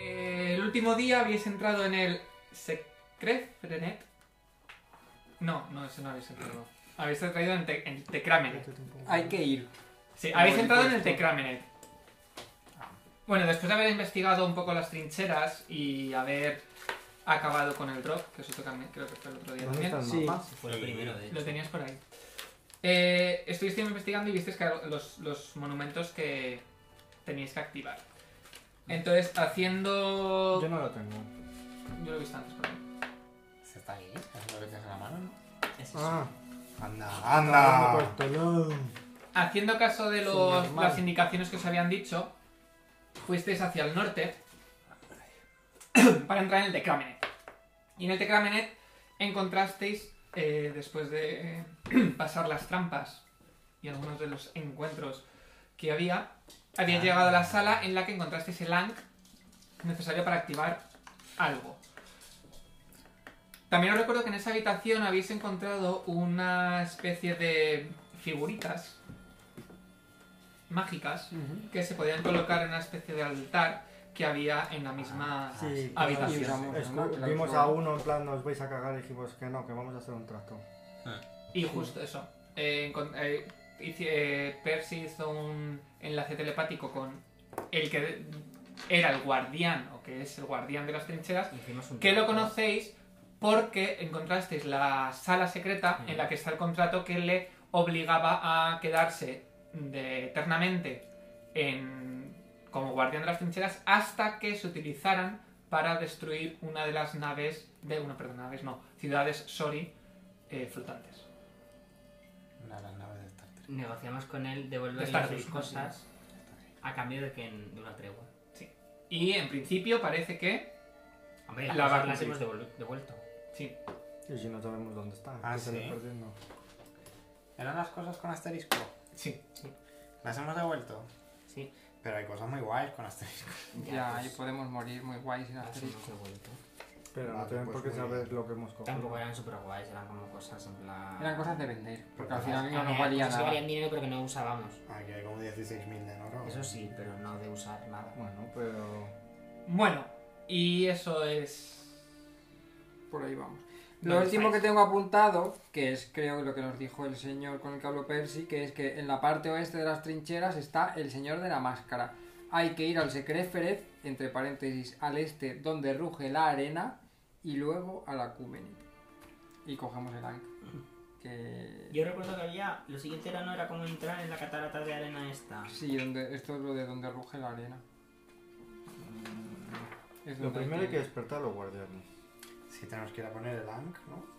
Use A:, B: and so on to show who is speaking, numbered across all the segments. A: Eh, último día habéis entrado en el Secrefrenet. No, no, eso no habéis entrado. Habéis entrado en, Te- en Tecramenet.
B: Hay que ir.
A: Sí, habéis
B: Por
A: entrado en el
B: supuesto.
A: Tecramenet. Bueno, después de haber investigado un poco las trincheras y haber acabado con el drop, que eso también creo que fue el otro día
C: ¿Dónde
A: también.
C: está el
B: Sí.
C: mapa?
D: Fue el primero, de hecho.
A: Lo tenías por ahí. Eh, estuviste investigando y visteis que los, los monumentos que teníais que activar. Entonces, haciendo.
C: Yo no lo tengo.
A: Yo lo he visto antes por ahí.
D: Se está aquí, ¿Estás lo que te hace la mano, ¿no? Es
C: Ah,
B: Anda,
A: Ah.
C: está por
B: anda.
C: este lado.
A: Haciendo caso de los-
C: Subnormal.
A: las indicaciones que os habían dicho, fuisteis hacia el norte para entrar en el Tecramenet. Y en el Tecramenet encontrasteis, eh, después de pasar las trampas y algunos de los encuentros que había, había llegado a la sala en la que encontrasteis el ANC necesario para activar algo. También os recuerdo que en esa habitación habéis encontrado una especie de figuritas mágicas que se podían colocar en una especie de altar que había en la misma
C: Ah, Sí,
A: habitación.
C: y usamos- escu- vimos a uno en plan, nos vais a cagar y dijimos que no, que vamos a hacer un trato.
A: Y justo eso. Eh, encon- eh, hice- eh, Percy hizo un enlace telepático con el que de- era el guardián, o que es el guardián de las trincheras,
D: Hicimos un
A: que lo conocéis porque encontrasteis la sala secreta
D: Mm.
A: en la que está el contrato que le obligaba a quedarse de- eternamente en- como guardián de las trincheras hasta que se utilizaran para destruir una de las naves de una perdón naves no ciudades sorry eh, flotantes
D: Una de las naves de Star Trek.
E: Negociamos con él
A: Está
E: devolverle sus
A: bien,
E: cosas a cambio de que de una tregua.
A: Y en principio parece que.
E: Hombre, las
A: La
E: cosas
A: va a
E: las hemos
A: cumplir.
E: devol- devuelto.
A: Sí.
C: Y si no sabemos dónde está,
D: Ah,
C: que se
D: ¿sí?
C: le perdiendo.
D: Eran las cosas con asterisco.
A: Sí.
D: Las hemos devuelto.
E: Sí,
D: Pero hay cosas muy guays con asterisco.
B: Ya,
E: pues,
B: ahí podemos morir muy guay sin
E: las
B: hacer
E: hemos devuelto.
C: Pero no
A: Ah,
D: Vale,
C: tienen
D: pues
C: por qué
D: muy bien.
C: saber lo que hemos cogido.
E: Tampoco eran super guays, eran como cosas en plan.
B: Eran cosas de vender, porque al
E: Cosas-
B: final no
E: había
B: nos valía
E: cosas que
B: nada.
E: valían dinero pero que no usábamos.
D: Aquí hay como 16.000 de oro.
E: Eso sí, pero no de usar nada.
C: Bueno, pero...
A: Bueno, y eso es.
B: Por ahí vamos.
A: ¿Dónde
B: Lo último
A: estáis?
B: que tengo apuntado, que es creo lo que nos dijo el señor con el que habló Percy, que es que en la parte oeste de las trincheras está el señor de la máscara. Hay que ir al Secreferet, entre paréntesis, al este, donde ruge la arena, y luego a la Cúmeni. Y cogemos el Ankh. Que...
E: Yo recuerdo que había. Lo siguiente era no era como entrar en la catarata de arena esta.
B: Sí, donde, esto es lo de donde ruge la arena. Es
C: Lo
B: donde Mm, hay
C: primero hay que
B: ir.
C: despertar a los guardianes.
D: Si tenemos que ir a poner el ANC, ¿no?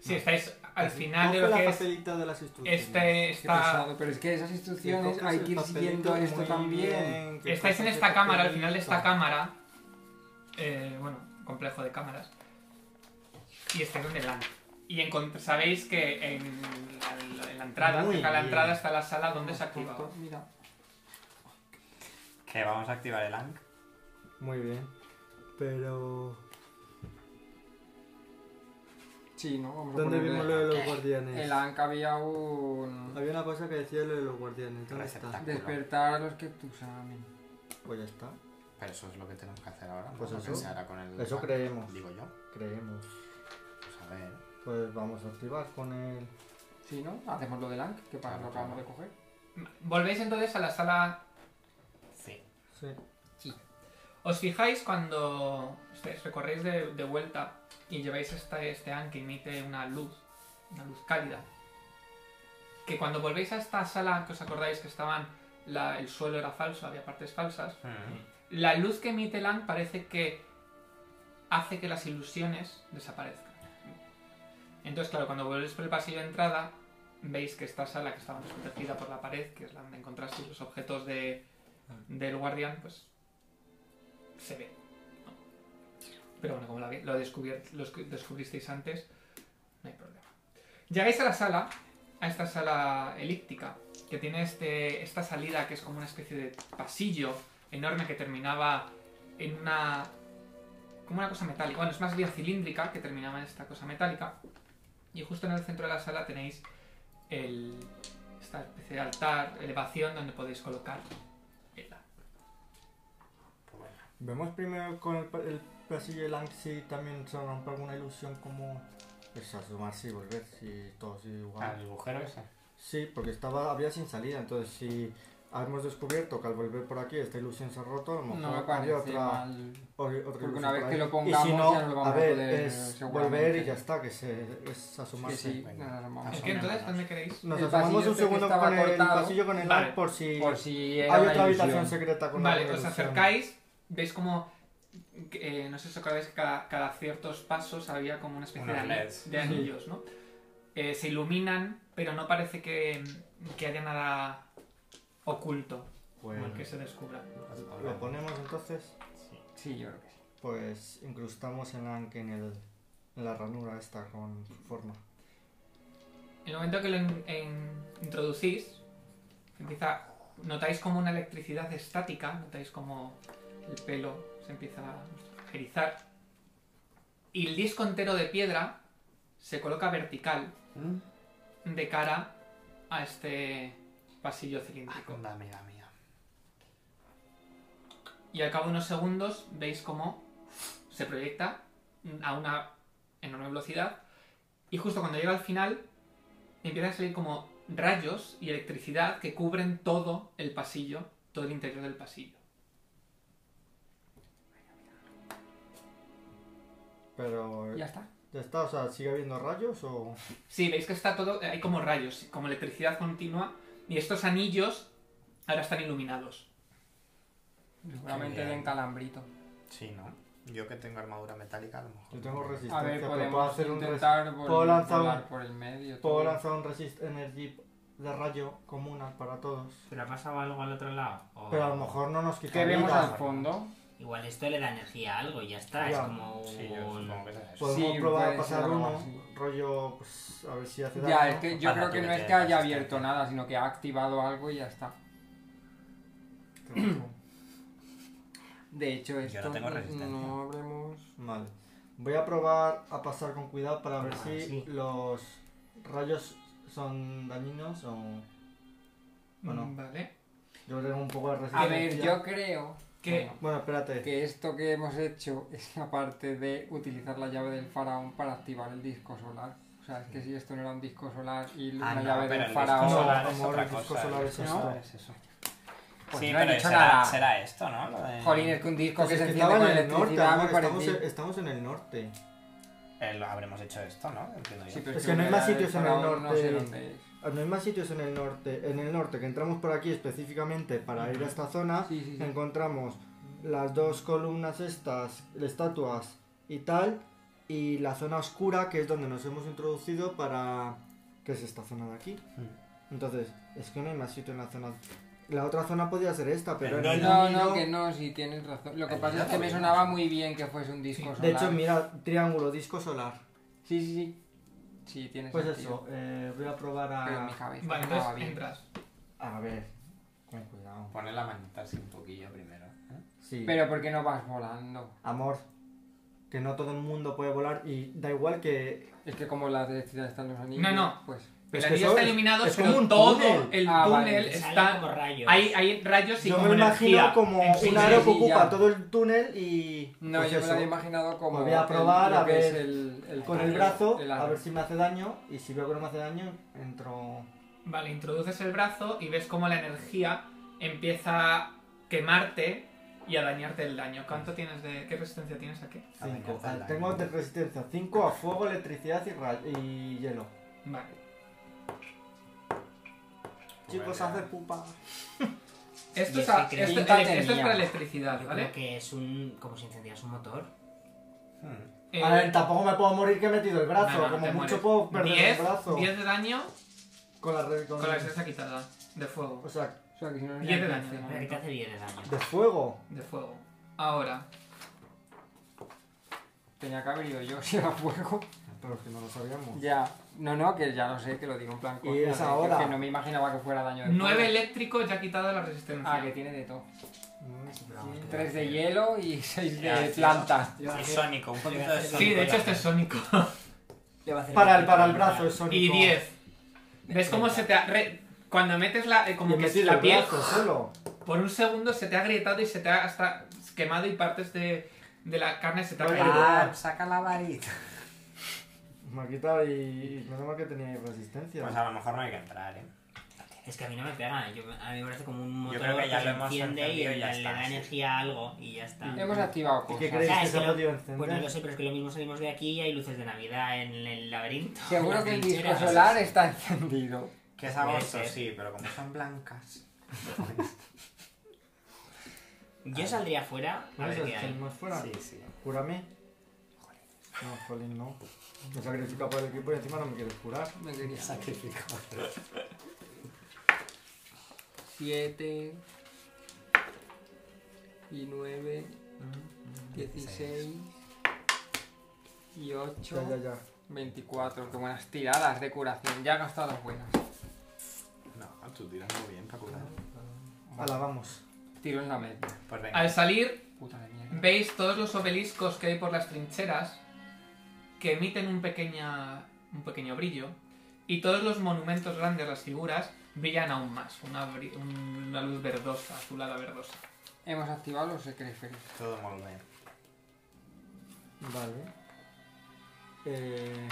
A: Si estáis al final de
C: Coge
A: lo que
C: Pues la
A: es.
C: papelita de las instrucciones.
A: Este,
B: Qué
A: esta,
B: pesado, pero es que esas
C: Que
B: instrucciones
C: Ah, coges
B: hay
C: el
B: que ir
C: papelito
B: siguiendo esto
C: muy
B: también.
C: bien, que
A: estáis en
C: coges
A: esta
C: el
A: cámara, al final de
C: papelito.
A: esta cámara. eh, bueno, complejo de cámaras. Y este estáis donde la. Y encont- sabéis que en la, en la entrada,
C: Muy
A: cerca de la
C: bien.
A: entrada, está la
C: Ah,
A: sala donde se activa.
B: Mira,
D: Que vamos a activar el ANC.
C: Muy bien. Pero...
B: sí, ¿no? Vamos a
C: ¿Dónde
B: ponerle-
C: vimos lo de los guardianes?
B: El ANC había un...
C: Había una cosa que decía lo de los guardianes. ¿Dónde está?
D: Receptáculo.
B: Despertar a los que tú saben.
C: Pues ya está.
D: Pero eso es lo que tenemos que hacer ahora. ¿no?
C: Pues
D: Lo
C: eso.
D: que se hará con el
C: Eso
D: ANC,
C: creemos.
D: Digo yo.
C: Creemos.
D: Pues a ver.
C: Pues vamos a activar con el...
B: Sí, ¿no? Hacemos lo del ANC, que para
D: Claro,
B: lo acabamos
D: claro.
B: de coger.
A: Volvéis entonces a la sala
D: Sí.
C: Sí.
A: Os fijáis cuando estáis- recorréis de, de vuelta y lleváis este, este an que emite una luz, una luz cálida, que cuando volvéis a esta sala que os acordáis que estaban, la- el suelo era falso, había partes falsas,
D: Mm.
A: la luz que emite el an parece que hace que las ilusiones desaparezcan. Entonces, claro, cuando volvéis por el pasillo de entrada, veis que esta sala que estaba protegida por la pared, que es la donde encontrasteis los objetos de, del guardián, pues se ve. ¿no? Pero bueno, como la vi- lo, descubier- lo escu- descubristeis antes, no hay problema. Llegáis a la sala, a esta sala elíptica, que tiene este, esta salida que es como una especie de pasillo enorme que terminaba en una... como una cosa metálica. Bueno, es más bien cilíndrica que terminaba en esta cosa metálica. Y justo en el centro de la sala tenéis el, esta especie de altar, elevación, donde podéis colocar el...
D: Pues
C: Vemos primero con el, pa- el pasillo el si también se rompe alguna ilusión como... Pues asomarse y volver, si todo es igual.
D: Al agujero ese.
C: Sí, porque estaba, había sin salida, entonces si hemos descubierto que al volver por aquí esta ilusión se ha roto, a lo mejor
B: No me
C: hay
B: parece
C: otra,
B: mal.
C: o- otra ilusión
B: una vez
C: por
B: que
C: ahí.
B: lo
C: y si
B: pongamos
C: no,
B: ya lo vamos
C: a
B: a
C: ver,
B: poder,
C: es
B: seguramente.
C: volver y ya está, que se, es
B: Que
C: asomarse.
B: sí,
D: venga.
B: nos asomamos.
A: Es
D: Más o
A: que
D: menos.
A: entonces, ¿dónde queréis?
C: Nos
B: El
C: asomamos un
B: pasillo este que
C: segundo
B: estaba
C: con el
B: cortado.
C: pasillo con el
A: Vale.
C: light por si
B: Por si era
C: hay
B: una
C: otra
B: ilusión.
C: habitación secreta con
A: Vale, pues
C: alguna
A: os
C: ilusión.
A: acercáis, veis como, que, eh, no sé si os acordáis que cada, cada ciertos pasos había como una especie de,
D: Unos
A: ani-
D: LEDs.
A: de anillos, ¿no? Eh, se iluminan, pero no parece que, que haya nada oculto
C: Bueno,
A: que se descubra.
C: lo ponemos entonces,
B: Sí, yo creo que sí.
C: pues incrustamos el anque en, el, en la ranura esta con forma.
A: En el momento que lo in- en- introducís, empieza, notáis como una electricidad estática, notáis como el pelo se empieza a erizar. Y el disco entero de piedra se coloca vertical
D: ¿Mm?
A: de cara a este pasillo cilíndrico.
D: Ah, Con la amiga mía.
A: Y al cabo de unos segundos veis cómo se proyecta a una enorme velocidad. Y justo cuando llega al final, empiezan a salir como rayos y electricidad que cubren todo el pasillo, todo el interior del pasillo.
C: Pero
B: Ya
C: ya.
B: está.
C: está, o sea, ¿sigue habiendo rayos o...?
A: Sí, veis que está todo, hay como rayos, como electricidad continua. Y estos anillos ahora están iluminados.
B: Seguramente
D: bien.
B: den calambrito.
D: Sí, ¿no? Yo que tengo armadura metálica, a lo mejor.
C: Yo tengo resistencia,
B: A ver,
C: pero puedo
B: podemos
C: hacer un res-
B: intentar vol-
C: puedo lanzar un-
B: volar por el medio.
C: Puedo
B: todo.
C: lanzar un Resist Energy de rayo comuna para todos.
E: ¿Pero ha pasado algo al otro lado? O-
C: Pero a lo mejor no nos quita
B: ¿Qué vemos
C: vida.
B: al fondo?
E: Igual esto le da energía a algo y ya está.
C: Ya.
E: Es como un...
D: Sí, yo
F: Oh,
D: supongo que es eso.
C: Podemos
B: Sí,
C: probar
B: puede
C: a pasar
B: ser algo
C: uno,
B: así.
C: rollo, pues, a ver si hace daño.
B: Ya, es que yo
D: Ojalá
B: creo que
D: tuviera
B: no es que haya
D: resistencia.
B: abierto nada, sino que ha activado algo y ya está. De hecho,
D: Yo no
B: esto
D: tengo resistencia.
B: no habremos...
C: Vale. Voy a probar a pasar con cuidado para ver
E: Ah,
C: si
E: sí.
C: los rayos son dañinos o... Bueno.
A: Vale.
C: Yo tengo un poco de resistencia.
B: A ver, yo creo
A: Que
C: Bueno, espérate.
B: que esto que hemos hecho es la parte de utilizar la llave del faraón para activar el disco solar. O sea, es que si esto no era un disco solar y una
D: Ah, no,
B: llave
D: pero
B: del
D: el
B: faraón...
D: disco
C: No,
D: solar es
C: amor,
D: otra
C: el disco
D: cosa.
C: solar es
D: el disco
B: esto.
D: solar es eso.
B: Pues
D: sí,
B: no he
D: pero
B: dicho
D: será,
B: nada.
D: será esto, ¿no? Lo de-
B: Jolín, es que un disco
C: Pues
B: que
C: es
B: se
C: que
B: enciende
C: estaba en
B: con
C: el norte,
B: electricidad me
C: amor, estamos,
B: parece...
C: en- estamos en el norte.
D: Eh, lo habremos hecho esto, ¿no? Entiendo yo.
B: Sí, pero
C: Es que no hay
B: la
C: más
B: llave del
C: sitios en el
B: faraón No sé
C: norte.
B: dónde es.
C: Ah, No hay más sitios en el norte. En el norte, que entramos por aquí específicamente para ir a esta zona,
B: Sí, sí, sí.
C: encontramos las dos columnas estas, estatuas y tal, y la zona oscura, que es donde nos hemos introducido para... que es esta zona de aquí.
B: Mm.
C: Entonces, es que no hay más sitio en la zona... La otra zona podía ser esta, pero...
D: Pero
C: en el
B: No,
C: camino-
B: no, que no, sí, tienes razón. Lo que
D: El
B: pasa es que me
D: Nino.
B: sonaba muy bien que fuese un disco solar.
C: De hecho, mira, triángulo, disco solar.
B: Sí, sí, sí. Sí, tienes
C: Pues
B: sentido.
C: eso, eh, voy a probar
B: Pero en mi
C: a...
B: cabeza
A: vale,
B: estaba
A: entonces
B: bien.
A: entras.
C: A ver, con cuidado.
D: Poner la manita así un poquillo primero. ¿eh?
C: Sí.
B: Pero ¿por qué no vas volando?
C: Amor, que no todo el mundo puede volar y da igual que...
B: Es que como la electricidad está en los anillos,
A: No, no.
B: pues...
A: El
C: Es que
A: anillo
C: eso
A: está
C: es-
A: iluminado,
C: es como
A: pero
C: un
A: todo
C: túnel.
A: el
B: Ah, vale.
A: túnel
E: Salen como
A: está...
E: rayos.
A: Hay, hay rayos y
C: yo
A: como
C: me imagino
A: energía.
C: como
A: en sí,
C: un
A: sí,
C: aro que
B: sí,
C: ocupa
B: ya.
C: todo el túnel y...
B: No,
C: pues
B: yo me
C: eso,
B: lo había imaginado como...
C: Voy a probar,
B: lo
C: a
B: que es
C: ver,
B: el- el-
C: Con el
B: el-
C: brazo,
B: el
C: a
B: árbol.
C: ver si me hace daño y si veo que no me hace daño, entro...
A: Vale, introduces el brazo y ves cómo la energía empieza a quemarte y a dañarte el daño. ¿Cuánto tienes de qué resistencia tienes aquí?
D: Ah, venga,
C: Cinco.
D: hazla,
C: Tengo
D: ¿no?
C: de resistencia 5 a fuego, electricidad y, ra- y hielo.
A: Vale.
C: Chicos,
D: venga.
C: hace pupa.
A: Esto
E: Y
A: es,
E: ese
A: a-
E: crítico
A: esto- ele- esto es
B: tenía.
A: para
E: Yo
A: electricidad,
E: creo
A: ¿vale?
E: que es un... como si encendieras un motor.
D: Hmm.
A: Eh,
C: A ver, tampoco me puedo morir que he metido el brazo,
A: no, no,
C: como
A: te
C: mucho
A: mueres.
C: puedo perder
A: 10,
C: el brazo.
A: 10 de daño
C: Con la red... Con...
A: con la resistencia quitada de fuego.
C: O sea,
B: O sea, que si no, no
A: Diez de
B: sería
A: daño,
B: 15.
A: de
E: Pero que te hace bien el daño.
C: de fuego.
A: De fuego. Ahora,
B: Tenía que haber ido yo si era fuego.
C: Pero es que no lo sabíamos.
B: Ya. No, no, que ya lo sé, que lo digo en plan...
C: Y
B: coña,
C: es
B: que-
C: ahora.
B: Que no me imaginaba que fuera daño de fuego.
A: 9 eléctrico ya quitada la
B: Ah, que
A: resistencia.
B: tiene de todo.
C: Mm.
E: Sí, pero vamos, que te va a
B: 3 de
E: hacer-
B: hielo y 6
D: Ya,
B: de
D: sí,
B: planta.
E: Te va a
D: Es
E: hacer-
D: sónico, un poquito de sónico.
A: Sí, de hecho este es sónico.
E: le va a hacer
C: Para el,
E: efecto
C: para el
E: celular.
C: brazo es sónico.
A: Y 10. ¿Ves cómo se te... ha- re- Cuando metes la... eh,
C: Y he
A: Como que
C: metido
A: la
C: el
A: piel
C: brazo solo.
A: Por un segundo se te ha agrietado y se te ha hasta quemado y partes de, de la carne se te ha
C: Vale.
A: caído.
D: Ah, saca la varita.
C: Maquita y. Menos mal que tenía resistencia.
F: Pues a lo mejor no hay que entrar, ¿eh?
E: Es que a mí no me pega, yo, a mí me parece como un motor
F: Yo creo que ya
E: se
F: lo hemos
E: enciende y
F: encendido y ya
E: le
F: está,
E: da
F: sí.
E: energía a algo y ya está.
B: Hemos activado
C: ¿Y
B: cosas.
C: qué creéis
E: Ah,
C: que
E: es
C: se
E: que
C: ha
E: lo-
C: podido
E: Pues no lo
C: encender?
E: sé, pero es que lo mismo salimos de aquí y hay luces de Navidad en el laberinto.
B: Seguro
E: Las
B: que el disco
E: trincheras.
B: solar está encendido.
F: Que es
E: Puede
F: agosto,
E: ser.
F: sí, pero como son blancas.
E: Yo saldría afuera a ver
C: Eso,
E: qué hay.
C: salimos fuera.
F: Sí, sí.
C: Cúrame. No, jolín, no. Me sacrifica por el equipo y encima no me quieres curar.
B: Me quería.
F: Sacrifico.
B: Siete. Y nueve. Dieciséis. Y ocho.
C: Ya, ya, ya.
B: 24, qué buenas tiradas de curación, ya he gastado las buenas.
F: No, tú tiras muy bien para curar.
C: Ala, vamos.
B: Tiro en la media,
F: Pues venga.
A: Al salir,
B: puta de mierda.
A: veis todos los obeliscos que hay por las trincheras que emiten un, pequeña, un pequeño brillo y todos los monumentos grandes, las figuras, brillan aún más, una, bri- una luz verdosa, azulada verdosa.
B: Hemos activado los secreferes.
F: Todo muy bien.
C: Vale. Eh...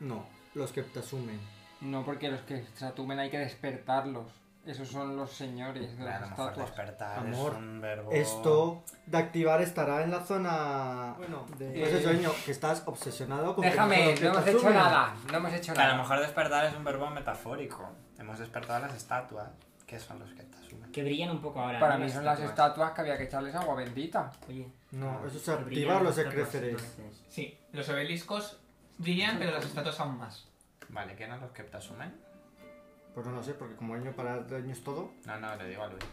C: No, los que te asumen.
B: No porque los que se atumen hay que despertarlos. Esos son los señores de
F: Claro, a lo
B: las
F: mejor
B: estatuas.
F: despertar
C: Amor,
F: es un verbo.
C: Esto de activar estará en la zona. Bueno, de... pues
B: eh,
C: eso, niño, que estás obsesionado con. que
B: Déjame,
C: los que
B: no hemos
C: te
B: hecho
C: asumen.
B: nada, no hemos hecho
F: Que a lo
B: nada.
F: mejor despertar es un verbo metafórico. Hemos despertado a las estatuas, que son los que te asumen.
E: Que brillan un poco ahora.
B: Para
E: ¿no?
B: mí son las estatuas que había que echarles agua bendita.
E: Oye,
F: Ah,
C: No, eso es
E: que brillan
C: activar los
E: las estatuas,
C: ecreferes.
E: entonces.
A: Sí, los obeliscos brillan, pero las estatuas aún más.
F: Vale, ¿qué eran los que te asumen?
C: Pues no lo sé, porque como año para año es todo,
F: No, no, le digo a Luis.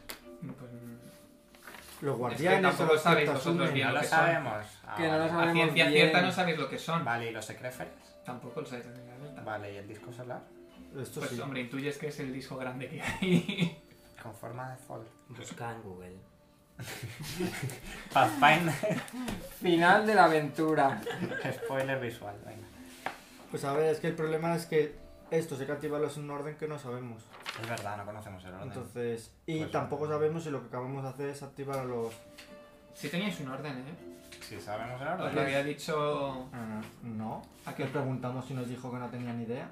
A: No, pues, mm,
C: los guardianes son
A: tampoco
C: los que
A: sabéis
C: te
A: vosotros
C: asumen.
A: bien.
F: No
A: lo
F: lo
A: que son.
F: sabemos. Ah,
B: Que no lo
F: vale.
A: A
B: sabemos
A: ciencia
B: bien.
A: cierta no sabéis lo que son.
F: Vale, ¿y los ecreferes?
A: Tampoco lo sabéis. en realidad.
F: Vale, ¿y el disco solar?
C: Esto
A: Pues
C: sí.
A: hombre, intuyes que es el disco grande que hay.
F: Con forma de sol.
E: Busca en Google.
F: Pathfinder.
B: Final de la aventura.
F: Spoiler visual, venga.
C: Pues a ver, es que el problema es que estos hay que activarlos en un orden que no sabemos.
F: Es verdad, no conocemos el orden.
C: Entonces, y
F: Pues-
A: mm.
C: tampoco sabemos si lo que acabamos de hacer es activar a los.
A: Si teníais un orden, ¿eh?
F: Si sabemos el orden.
A: Os lo había dicho
C: Ah,
A: Mm.
C: no. ¿A qué
A: aquel.
C: preguntamos si nos dijo que no tenía ni idea?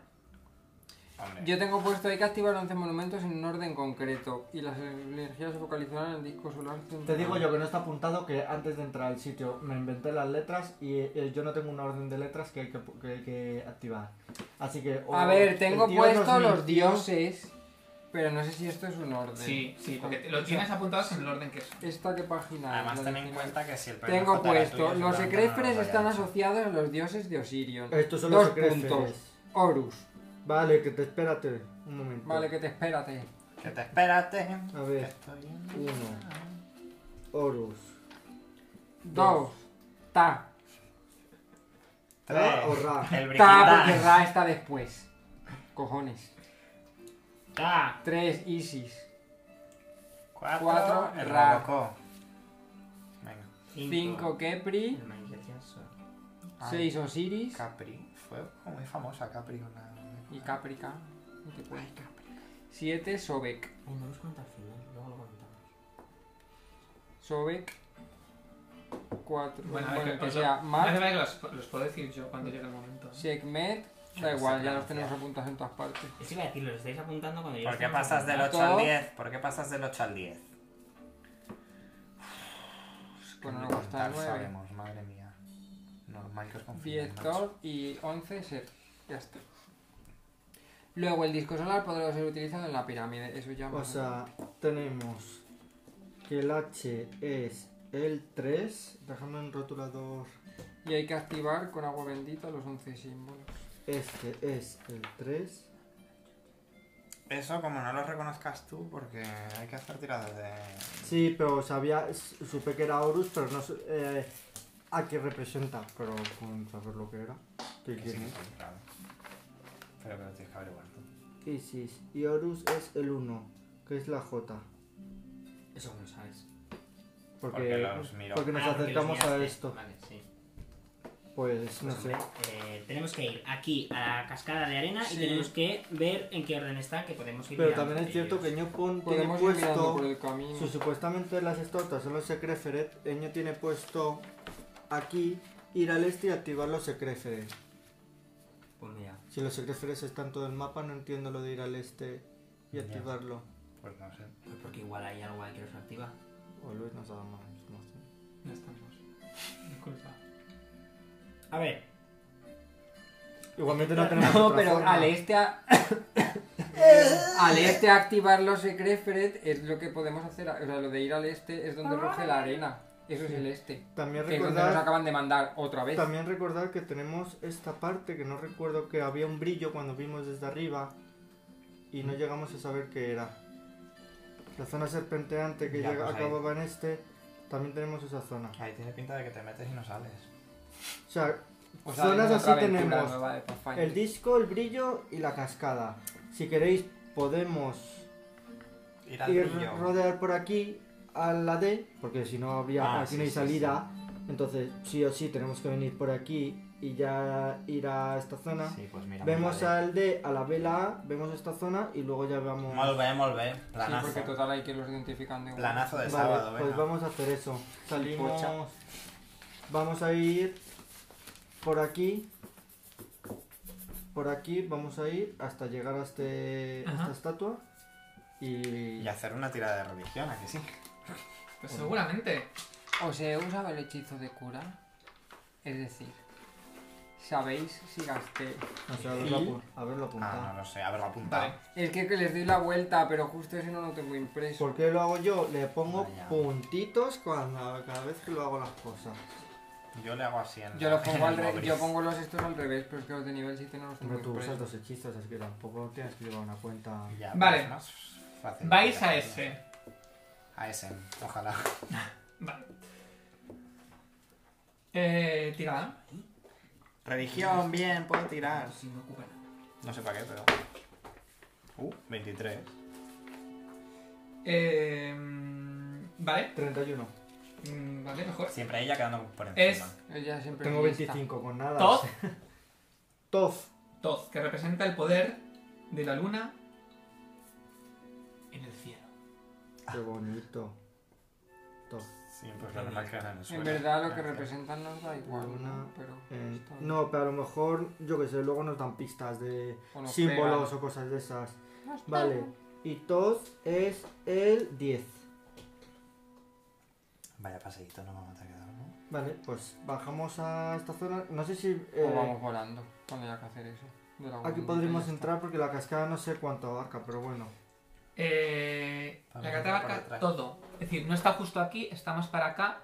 F: Hombre,
B: Yo tengo puesto hay que activar 11 monumentos en un orden concreto y las energías se focalizarán en el disco solar.
A: Ah.
C: Te digo yo que no está apuntado que antes de entrar al sitio me inventé las letras y eh, yo no tengo una orden de letras que hay que, pu- que hay que activar. Así que. o
B: A ver,
C: el
B: tengo
C: tío
B: puesto
C: nos
B: los
C: mintió-
B: dioses, pero no sé si esto es un orden.
A: Sí, sí, porque te-
B: O
A: lo
B: sea,
A: tienes apuntados en el orden que son.
B: ¿Esta qué página? es?
F: además
B: La
F: ten en
B: 19.
F: cuenta que si el perro
B: Tengo
F: no fuera
B: puesto,
F: tuyo,
B: los
F: seguramente no
B: ecréferes
F: nos
B: están
F: hayan dicho.
B: asociados a los dioses de Osirion.
C: Estos son
B: Dos
C: los
B: puntos.
C: secretos.
B: Horus.
C: Vale, que te espérate. Un momento.
B: Vale, que te espérate.
F: Que te espérate.
C: A ver.
F: que estoy en-
C: Uno. Horus.
B: Dos. Ta.
C: Ra Ah, o
F: Tres.
C: Ra.
F: El
B: Ta, porque
F: brigandás.
B: Ra está después. Cojones.
E: ¡Ta!
B: Tres. Isis.
F: Cuatro.
B: Cuatro,
F: El
B: Ra.
F: Robocó. Venga.
B: Cinco. Kepri.
E: El Michael Jackson.
F: Ay,
B: Seis. Osiris.
F: Capri. Fue como muy famosa Capri. Una...
B: Y Caprica. No te puedo. Siete. Sobek.
E: Ay, no los cuento al final, luego lo contamos.
B: Sobek. Cuatro.
A: Bueno, a
B: Bueno,
A: ver,
B: que
A: os-
B: sea
A: Hace
B: Mar.
A: falta que los, los puedo decir yo cuando llegue el momento. ¿eh?
B: Sekhmet.
F: Yo
B: Da
F: no sé
B: igual, ya los
F: pronunciar.
B: tenemos apuntados en todas partes.
E: Es que iba a decir, los estáis apuntando cuando yo
F: ¿Por
E: los
F: qué
E: tengo
F: pasas del
E: apuntados.
F: 8 al
B: Dos.
F: 10? ¿Por qué pasas del 8 al 10?
B: Bueno,
F: Ni
B: luego está el
F: contar
B: nueve.
F: sabemos, madre mía. Normal que os confíe.
B: 10 Thor y 11 Set. Ya está. Luego el disco solar podrá ser utilizado en la pirámide. Eso ya
C: O
B: más-
C: sea, tenemos que el H es el 3. Déjame un rotulador.
B: Y hay que activar con agua bendita los 11 símbolos.
C: Este es el 3.
F: Eso, como no lo reconozcas tú, porque hay que hacer tiradas de.
C: Sí, pero sabía, s- supe que era Horus, pero no sé eh, a qué representa, pero con saber lo que era. ¿Qué
F: Que sí,
C: tiene?
F: que sí, claro. Pero que lo tienes que averiguar tú.
C: Isis. Y Horus es el 1, que es la J.
E: Eso como sabes.
C: Porque,
F: Porque los miro.
C: porque nos
E: Ah, porque los
C: acercamos a
E: miraste.
C: esto.
E: Vale, sí.
C: Pues no sé.
E: Eh, tenemos que ir aquí a la cascada de arena
B: Sí.
E: y tenemos que ver en qué orden está, que podemos ir
C: Pero
E: mirando
C: también es cierto que
E: ellos.
C: Ñopon tiene
B: Podemos ir mirando
C: puesto.
B: por el camino.
C: Si supuestamente las estatuas son los Secreferet, Eño tiene puesto aquí ir al este y activar los Secreferet.
E: Pues mira,
C: Si los Secreferet están en todo el mapa, no entiendo lo de ir al este y
F: Ya.
C: activarlo.
F: Pues no sé.
E: pues porque igual hay algo ahí que nos activa.
C: O Luis nos ha dado más información.
A: Ya estamos. Disculpa.
E: A ver,
C: Igualmente no tenemos.
B: No,
C: otra
B: pero
C: forma.
B: al este a- al este activar los Secrefred es lo que podemos hacer. O sea, lo de ir al este es donde ruge la arena. Eso es el este.
C: También
B: Que es donde nos
C: recordar,
B: acaban de mandar otra vez.
C: también recordar que tenemos esta parte que no recuerdo que había un brillo cuando vimos desde arriba y no llegamos a saber qué era. La zona serpenteante que
F: Ya,
C: llega-
F: pues ahí.
C: acababa en este, también tenemos esa zona.
F: Ahí tiene pinta de que te metes y no sales.
C: O sea,
B: O sea,
C: zonas
B: es otra
C: así
B: aventura
C: tenemos.
B: nueva de Pathfinder.
C: el disco, el brillo y la cascada. Si queréis podemos
F: Ir al
C: ir
F: brillo.
C: rodear por aquí a la D, porque si no habría
F: Ah,
C: aquí
F: sí,
C: no hay
F: sí,
C: salida. Entonces, sí o sí tenemos que venir por aquí y ya ir a esta zona.
F: Sí, pues mira.
C: Vemos
F: vale.
C: al D, a la vela A, vemos esta zona y luego ya vamos.
F: Molt bé, molt bé.
B: Sí,
F: Planazo.
B: porque total hay que los identifican de
F: Planazo de
C: Vale,
F: sábado,
C: pues
F: venga.
C: vamos a hacer eso. Salimos.
B: Pocha.
C: Vamos a ir por aquí. Por aquí vamos a ir hasta llegar a este,
A: Ajá.
C: esta estatua. Y.
F: Y hacer una tirada de religión, aquí sí.
A: Pues seguramente.
B: ¿Os he usado el hechizo de cura? Es decir, ¿sabéis si gasté?
C: O sea, haberlo,
B: Y-
C: apu- haberlo apuntado.
F: Ah, no lo sé, haberlo apuntado.
A: Vale.
B: Es que que les doy la vuelta, pero justo ese no lo tengo impreso.
C: ¿Por qué lo hago yo? Le pongo
F: Vaya.
C: puntitos cuando, cada vez que lo hago las cosas.
F: Yo le hago así en
B: Yo los
F: en
B: pongo
F: el
B: al re-
F: Mobris.
B: yo pongo los estos al revés, pero es que los de nivel 7 no los tengo
C: Hombre, tú usas
B: impresos.
C: dos hechizos, así que tampoco tienes que llevar una cuenta.
F: Ya,
A: Vale.
F: pues es más fácil.
A: Vais a
F: Hacerlo.
A: ese.
F: A ese, ojalá.
A: Vale. Eh, tirada.
F: Religión, bien, puedo tirar.
E: si no ocupa nada.
F: No sé para qué, pero. Uh, 23.
A: Eh, mm, vale.
C: 31.
A: Mm, Vale, mejor.
F: Siempre ella quedando por
A: Es
F: encima.
B: Ella siempre
C: Tengo
B: es lista.
C: 25, con nada.
A: Toz.
C: Toz.
A: Toz, que representa el poder de la luna en el cielo.
F: Ah.
C: Qué bonito. Toz.
F: Sí, pues lo normal que hagan el
B: En
F: suelo.
B: verdad lo que
F: Gracias.
B: representan nos da igual,
C: Una,
B: ¿no? Pero
C: Eh,
B: está bien.
C: no, pero a lo mejor, yo que sé, luego nos dan pistas de
B: O nos
C: símbolos
B: pegan.
C: o cosas de esas. Vale. Y Toz es el 10.
F: Vaya paseíto, no vamos a quedar, ¿no?
C: Vale, pues bajamos a esta zona. No sé si...
B: O
C: eh,
B: vamos volando cuando haya que hacer eso. de la
C: Aquí
B: bombilla y
C: podríamos
B: ya está.
C: entrar porque la cascada no sé cuánto abarca, pero bueno.
A: Eh,
F: Vamos
A: la
F: a
A: cataraca,
F: por detrás.
A: todo. Es decir, no está justo aquí, está más para acá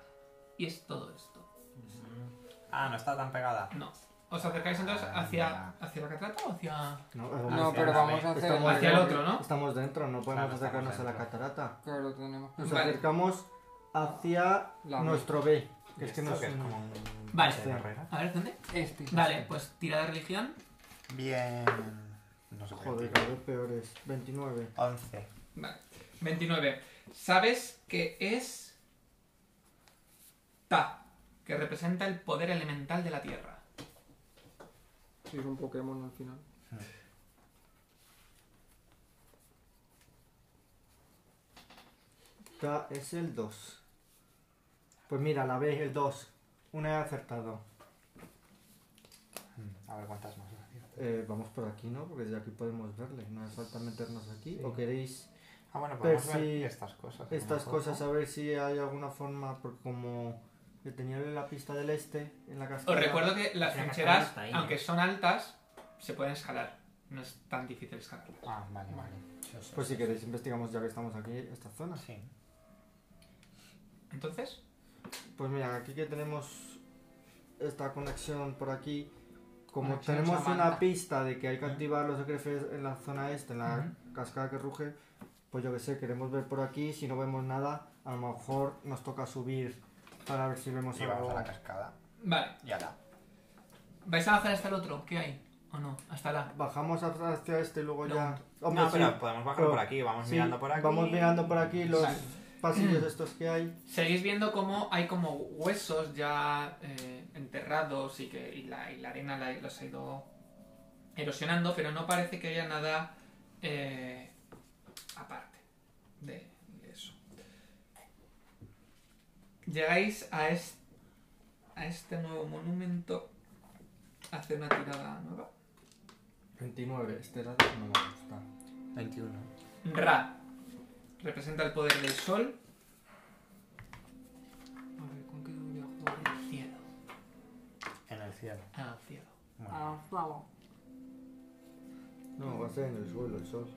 A: y es todo esto.
F: Ah, no está tan pegada.
A: No. ¿Os acercáis entonces
F: Ah,
A: hacia,
F: ya.
A: hacia la catarata o hacia...?
C: No,
B: No, pero vamos a hacer
C: Estamos
A: Hacia el otro, ¿no?
C: Estamos dentro, no podemos
F: Claro, estamos
C: acercarnos a la
F: dentro.
C: catarata.
B: Claro, tenemos que
C: Nos
A: Vale.
C: acercamos hacia
B: La B.
C: nuestro B.
F: ¿Y
C: Que es que
F: esto
C: nos...
F: qué es? como un
A: Vale.
F: pase de carrera.
A: A ver, ¿dónde?
B: Este.
A: Vale, pues tira de religión.
F: Bien. No sé qué
C: Joder,
F: tiro.
C: cada vez peores. 29.
F: 11.
A: Vale. 29. Sabes que es... Ta, que representa el poder elemental de la Tierra.
B: Si es un Pokémon al final.
C: Ta es el 2. Pues mira, la B, el 2. Una he acertado.
F: Mm, A ver cuántas más.
C: Eh, vamos por aquí, ¿no? Porque desde aquí podemos verle. No hace falta meternos aquí. ¿O queréis
F: Ah, bueno, podemos
C: Pero si
F: ver estas cosas.
C: estas
F: ¿no?
C: cosas a ver si hay alguna forma? Porque como le tenía la pista del este en la
A: Os
C: cascada.
A: recuerdo que las
E: la
A: trincheras,
E: catarata está ahí, ¿no?
A: aunque son altas, se pueden escalar. No es tan difícil escalar.
F: Ah, vale, vale.
C: Pues si queréis investigamos ya que estamos aquí esta zona.
F: Sí.
A: Entonces,
C: Pues mira, aquí que tenemos esta conexión por aquí, como
B: Conexión
C: tenemos una
B: Samantha.
C: pista de que hay que activar los ECFs en la zona este, en la cascada que ruge, pues yo que sé, queremos ver por aquí, si no vemos nada, a lo mejor nos toca subir para ver si vemos
F: Y
C: algo.
F: vamos a la cascada.
A: vale.
F: Y ala.
A: ¿Vais a bajar hasta el otro? ¿Qué hay? ¿O no? Hasta la.
C: Bajamos hacia hacia este y luego
A: No.
C: ya... Hombre,
F: No,
C: sí,
F: pero podemos bajar
C: Pero-
F: por aquí, vamos
C: sí,
F: mirando por aquí.
C: Vamos mirando por aquí los
A: Vale.
C: pasillos estos que hay.
A: Seguís viendo cómo hay como huesos ya eh, enterrados y que y la, y la arena la- los ha ido erosionando, pero no parece que haya nada eh, aparte de, de eso. Llegáis a, es- a este nuevo monumento a hacer una tirada nueva.
C: 29, este dato no me gusta.
F: 21.
A: Ra representa el poder del sol. A ver, ¿con qué voy a jugar? El cielo.
F: En el cielo.
A: Ah, el cielo.
F: Bueno.
B: Ah,
C: No, va a ser en el suelo, el sol.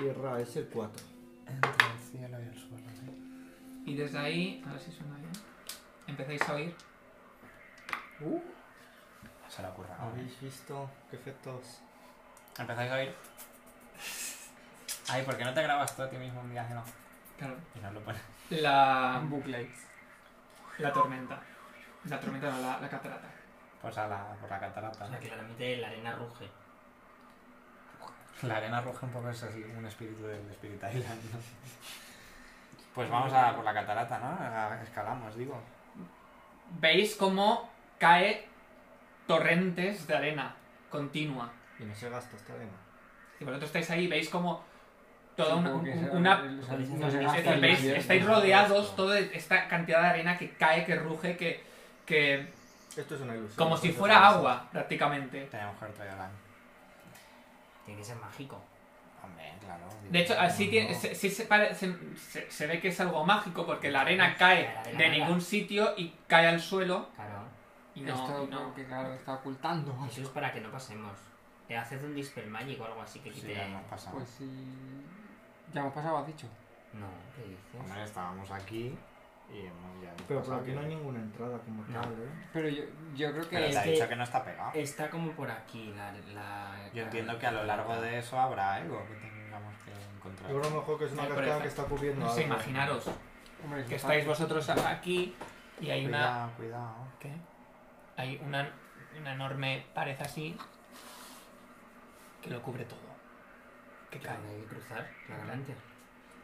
C: Y Ra es el 4.
F: Entre el cielo y el suelo. ¿eh?
A: Y desde ahí, a ver si suena bien. Empezáis a oír.
F: Se le ocurra.
C: ¿Habéis visto qué efectos?
F: Empezáis a oír. Ay, ¿por qué no te grabas tú a ti mismo un día que no?
A: Claro.
F: Y no lo pones.
A: La,
B: Ah, Un bucle.
A: la tormenta. La tormenta no, la, la catarata.
F: Pues a la, por la catarata.
E: O
F: ¿no?
E: sea, claramente la arena ruge.
F: La arena roja un poco es así, un espíritu del Spirit Island. ¿no? Pues vamos a por la catarata, ¿no? A- escalamos, digo.
A: Veis cómo cae torrentes de arena continua.
C: Y no se gasta esta arena.
A: Y vosotros estáis ahí, veis como toda una,
B: Supongo que
A: un-
B: será
A: una
B: el-
E: o sea,
B: no
E: no
B: se
E: sé,
A: Es
B: gasta
A: decir,
B: el
A: veis-
B: invierno.
A: estáis rodeados toda esta cantidad de arena que cae, que ruge, que, que
C: Esto es una ilusión.
A: como si
C: Esto es
A: fuera
C: una
A: agua prácticamente.
F: Tenemos que haber traído la...
E: Tiene que ser mágico.
F: Hombre, claro.
A: De hecho, así
F: no.
A: tiene- se, sí se, pare- se- se- se ve que es algo mágico porque la arena cae de ningún sitio y cae al suelo
E: Claro.
A: y no,
B: Esto
A: y no.
B: que claro, está ocultando.
E: Eso es para que no pasemos. Eh, Haced un dispel magic o algo así que
F: Sí,
E: quite.
F: ya hemos pasado.
B: Pues sí. Ya hemos pasado, has dicho.
E: No, ¿qué dices?
F: Hombre, estábamos aquí y hemos ya...
C: Pero por aquí no hay
F: niño.
C: ninguna entrada como
E: No.
C: tal, ¿eh?
B: Pero yo, yo creo
F: Pero
B: que.
F: te ha
E: que- eh,
F: dicho que no está pegado.
E: Está como por aquí la. la-
F: Yo entiendo que a lo largo de eso habrá algo que tengamos que encontrar.
C: Yo creo mejor que es una
A: Ay, por
C: cascada
A: esa-
C: que está cubriendo
A: Eh, No sé,
C: algo.
A: imaginaros
B: hombre,
A: que
B: está-
A: estáis vosotros aquí y hay una,
F: Cuidado, cuidado.
A: ¿Qué? Hay una, una enorme pared así que lo cubre todo. Que
E: Claro,
A: cae.
E: hay que cruzar, claramente.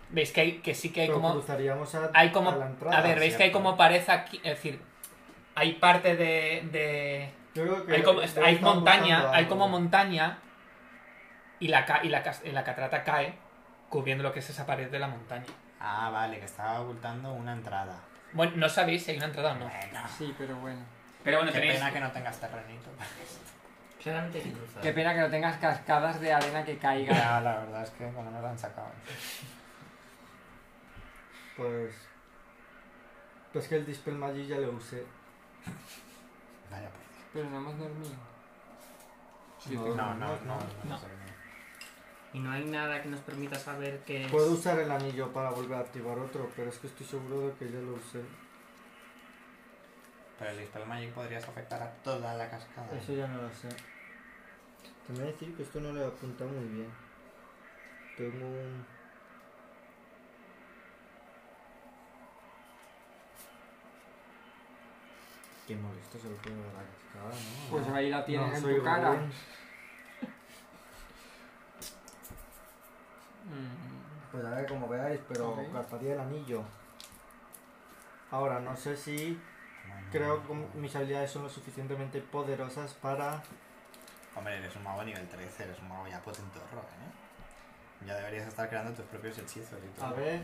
A: Veis que, hay, que sí que hay
C: Pero
A: como...
C: cruzaríamos a,
A: Hay como...
C: a la entrada.
A: A ver, veis que hay
F: ¿cierto?
A: como pared aquí... Es decir, hay parte de... de-
C: Yo creo que
A: hay como,
C: debe
A: hay
C: estar buscando
A: montaña, hay
C: algo.
A: como montaña y la, ca- y, la, cas- y la catarata cae cubriendo lo que es esa pared de la montaña.
F: Ah, vale, que estaba ocultando una entrada.
A: Bueno, no sabéis si hay una entrada o no.
F: Bueno,
B: Sí, pero bueno.
A: Pero bueno,
F: qué
A: tenéis...
F: pena que no tengas terrenito.
E: Claramente hay que cruzar.
B: Qué pena que no tengas cascadas de arena que caiga.
F: Ya, la verdad es que como no la han sacado.
C: Pues. Pues que el Dispel Magic ya lo usé.
F: Vaya por Dios.
B: Pero no hemos dormido. Sí,
C: No,
B: tengo-
F: No, no, no.
A: No.
F: no,
E: Y no hay nada que nos permita saber qué es.
C: Puedo usar el anillo para volver a activar otro, pero es que estoy seguro de que ya lo usé.
F: Pero el Dispel Magic podrías afectar a toda la cascada.
C: Eso ya no lo sé. Te voy a decir que esto no lo he apuntado muy bien. Tengo un. Qué molesto se lo puede dar a la cascada, ¿no?
B: Pues ahí la
C: No,
B: tienes
C: soy
B: en tu cara.
C: Goblin.
B: Mm,
C: Pues a ver, como veáis, pero
B: Ok.
C: gastaría el anillo. Ahora, no sé si
F: Bueno,
C: creo que mis habilidades son lo suficientemente poderosas para...
F: Hombre, eres un mago nivel 13, eres un mago ya potentorro, ¿eh? Ya deberías estar creando tus propios hechizos y todo.
C: A ver,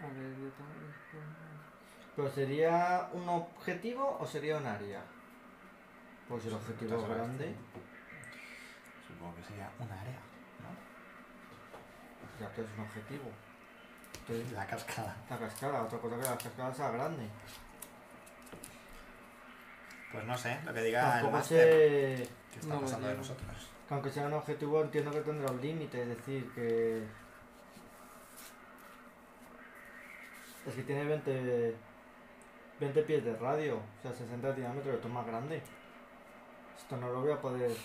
B: a ver, yo tengo-
C: pero ¿sería un objetivo o sería un área? Pues el objetivo es
F: Entonces,
C: grande,
F: Supongo que sería un área, ¿no?
C: ya que es un objetivo. Entonces,
F: La cascada.
C: la cascada, otra cosa que la cascada sea grande.
F: Pues no sé, lo que diga el
C: Tampoco
F: máster.
C: sé...
F: ¿Qué está
B: No lo
F: pasando de
B: llevo.
F: nosotros?
C: que Aunque sea un objetivo, entiendo que tendrá un límite, es decir, que. Es que tiene 20. 20 pies de radio, o sea, 60 de diámetro, esto es más grande. Esto no lo voy a poder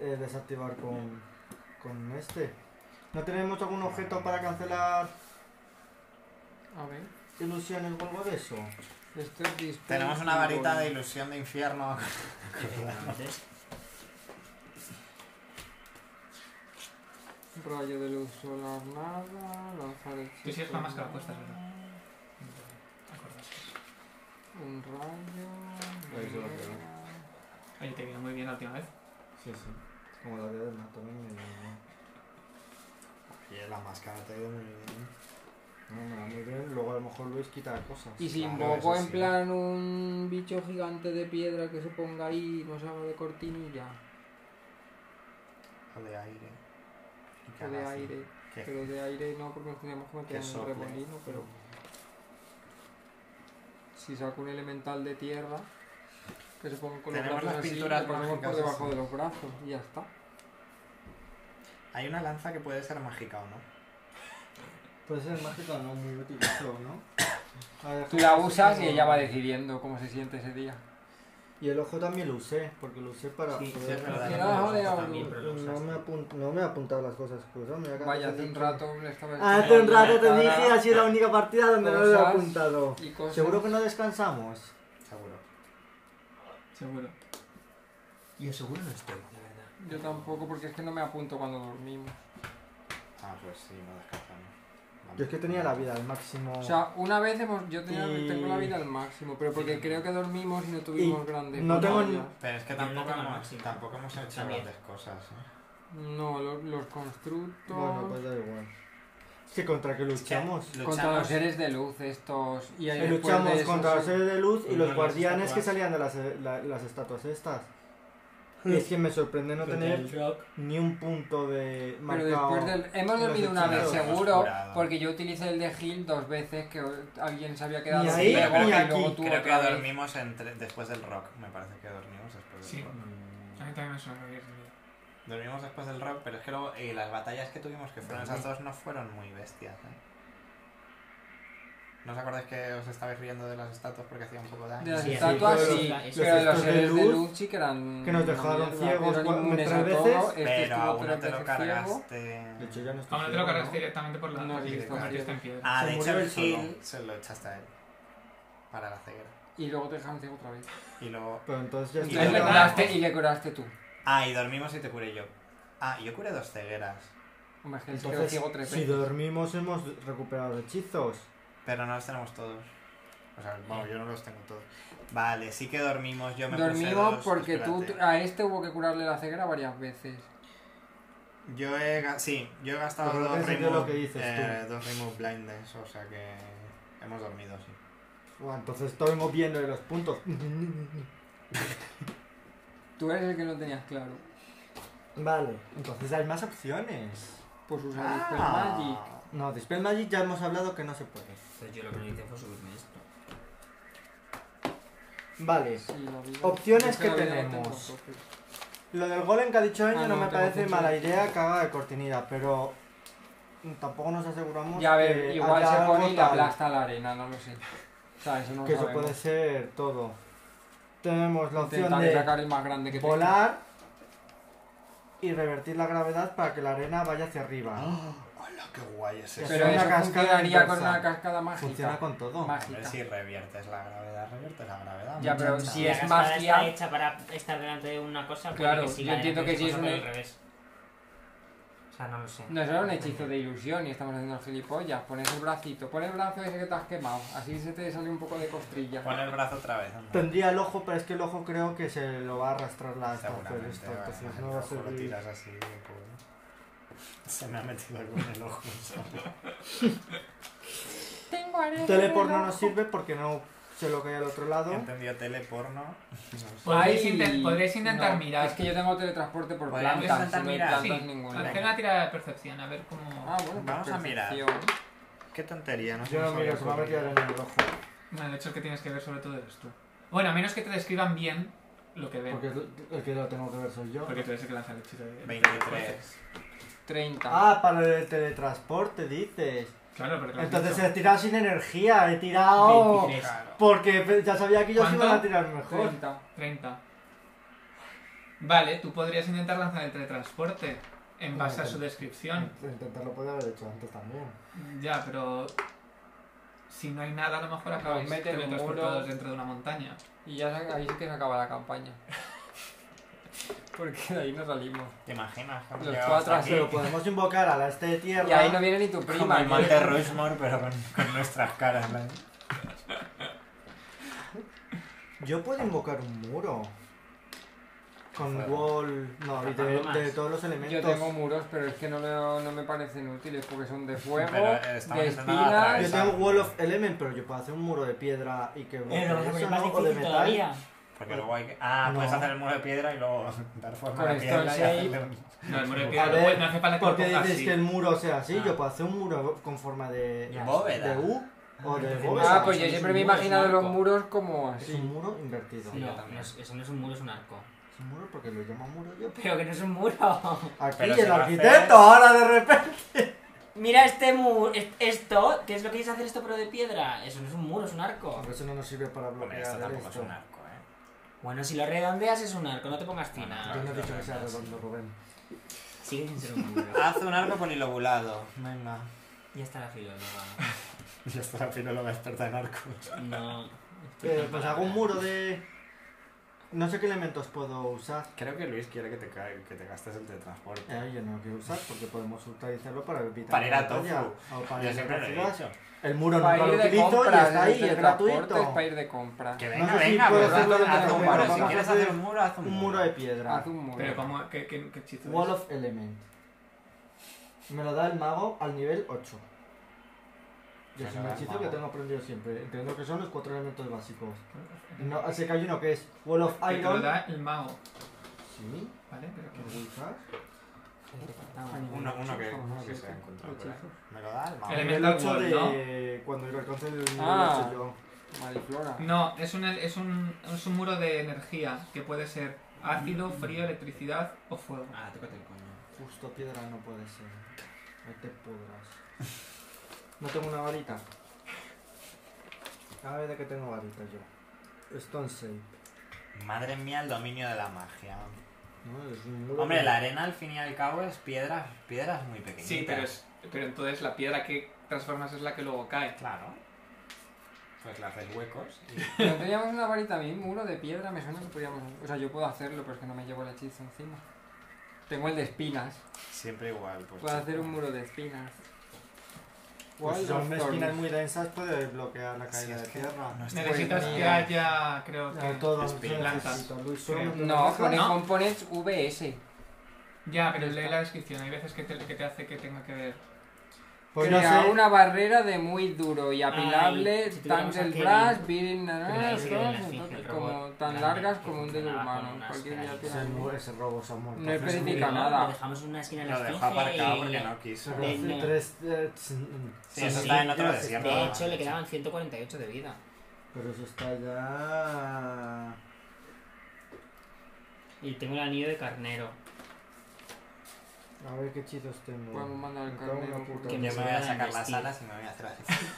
C: eh, desactivar con. con este. ¿No tenemos algún objeto para cancelar
B: A ver,
C: ilusiones o algo de eso?
B: esto es display
F: Tenemos una varita de
B: symbol.
F: ilusión de infierno.
E: Efectivamente.
B: Rayo de luz solar nada, lanzar el
A: Tú sí es la máscara puesta, es verdad. Acordaos.
B: Un rayo.
C: Ahí se lo
B: mira.
C: quedo.
A: Oye, te vino muy bien la última vez.
C: Sí, sí. Como la vida del matón y me...
F: Oye, la máscara te ha ido muy bien.
C: No, me da muy bien. Luego a lo mejor Luis quita cosas.
B: Y si
F: Claro,
B: invoco
F: eso
B: en
F: sí.
B: plan un bicho gigante de piedra que se ponga ahí y nos haga de cortinilla
F: O de aire. Y
B: o de
F: calazo.
B: aire,
F: Que-
B: pero de aire no porque nos tendríamos que meter
F: que
B: en un
F: sople.
B: remolino, pero si saco un elemental de tierra que se ponga con los
F: Tenemos
B: brazos
F: las
B: así, le
F: pinturas
B: ponemos por
F: mágicas
B: debajo
F: esas.
B: de los brazos y ya está.
F: Hay una lanza que puede ser mágica o no.
C: Puede ser mágica, no muy útil eso, ¿no? pues, A ver,
B: Tú la
C: ¿cómo
B: usas
C: se
B: y ella va
C: llama?
B: decidiendo cómo se siente ese día.
C: Y el ojo también lo usé, porque lo usé para
E: Sí, sí,
C: poder-
E: es
B: Al
E: verdad.
B: final, joder,
E: También,
B: algo-
E: pero lo
C: No
E: usaste.
C: me, apun- no me he apuntado las cosas pues, que usaba, mira que
B: Vaya,
C: antes
B: hace
C: he
B: un
C: dicho-
B: rato le estaba
C: Ah, hace un rato te
B: Cara
C: dije, ha sido la única partida donde no lo he
B: Cosas.
C: apuntado.
B: y cosas.
C: Seguro que no descansamos.
F: Seguro.
A: Seguro.
D: Yo seguro no estoy, de verdad.
B: Yo tampoco, porque es que no me apunto cuando dormimos.
F: Ah, pues sí, no descansamos. Vamos.
C: Yo es que tenía la vida al máximo.
B: O sea, una vez hemos, yo tenía-
C: Y-
B: tengo la vida al máximo, pero porque creo que dormimos y no tuvimos
C: Y
B: grandes
C: no tengo ni-
B: batallas.
F: Pero es que
E: Yo no
F: tampoco,
E: tengo la
F: hemos,
E: máxima.
F: tampoco hemos hecho
E: También.
F: grandes cosas. ¿eh?
B: No, lo- los, constructos...
C: bueno, pues da igual. Es que contra qué luchamos.
B: Contra los seres de luz estos... Y
C: Eh,
B: ahí después de
C: luchamos
B: eso
C: contra los
B: sí.
C: seres de luz y
D: Y
C: los
D: no las
C: guardianes que
D: estatuas.
C: salían de las, eh, la- las estatuas estas. Y es que me sorprende no tener ni un punto de
B: Pero
C: marcado.
B: después del... Hemos dormido una vez,
C: hechizos.
B: seguro,
F: Hemos curado.
B: porque yo utilicé el de Gil dos veces, que alguien se había quedado...
C: Ni
B: sin
C: ahí,
B: verga
C: ni
B: y
C: aquí.
B: luego tú
F: Creo que
B: otra vez.
F: dormimos entre- después del rock. Me parece que dormimos después del
A: Sí.
F: rock.
A: A mí
E: Ah.
A: también me suena que habías dormido.
F: Dormimos después del rock, pero es que luego y las batallas que tuvimos, que fueron esas dos, no fueron muy bestias. ¿eh? ¿No os acordáis que os estabais riendo de las estatuas porque hacía un poco de
B: De
F: daño?
B: las
E: Sí,
B: estatuas
C: pero
B: sí,
E: los- los
B: pero de los
C: estos de
B: seres de
C: luz
B: luz sí que eran.
C: que nos
B: una
C: dejaron
B: mierda,
C: ciegos
B: eran
C: cua-
B: inmunes a
C: tres
B: todo,
C: veces.
B: este
F: pero
B: estuvo
F: aún no
B: tres
F: te lo
B: veces ciego.
F: cargaste.
C: De hecho, ya no estoy
A: Aún Ah, no te lo
C: ciego,
A: cargaste directamente por la
B: No,
A: porque
B: sí,
A: te
F: sí,
A: convertiste
B: sí.
A: en piedra.
F: Ah,
C: Se
F: de hecho
C: murió
F: el
C: él solo.
F: Gil se lo echaste a él. Para la ceguera.
B: Y luego te dejaron ciego otra vez.
F: Y luego.
C: Pero entonces ya
B: Entonces le
F: luego-
B: curaste y le curaste tú.
F: Ah, y dormimos y te curé yo. Ah, yo curé dos cegueras.
B: Hombre, es que él se quedó
C: Entonces,
B: ciego tres
C: si
B: veces.
C: dormimos hemos recuperado hechizos.
F: Pero no los tenemos todos. O sea, vamos, yo no los tengo todos. Vale, sí que dormimos. Yo me puse
B: Dormimos
F: dos,
B: porque tú
F: espérate.
B: a este hubo que curarle la ceguera varias veces.
F: Yo he, ga- sí, yo he gastado
C: Pero no
F: dos
C: te sirvió
F: remove,
C: lo que dices
F: eh, dos remove blindness, o sea que hemos dormido, sí.
C: Buah, entonces estamos viendo de los puntos.
B: Tú eres el que no tenías claro.
C: Vale, entonces hay más opciones.
B: Pues usar
F: Ah.
B: Dispel Magic.
C: No, Dispel Magic ya hemos hablado que no se puede.
D: Pues yo lo que no hice fue subirme esto.
C: Vale,
B: Sí, la vida-
C: Opciones
B: es
C: que
B: la vida no
C: tenemos.
B: tengo, entonces.
C: lo del golem que ha dicho Año
B: Ah,
C: no,
B: no,
C: me
B: tengo
C: parece
B: punto.
C: mala idea que haga de cortinilla, pero tampoco nos aseguramos
B: Ya a ver,
C: que
B: igual
C: haya
B: se
C: algo
B: pone y le
C: tal,
B: aplasta la arena, no lo sé. O sea, eso no
C: Que
B: lo
C: eso
B: sabemos.
C: puede ser todo. Tenemos la opción
B: Intentaré
C: de
B: sacar el más grande que tenga.
C: volar y revertir la gravedad para que la arena vaya hacia arriba.
A: Ah,
F: Ah. ¡Hola, qué guay es
C: eso!
B: Pero
C: Una
B: eso
C: cascada
B: funcionaría con
C: inversa.
B: una cascada mágica.
C: Funciona con todo.
B: Mágica.
F: si reviertes la gravedad, reviertes la gravedad.
B: Ya, pero
F: muchacha.
B: si
E: la
B: es
E: cascada
B: magia-
E: está hecha para estar delante de una cosa, puede
B: Claro,
E: que sí
B: yo
E: la
B: entiendo
E: haya
B: que sí es
E: hecho, pero
B: un-
E: al revés. O sea, no lo sé.
B: No, eso era un hechizo de ilusión y estamos haciendo el gilipollas. Pones el bracito, pon el brazo ese que te has quemado. Así se te sale un poco de costrilla.
F: Pon el brazo otra vez. anda.
C: Tendría el ojo, pero es que el ojo creo que se lo va a arrastrar la estatua
F: Seguramente,
C: de Ah, esto,
F: va,
C: entonces
F: el
C: no va a
F: ojo lo
C: servir.
F: tiras así, pobre. Se me ha metido algo en el ojo.
B: Tengo arena.
C: Teleport no nos sirve porque no sé lo que hay al otro lado.
F: He entendido teleporno. No sé.
A: Podréis inten- podréis intentar mirar.
B: Es que yo tengo teletransporte por
F: Podríamos
B: plantas.
F: intentar
B: no hay
F: mirar.
B: plantas
A: Sí,
B: ninguna.
A: hacer una tirada de percepción, a ver cómo...
B: Ah, bueno, pues
F: Vamos a mirar.
B: percepción.
F: Qué tontería, no sé.
C: Yo no miro, se me va a meter en el ojo.
A: Bueno, de hecho, el que tienes que ver sobre todo eres tú. Bueno, a menos que te describan bien lo que ven.
C: Porque el que lo tengo que ver soy yo.
A: Porque tú eres el que lanza el hechizo de...
F: 23.
B: 30.
C: Ah, para el teletransporte dices.
A: Claro, porque lo has
C: Entonces
A: dicho.
C: he tirado sin energía, he tirado.
E: 23.
C: Porque ya sabía que ellos
A: ¿Cuánto?
C: iban a tirar mejor.
B: 30.
A: 30. Vale, tú podrías intentar lanzar el teletransporte en base a su descripción.
C: Intentarlo podía haber hecho antes también.
A: Ya, pero... Si no hay nada, a lo
C: Pues
A: mejor acabáis
B: mete en un
A: teletransportados
B: muro.
A: dentro de una montaña.
B: Y ya se- ahí sí que se acaba la campaña. Porque de ahí no salimos.
F: ¿Te imaginas? que hemos
B: Los
F: llegado
B: cuatro
F: hasta
B: así.
C: Pero podemos invocar a la este de tierra.
B: Y ahí no viene ni tu
F: aquí?
B: prima.
F: Como el
B: ¿no?
F: mal de Rushmore, pero con, con nuestras caras. ¿no?
C: Yo puedo invocar un muro. Con
F: Fuera.
C: wall. No, y de, de todos los
B: Yo
C: elementos.
B: tengo muros, pero es que no, lo- no me parecen útiles porque son de fuego,
F: Pero, eh, estamos
B: de
F: intentando atraer.
C: Yo
B: espinas.
C: tengo wall of element, pero yo puedo hacer un muro de piedra y que.
E: Eh, lo vas a poner
C: eso,
E: más
C: ¿no? O de
E: difícil
C: metal.
E: todavía.
F: Porque luego hay que... Ah,
C: No.
F: puedes hacer el muro de piedra y luego dar forma
B: Con
F: a la
B: esto
F: piedra
B: el
F: y
B: shape.
F: hacerle un...
A: No, el muro de
C: A
A: piedra no,
C: ver,
A: puede- no hace falta que
C: ¿Por
A: lo
C: qué
A: pongas
C: dices
A: así.
C: que el muro sea así?
A: Ah.
C: Yo puedo hacer un muro con forma de.
F: Y bóveda.
C: De U o de bóveda.
B: Ah, pues yo siempre me he
E: muros,
B: imaginado los
E: Marco.
B: muros como
C: Es
B: así.
C: un muro invertido.
F: Sí. yo
E: No,
F: también.
E: no es- eso no es un muro, es un arco.
C: Es un muro porque lo llamo muro yo.
E: Pero que no es un muro.
C: Aquí
F: Pero si
C: el
F: lo haces-
C: arquitecto, ahora de repente.
E: Mira este muro, esto, ¿qué es lo que quieres hacer esto pero de piedra? Eso no es un muro, es un arco.
C: Por eso no nos sirve para
F: Hombre,
C: bloquear
F: esto tampoco es
C: esto.
F: un arco, ¿eh?
E: Bueno, si lo redondeas es un arco, no te pongas
C: Yo
E: fina.
C: no he dicho que sea redondo, Rubén.
E: Sigue sin ser un muro.
F: Haz un arco polilobulado. Venga.
E: Ya está la filóloga.
F: Ya está la filóloga experta en arcos.
E: No.
C: Eh, pues hago un muro de. No sé qué elementos puedo usar.
F: Creo que Luis quiere que te, ca- que te gastes el de transporte.
C: Eh, yo no lo quiero usar porque podemos utilizarlo para evitar.
F: Para
C: la
F: ir a
C: batalla,
F: Tofu.
C: o para
F: Yo
C: ir a
F: siempre lo he
C: ciudad.
F: dicho.
C: El muro
B: Para
C: nunca lo
B: ir de
C: utilizo y
B: compras,
C: está ahí,
B: el
C: es
B: transporte es
C: gratuito.
B: para ir de compras.
F: Que venga,
C: sé si
F: venga,
C: puedo
F: pero
C: hacerlo de
F: haz
C: otra
F: un
C: manera,
F: muro. Si
C: vamos a
F: quieres
C: hacer
F: hacer un muro, haz un
C: Un
F: muro.
C: muro de piedra.
B: Haz un muro.
A: Pero como, ¿qué, qué, qué hechizo
C: Wall
A: es?
C: of Element. Me lo da el mago al nivel 8. Y es
F: Me lo
C: un
F: da el
C: hechizo
F: mago.
C: que tengo aprendido siempre. Entiendo que son los cuatro elementos básicos. No, así que hay uno que es Wall of
A: Que te lo
C: Iron.
A: da el mago,
C: Sí,
A: ¿vale? Pero
C: ¿lo
A: que-
C: voy a usar?
B: Ah,
F: Uno, uno que,
B: Vamos a
F: uno que
B: hacer
F: se ha encontrado por ahí.
B: hechizos.
F: Me lo da el mago.
A: Ele-
C: Nivel
A: Elemental
C: 8
A: Wall,
C: de. Cuando yo alcance el nivel
B: Ah.
C: 8 yo.
B: Mariflora.
A: No, es un, es, un, es un muro de energía que puede ser ácido, frío, electricidad o fuego.
E: Ah, tócate el coño.
C: Justo piedra no puede ser. No te podrás. No tengo una varita. A ver de qué tengo varita yo. Stone Shape.
F: Madre mía, el dominio de la magia.
C: ¿no? Es un muro
F: Hombre,
C: que-
F: la arena al fin y al cabo es piedras, piedras muy pequeñitas.
A: Sí, pero, es, pero entonces la piedra que transformas es la que luego cae.
F: Claro. Pues las haces huecos y...
B: No teníamos una varita bien, muro de piedra, me suena que podíamos... O sea, yo puedo hacerlo, pero es que no me llevo el hechizo encima. Tengo el de espinas.
F: Siempre igual. Pues,
B: Puedo hacer un muro de espinas.
C: Pues si
B: Wild
C: son
B: of
C: espinas
B: Thorns.
C: muy densas, puede bloquear la
F: Si
C: caída
F: es
C: de
F: que
C: tierra.
F: no está
A: Necesitas
B: Pues,
A: que
B: mira.
A: haya, creo
C: Ya,
A: que...
C: todo
F: es
C: lo que
A: plantas.
C: necesito, Luis,
A: Creo.
C: solamente
B: No,
C: una
B: pone
C: caja.
B: components VS.
A: Ya, pero lee la descripción. Hay veces que te, que te hace que tenga que ver.
C: Pues no
B: Crea
C: sé.
B: una barrera de muy duro y apilable,
E: Ay, si
B: tan
E: tuviéramos
B: del
E: aquel-
B: brass, bearing, nananas,
E: Pero ahí
B: todas,
E: se ve la
B: entonces,
E: fija, el
B: como
E: robot
B: tan
E: grande
B: largas
E: que
B: como un dedo
E: funcionaba con
B: humano.
E: unas
B: Cualquier día
E: granadas.
B: tiene
C: Ese,
B: algo.
C: mu- ese robo se ha muerto.
B: No
C: Hace
B: especifica
C: seguridad.
B: nada.
E: Lo dejamos en una esquina de la
F: Lo dejó
E: esfinge
F: aparcado
E: y-
F: porque no quiso.
C: Pero
E: Sí,
C: hace
E: no.
C: tres- eh, tss, mm,
F: Sí, eso
E: Sí,
F: está en otro
C: yo sé.
F: desierto.
E: De
F: ¿no?
E: hecho, le quedaban 148 de vida.
C: Pero eso está ya.
E: Y tengo el anillo de carnero.
C: A ver qué hechizos tengo.
B: Podemos mandar al
C: Me cago en la
B: carnero.
C: puta.
E: Que
F: Yo
E: me
F: me voy a
E: suena
F: sacar
E: el
F: las
E: vestido.
F: alas y me voy a hacer así.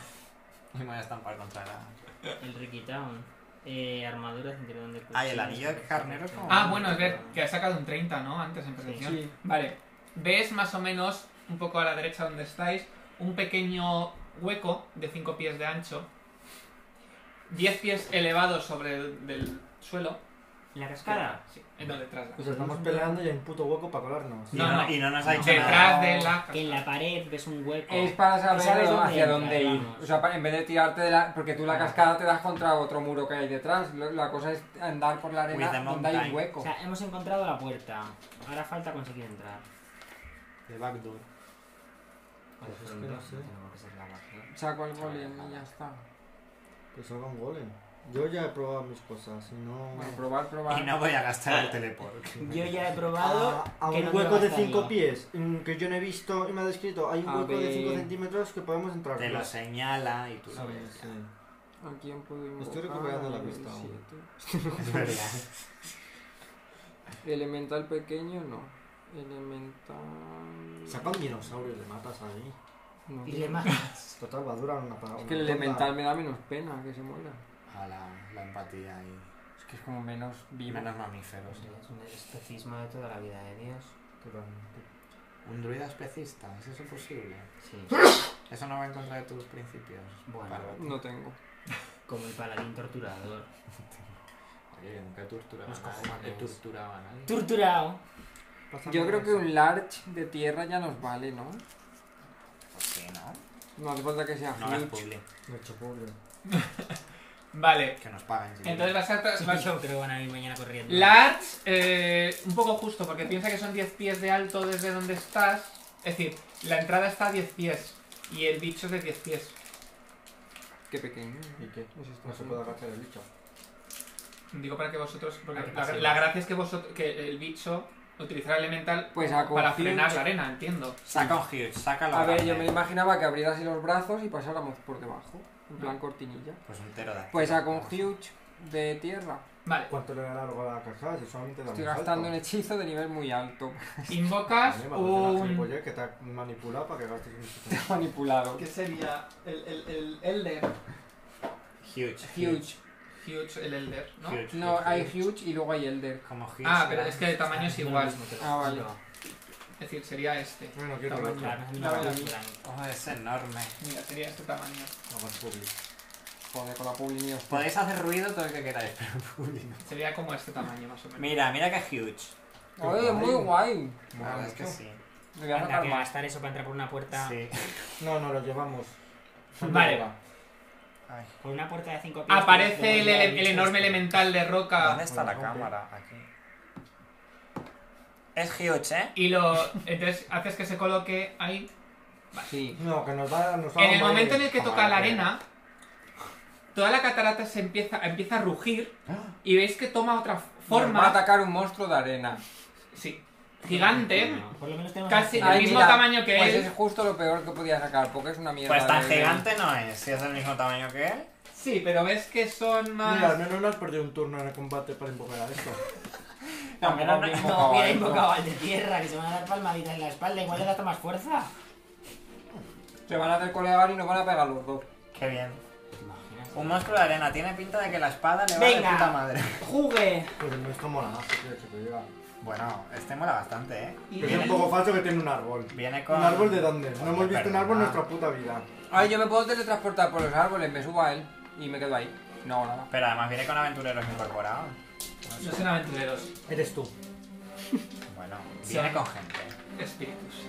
F: Y me voy a estampar contra la...
E: El Ricky Town. Eh, armadura, cinturón de
F: Ay, Ah, el anillo de carnero es como-
A: Ah, bueno, es ver, que ha sacado un 30, ¿no? Antes en percepción.
C: Oh, Sí.
A: Vale, ves más o menos, un poco a la derecha donde estáis, un pequeño hueco de 5 pies de ancho, 10 pies elevados sobre el del suelo.
E: ¿La cascada?
A: Sí, eh, en donde tras la-
C: Pues estamos peleando y hay un puto hueco para Ah. colarnos.
F: Y
A: No, no.
F: Y no nos ha hecho
A: Detrás
F: nada.
A: de la...
E: Que en la pared ves un hueco.
B: Es para saber
E: ¿Sabes dónde
B: hacia
E: entrar,
B: dónde ir.
E: vamos?
B: O sea, pa- en vez de tirarte de la... Porque tú la cascada te das contra otro muro que hay detrás. Lo- La cosa es andar por la
F: With the
B: arena donde hay
F: mountain.
B: un hueco.
E: O sea, hemos encontrado la puerta. Ahora falta conseguir entrar.
F: De backdoor.
E: Vale,
C: Pues es
E: fueron
C: que no
E: dos,
C: sé.
E: tiene por qué ser la magia.
B: Saco el golem y ya está.
C: Pues haga un golem. Yo ya he probado mis cosas, y no.
B: Bueno, probar, probar.
F: Y no voy a gastar el teleport.
E: Yo ya he probado
C: A, Ah, a
E: que
C: un
E: no me
C: hueco de
E: bastaría.
C: 5 pies mm, que yo no he visto y me ha descrito. Hay un
B: A
C: hueco de
B: ver.
C: 5 centímetros que podemos entrar.
F: Te lo
C: Pues,
F: señala y tú
C: a
F: lo
C: ver,
F: ves.
C: sí.
B: ¿A quién puedo invocar?
C: Estoy recuperando la
B: Nivel
C: vista aún.
B: siete.
F: Es verdad.
B: Elemental pequeño, no. Elemental...
C: Saca un dinosaurio y le matas ahí.
B: No,
E: Y
B: tío.
E: le matas.
C: Total, va a durar una para
B: Es
C: una
B: que el
C: ronda.
B: elemental me da menos pena que se muera.
F: A la, la empatía y...
B: Es que es como menos
F: y
B: vivo.
F: menos mamíferos.
E: Es un especismo de toda la vida de Dios.
C: Totalmente.
F: Un druida especista, ¿es eso posible?
E: Sí.
F: Eso no va en contra de tus principios.
E: Bueno.
F: Parvati.
B: No tengo.
E: Como el paladín torturador.
F: Oye, que nunca torturaba
D: Los
F: a nadie,
D: cojones.
F: no torturaba a nadie.
E: Torturado.
C: Pásame
B: Yo creo que
C: eso.
B: un large de tierra ya nos vale, ¿no?
D: ¿Por qué no?
B: No hace falta que sea
F: No hagas
B: huge.
F: publi,
C: Me he hecho pobre.
A: Vale,
F: que nos paguen. si
A: entonces vas a... vas-
E: Yo creo que van a ir mañana corriendo.
A: Large, eh, un poco justo, porque piensa que son 10 pies de alto desde donde estás. Es decir, la entrada está a 10 pies y el bicho es de 10 pies.
B: Qué pequeño.
C: ¿Y qué?
B: Es esto.
C: No se puede agachar el bicho.
A: Digo para que vosotros. Porque
E: Ah, qué
A: la,
E: pasivo.
A: la gracia es que, vosotros, que el bicho utilizará elemental
B: Pues a
A: para
B: Confuse-
A: frenar la arena, entiendo.
F: Saca un huge, saca la
B: A ver, yo me
F: grande.
B: imaginaba que abriéramos los brazos y pasáramos por debajo, en plan cortinilla.
F: Pues un pterodáctilo.
B: Pues a con huge de tierra.
A: Vale,
C: ¿Cuánto le da largo a la caja? Si solamente da
B: Estoy
C: un salto.
B: gastando un hechizo de nivel muy alto.
A: invocas
C: Vale, vamos a hacer una
A: un.
C: gilipollez que te ha manipulado para que gastes un hechizo.
B: Manipulado.
A: ¿Qué sería? El, el, el Elder.
F: Huge.
B: Huge.
A: Huge, el Elder, ¿no?
F: Huge,
B: No,
F: huge,
B: hay
F: huge.
B: huge y luego hay elder.
F: Como huge.
A: Ah, pero
F: grande.
A: es que el tamaño es igual.
B: Ah, vale.
A: Es decir, sería este.
C: Bueno, quiero
A: Tamaño.
C: verlo.
E: Claro, es una
B: Dame la
E: locura.
B: mía.
F: Oh, es enorme.
A: Mira, sería este tamaño.
C: Hagas publi.
B: Joder, con la publicidad.
F: Podéis hacer ruido todo lo que queráis, pero publi no.
A: Sería como este tamaño, más o menos.
F: Mira, mira que huge.
B: Oye, muy guay.
F: La verdad Ah, es que
C: mucho.
F: sí.
B: Me voy a
E: Anda,
B: sacar
E: que
B: más.
E: gastar eso para entrar por una puerta.
F: Sí.
C: No, no, lo llevamos.
A: Vale.
C: va.
F: Ay,
E: Por una puerta de 5 pies.
A: Aparece el,
E: de- de-
A: ele- el enorme elemental de
F: Ah, ¿Dónde
A: roca
F: está la
C: Bueno, ok.
F: cámara? Aquí. Es huge, ¿eh?
A: y lo. Entonces haces que se coloque ahí.
B: Sí.
C: No, que nos da. Nos da
A: En
C: un
A: el
C: baile.
A: momento en el que toca
F: Vale.
A: la arena, toda la catarata se empieza, empieza a rugir y veis que toma otra
B: Nos Va a
A: forma.
B: atacar un monstruo de arena.
A: Sí, gigante,
E: No, por lo menos tenemos
A: casi
E: acceso.
B: Ay,
A: del mismo
B: mira,
A: tamaño que
B: Pues
A: él.
B: es justo lo peor que podía sacar, porque es una mierda.
F: Pues tan
B: de-
F: gigante no es, si es del mismo tamaño que él.
A: Sí, pero ves que son
C: Mira, al
A: más.
C: menos no has perdido un turno en el combate para invocar a esto.
E: No,
B: Tampoco
E: no, no,
B: habría
E: no hubiera
B: invocado
E: invocado al de tierra, que se van a dar palmaditas en la espalda, igual le das más fuerza.
B: algo. Se van a hacer colegar y nos van a pegar los dos.
F: Qué bien.
E: ¿Te imaginas?
F: Un monstruo de arena tiene pinta de que la espada le va
E: Venga.
F: de puta madre.
E: ¡Jugue!
C: Pues no está mola más, tío, se te llega.
F: Bueno, este mola bastante, ¿eh?
A: y
C: Es un
A: él-
C: poco falso que tiene un árbol.
F: Viene con.
C: ¿Un árbol de dónde? No hemos visto un árbol en
F: Perdona.
C: nuestra puta vida.
B: Ay, yo me puedo teletransportar por los árboles, me subo a él y me quedo ahí. No, nada.
F: Pero además viene con aventureros incorporados.
A: No son aventureros,
C: Eres tú.
F: Bueno,
A: Sí.
F: viene con gente.
A: espíritus.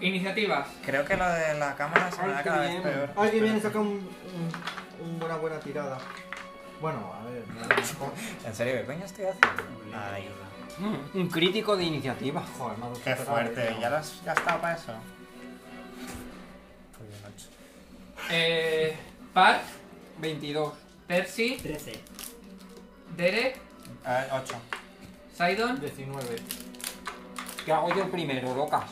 A: Iniciativas.
F: Creo que lo de la cámara se me
B: Ay,
F: da
B: qué
F: cada
B: bien.
F: vez peor.
C: Ay, que viene, saca un, un- un buena, buena tirada. Bueno, a ver. no, no.
F: ¿En serio qué coño estoy haciendo? Ay,
B: Mm, Un crítico de iniciativa.
C: Joder, me ha dado
F: qué
C: superar,
F: fuerte.
C: tío.
F: ¿Ya lo has gastado para eso? Pues bien, ocho.
A: Eh, Park,
B: 22.
A: Percy,
E: 13.
A: Derek,
F: Eh, ocho.
A: Sidon.
C: 19.
B: ¿Qué hago yo primero, locas?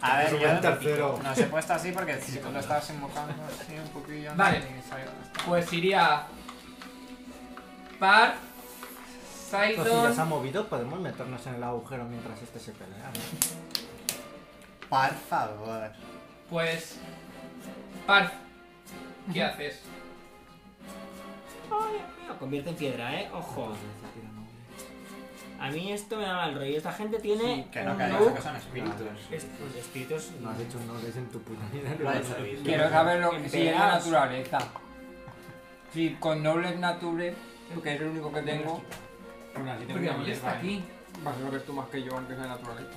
F: A ver,
C: Sube
F: yo
C: el tercero.
F: No se he puesto así porque si tú lo estabas invocando así un poquillo. no
A: Vale.
F: sé, sabía dónde estaba.
A: Pues iría. Par.
C: Esto Pues si ya se ha
A: Sidon.
C: movido, podemos meternos en el agujero mientras este se pelea. ¿no?
F: Por favor.
A: Pues. Par. ¿Qué haces?
E: Lo convierte en piedra, ¿eh? Ojo. A mí esto me da mal rollo. Esta gente tiene.
F: Que no,
E: un
F: que hay
E: look-
F: que son espíritus.
E: Est- Los espíritus.
C: No has hecho un nobles en tu puta vida.
F: Lo ha hecho bien.
B: Quiero saber lo que
E: En
B: si es de
E: veras.
B: naturaleza. Sí, con nobles nature, que es el único que tengo. Bueno, así tengo
A: Porque
B: una
A: Amol está
B: mierda, ¿eh?
A: aquí.
B: Vas a saber tú más que yo, aunque sea de naturaleza.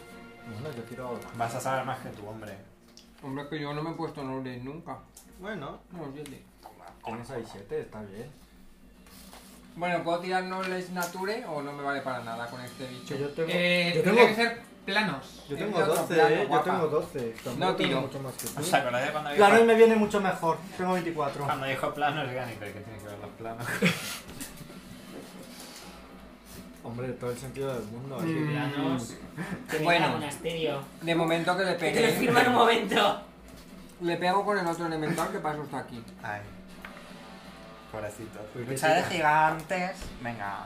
C: Bueno, yo quiero ahora.
F: Vas a saber más que tu hombre.
B: Hombre, es que yo no me he puesto nobles nunca.
C: Bueno,
B: No, siete.
C: tienes ahí 7, está bien.
B: Bueno, ¿puedo tirar nobles nature o no me vale para nada con este bicho?
C: Yo, yo tengo.
A: Eh,
C: yo
A: tendría
C: tengo,
A: que ser planos.
C: yo
B: tengo
C: tengo
B: otro
C: 12,
B: plano,
C: eh. Yo
B: guapa.
C: tengo 12. Tampoco
B: No
C: tengo
B: tiro.
C: mucho más que tú.
F: ¿Os acordáis de cuando dijo,
C: Claro, y me viene mucho mejor. Tengo 24.
F: cuando dijo planos? Digan, ¿y pero qué tiene que ver los planos?
C: Hombre, todo el sentido del mundo.
B: Mm.
C: así.
E: Planos. Que venga
B: Bueno.
E: al monasterio.
B: De momento que le
E: Que te lo
B: pegué.
E: firma en un momento.
B: Le pego con el otro elemental que paso hasta aquí.
F: Ay. Pobrecito.
C: Pues
F: Lucha de
C: vete
F: gigantes. Venga.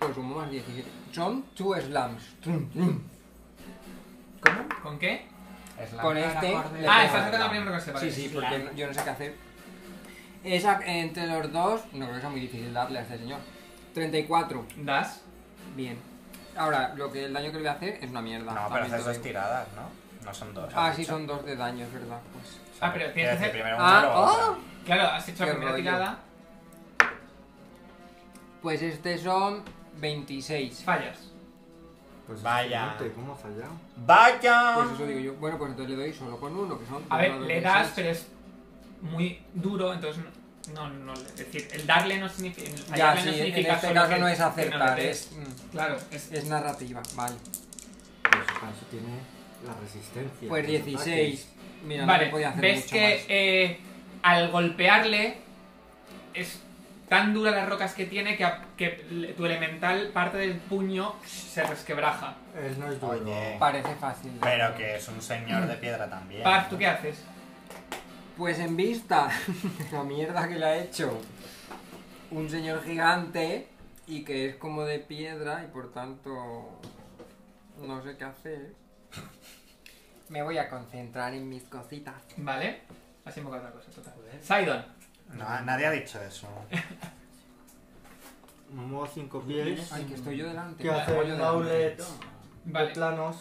B: Pues sumo más 17. Son two slams.
F: ¿Cómo?
A: ¿Con qué?
F: Es la
B: Con
F: cara
B: este
F: cordera.
B: le
A: Ah,
B: pego.
A: estás atacando primero con este,
B: Sí,
A: vale.
B: sí,
E: slam.
B: porque yo no sé qué hacer. Esa, entre los dos, no creo que sea muy difícil darle a este señor. 34.
A: Das.
B: Bien. Ahora, lo que el daño que le voy a hacer es una mierda.
F: No, pero
B: También te
F: haces dos
B: digo.
F: tiradas, ¿no? No son dos.
B: Ah,
F: has
B: sí,
F: dicho.
B: son dos de daño, es verdad. Pues.
A: Ah, pero tienes que
F: decir
A: hacer-
F: primero uno y
B: Ah,
F: luego
B: oh,
F: otro.
A: Claro, has hecho la
B: Qué
A: primera
B: rollo.
A: tirada.
B: Pues este son 26.
A: Fallas.
C: Pues es
F: Vaya.
C: gigante, ¿Cómo ha fallado?
F: ¡Vaya!
B: Pues eso digo yo. Bueno, pues entonces le doy solo con uno, que son.
A: A ver,
B: uno,
A: le
B: dos,
A: das,
B: seis.
A: pero es muy duro, entonces no, no, es decir, el darle no significa, el
B: Ya,
A: fallarle
B: sí,
A: no
B: en
A: significa
B: este
A: solo
B: caso
A: que-
B: no es
A: que no lo
B: acertar,
A: des.
B: es, mm,
A: Claro, es
B: es narrativa, vale.
C: Pues para eso tiene la resistencia.
B: Pues
C: de los
B: 16. Mira, no
A: vale,
B: le podía hacer
A: ves
B: mucho
A: que eh, al golpearle es tan dura las rocas que tiene que, a- que le- tu elemental parte del puño se resquebraja.
C: ataques. Él no es duro.
F: Oye.
B: más. Parece fácil.
F: Pero que es un señor de piedra también.
A: Paz, ¿tú qué haces?
B: Pues en vista de la mierda que le ha hecho un señor gigante y que es como de piedra y por tanto no sé qué hacer. Me voy a concentrar en mis cositas.
A: Vale, así me otra cosa, total.
E: Joder.
A: Sidon,
F: No, nadie ha dicho eso.
C: Me muevo 5 pies.
B: Ay, que estoy yo delante.
C: ¿Qué
B: me
C: hace
B: pongo yo
C: el
B: delante.
C: Naulet?
A: vale.
C: De planos.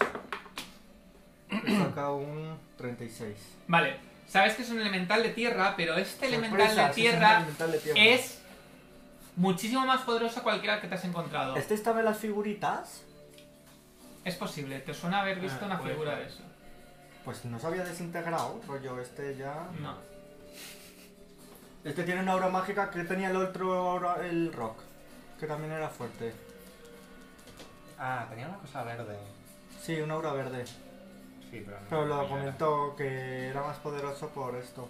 C: He sacado un 36.
A: Vale, sabes que es un elemental de tierra, pero este elemental
C: Sorpresa,
A: de
C: sí, es un
A: tierra
C: elemental de tierra.
A: es muchísimo más poderoso que cualquiera que te has encontrado.
C: ¿Este estaba en las figuritas?
A: Es posible, te suena haber visto
E: Ah,
A: una
E: puede
A: figura
E: ser.
A: de eso.
C: Pues no se había desintegrado, rollo, este ya...
A: No.
C: Este tiene una aura mágica que tenía el otro, aura- el rock, que también era fuerte.
F: Ah, tenía una cosa verde.
C: Sí, una aura verde,
F: Sí, pero no.
C: pero lo
F: no era.
C: comentó que era más poderoso por esto.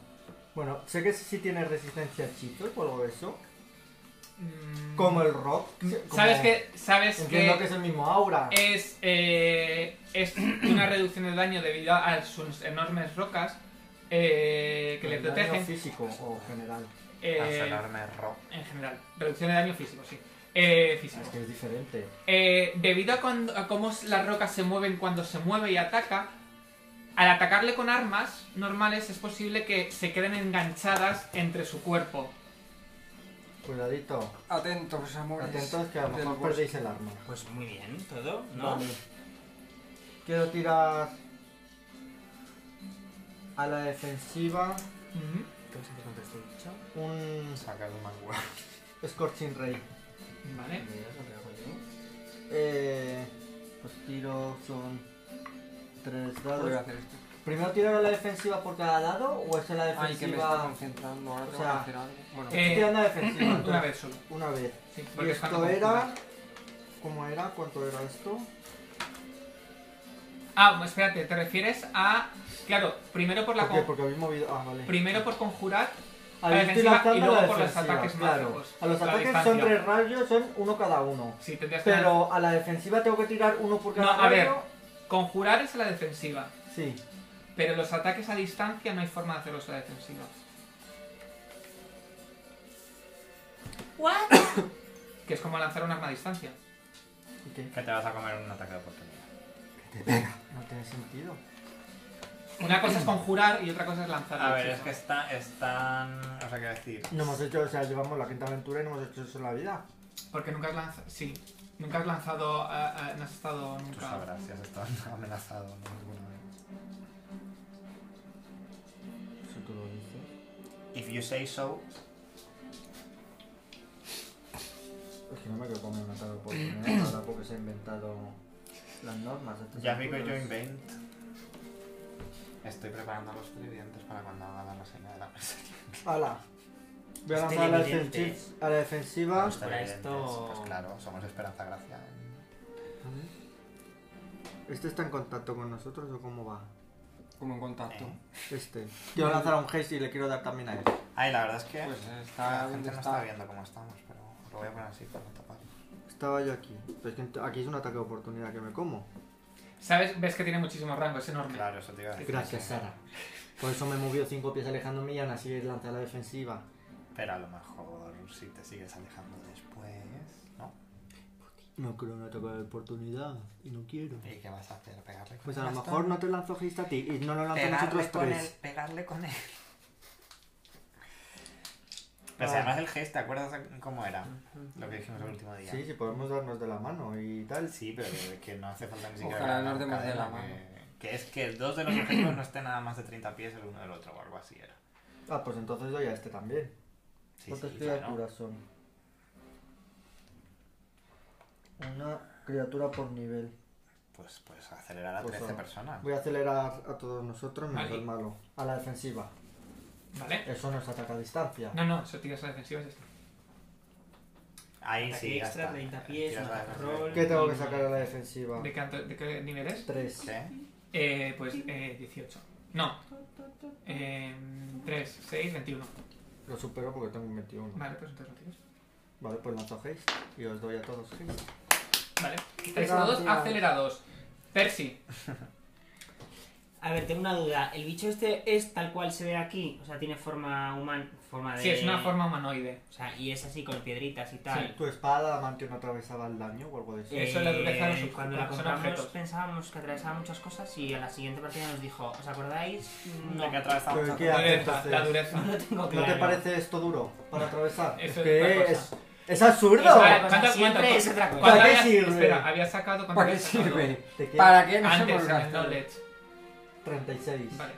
C: Bueno, sé que sí tiene resistencia a hechizos o algo de eso,
A: Mm,
C: como el rock. como-
A: Sabes que. Sabes
C: Entiendo que
A: que
C: es el mismo aura.
A: es. eh, es una reducción de daño debido a sus enormes rocas eh, que le
C: El daño
A: protegen.
C: físico o general,
F: Ah,
A: eh,
F: su enorme ro-
A: en general, reducción de daño físico, sí. Eh, físico.
C: es que es diferente.
A: Eh, debido a, cuando- a cómo las rocas se mueven cuando se mueve y ataca, al atacarle con armas normales es posible que se queden enganchadas entre su cuerpo.
C: Cuidadito,
B: Atentos, amores.
C: atentos que a lo
B: del
C: mejor
B: bosque.
C: perdéis el arma.
E: Pues muy bien, todo, ¿no?
C: Vale. Quiero tirar a la defensiva
A: Ujú.
C: un
F: Sacar un mangua.
A: Eh.
C: Scorching Ray.
A: Vale.
C: Eh, pues tiro son tres
B: Voy a
C: dados.
B: hacer esto.
C: ¿Primero tiro a la defensiva por cada dado o es a la
B: Ay, que me estoy
C: defensiva?
B: concentrando. Ahora
C: o
B: tengo que
C: sea,
B: hacer algo. Bueno,
A: eh,
C: Estoy tirando a la defensiva.
A: Una
C: entonces,
A: vez solo.
C: Una vez.
A: Sí,
C: Y
A: porque es cuando
C: esto era...
A: conjuras.
C: ¿Cómo era? ¿Cuánto era esto?
A: Ah, espérate, te refieres a. Claro, primero por la.
C: ¿Por qué?
A: con-
C: Porque habéis movido... Ah, vale.
A: Primero por conjurar.
C: A
A: la
C: la
A: defensiva
C: defensiva
A: y
C: y
A: luego
C: la
A: por los
C: defensiva,
A: ataques
C: claro.
A: mágicos,
C: A los
A: la
C: ataques son
A: distancia.
C: tres rayos, son uno cada uno.
A: Sí, tendrías que.
C: Pero a la defensiva tengo que tirar uno por cada
A: No, a ver.
C: rayo.
A: Conjurar es a la defensiva.
C: Sí.
A: Pero los ataques a distancia no hay forma de hacerlos a la defensiva.
E: ¿What?
A: Que es como lanzar un arma a distancia.
C: ¿Y qué?
F: Que te vas a comer un ataque de oportunidad.
C: No tiene sentido.
A: Una cosa es conjurar y otra cosa es lanzar.
F: A
A: el
F: ver, es
A: hechizo.
F: que está, están. O sea, quiero decir.
C: No hemos hecho, o sea, llevamos la quinta aventura y no hemos hecho eso en la vida.
A: Porque nunca has lanzado. Sí. Nunca has lanzado. ah, ah, no has estado
F: Tú
A: nunca.
F: sabrás si has estado amenazado ¿no? alguna vez.
C: Si tú lo dices.
F: If you say so.
C: Es que no me quiero comer una tarde oportunidad ahora porque se ha inventado las normas. estas
F: Ya digo yo
C: aventuras.
F: invent. Estoy preparando los presidentes para cuando haga la reseña de la mesa.
C: ¡Hala! Voy a
E: Este
C: lanzar a la,
E: evidente.
C: defensi- a la defensiva.
F: Los televidentes,
E: esto-
F: Pues claro, somos Esperanza Gracia. ¿eh?
C: ¿Este está en contacto con nosotros o cómo va?
B: como en contacto.
F: Eh.
C: Este. Quiero lanzar a un haste y le quiero dar también a él.
F: Ay, la verdad es que.
B: Pues
F: la
B: está
F: gente
B: donde
F: no está
B: está.
F: viendo cómo estamos, pero lo voy a poner así para no tapar.
C: Estaba yo aquí. Pero es que ent- aquí es un ataque de oportunidad que me como.
A: ¿Sabes? Ves que tiene muchísimo rango, es enorme.
F: Claro, eso te iba a decir.
C: Gracias,
F: sí.
C: Sara. Por eso me he movido cinco pies alejándome y aún así lanzar a la defensiva.
F: Pero a lo mejor si te sigues alejando después, ¿no?
C: No quiero un ataque de oportunidad y no quiero.
F: ¿Y qué vas a hacer? ¿Pegarle con
C: Pues
F: el
C: a lo
F: bastón?
C: mejor no te lanzo haste a ti y no lo lanzamos
F: Pegarle
C: nosotros
F: con él,
C: tres.
F: pegarle con él.
C: Ah.
F: Pero si Pues además el gesto, ¿te acuerdas cómo era? Lo que dijimos el último día.
C: Sí, sí, podemos darnos de la mano y tal.
F: Sí, pero es que no hace falta ni siquiera.
B: Ojalá
F: grabar
B: nos demos de
F: cadena,
B: la mano.
F: Que, que es que dos de los objetivos no estén nada más de 30 pies el uno del otro o algo así era.
C: Ah, pues entonces doy a este también.
F: Sí,
C: ¿Cuántas
F: sí, claro.
C: criaturas son? Una criatura por nivel.
F: Pues, pues acelerar a
C: Pues
F: 13
C: ahora.
F: personas.
C: Voy a acelerar a todos nosotros menos
A: Vale.
C: al malo. A la defensiva.
A: ¿Vale?
C: Eso no es ataque a distancia.
A: No, no, eso tiras a la defensiva y ya está.
F: Ahí
E: Ataque
F: sí, ya
E: extra,
F: está.
E: 30 pies,
F: Tiras
E: un
F: la
E: ataque
F: defensa.
E: roll.
C: ¿Qué tengo que sacar a la defensiva?
A: ¿De qué, anto- de qué nivel es?
C: 3.
F: Sí.
A: Eh, pues eh, 18. No. Eh, 3, 6, 21.
C: Lo supero porque tengo un 21.
A: Vale,
C: Vale,
A: pues entonces no tiras.
C: pues lanzo haste y os doy a todos haste.
A: Vale. Estáis todos
C: Gracias.
A: acelerados. Percy,
E: A ver, tengo una duda. ¿El bicho este es tal cual se ve aquí? O sea, tiene forma humana, forma de...
A: sí, es una forma humanoide.
E: O sea, y es así con piedritas y tal.
C: ¿Tu espada amante no atravesaba el daño o algo de eso?
A: Eh, Eso es la dureza de los objetos,
E: Cuando la
A: son
E: compramos
A: objetos.
E: pensábamos que atravesaba muchas cosas y a la siguiente partida nos dijo, ¿os acordáis? No,
F: Mm, De que atravesamos
C: Pero
F: a
C: ¿qué
F: todos.
A: La dureza,
C: hace entonces?
A: la dureza.
E: no lo tengo
C: ¿No
E: claro.
C: te parece esto duro para atravesar?
A: Eso
C: es
A: es
C: que
A: otra
C: es,
A: cosa.
C: es absurdo.
E: Es
A: Vale,
E: otra cosa,
A: ¿cuántas-
E: siempre
A: cuántas-
E: es otra cosa.
A: cuánto
C: ¿Para qué
A: habías-
C: sirve?
A: Espera, había sacado cuánto
B: ¿Para qué
A: habías sacado?
B: sirve?
C: ¿De qué?
B: ¿Para qué nos hemos
A: Antes en el
B: gastado?
A: knowledge.
C: 36.
A: Vale.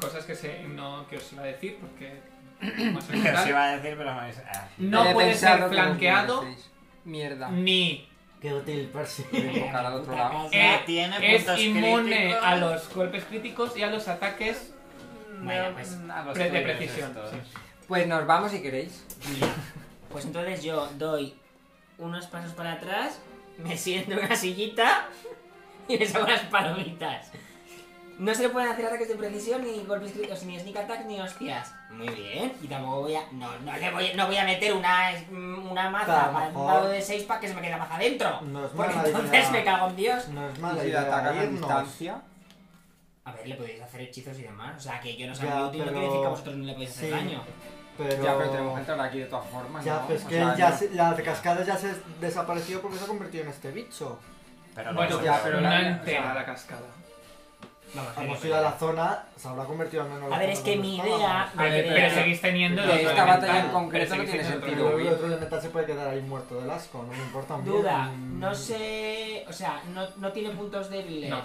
A: Cosas que se, no que os iba a decir porque más
F: Que os
A: oriental.
F: iba a decir, pero me habéis- ah.
A: No
B: He
A: puede
B: pensado
A: ser
B: que los
A: flanqueado
B: números seis. Mierda.
A: ni
C: Qué útil, Percy.
B: Voy a buscar al otro lado.
A: eh,
F: tiene
A: es
F: puntos
A: inmune
F: críticos.
A: a los golpes críticos y a los ataques mm,
E: Vaya, pues,
F: A los
A: pre- de
F: tuyos
A: precisión.
F: estos.
A: sí.
B: Pues nos vamos si queréis.
E: Mira, Pues entonces yo doy unos pasos para atrás, me siento en una sillita y les hago las palomitas. No se le pueden hacer ataques de precisión, ni golpes críticos, ni sneak attack, ni hostias. Muy bien. Y tampoco voy a... No, no, le voy, no voy a meter una, una maza
C: Claro,
E: para un
C: mejor.
E: dado de 6 para que se me quede más adentro.
C: No es
E: Porque
C: mala
E: entonces
C: idea.
E: me cago en Dios.
C: No es
B: Y
C: mala
B: si
C: idea
B: atacan a
C: irnos.
B: distancia.
E: A ver, le podéis hacer hechizos y demás. O sea, que yo no
C: Ya,
E: sea muy útil, no
C: pero-
E: quiere decir que a vosotros no le podéis hacer
C: Sí.
E: daño.
C: Pero...
B: Ya, pero tenemos que entrar aquí de todas formas.
C: Ya,
B: ¿no?
C: pues
B: O
C: que
B: sea,
C: ya
B: no.
C: se- la cascada ya se ha desaparecido porque se ha convertido en este bicho.
F: Pero no
A: Bueno,
F: es-
B: ya, pero
A: no
B: la-
A: entera
B: o sea,
A: la cascada.
E: Vamos, a ver.
C: Hemos ido a la zona, se habrá convertido en una
E: A ver, es que mi idea...
B: A ver,
E: mi
A: Pero
E: idea-
A: seguís teniendo
C: Pero
A: el otro
C: esta
A: elemental,
B: batalla en
A: pero
B: concreto no
A: seguís
B: tiene
A: teniendo el otro
B: sentido.
C: Pero el otro elemental se puede quedar ahí muerto del asco, no me importa. a mí.
E: Duda,
C: Mm,
E: no sé. O sea, no, no tiene puntos débiles.
A: No.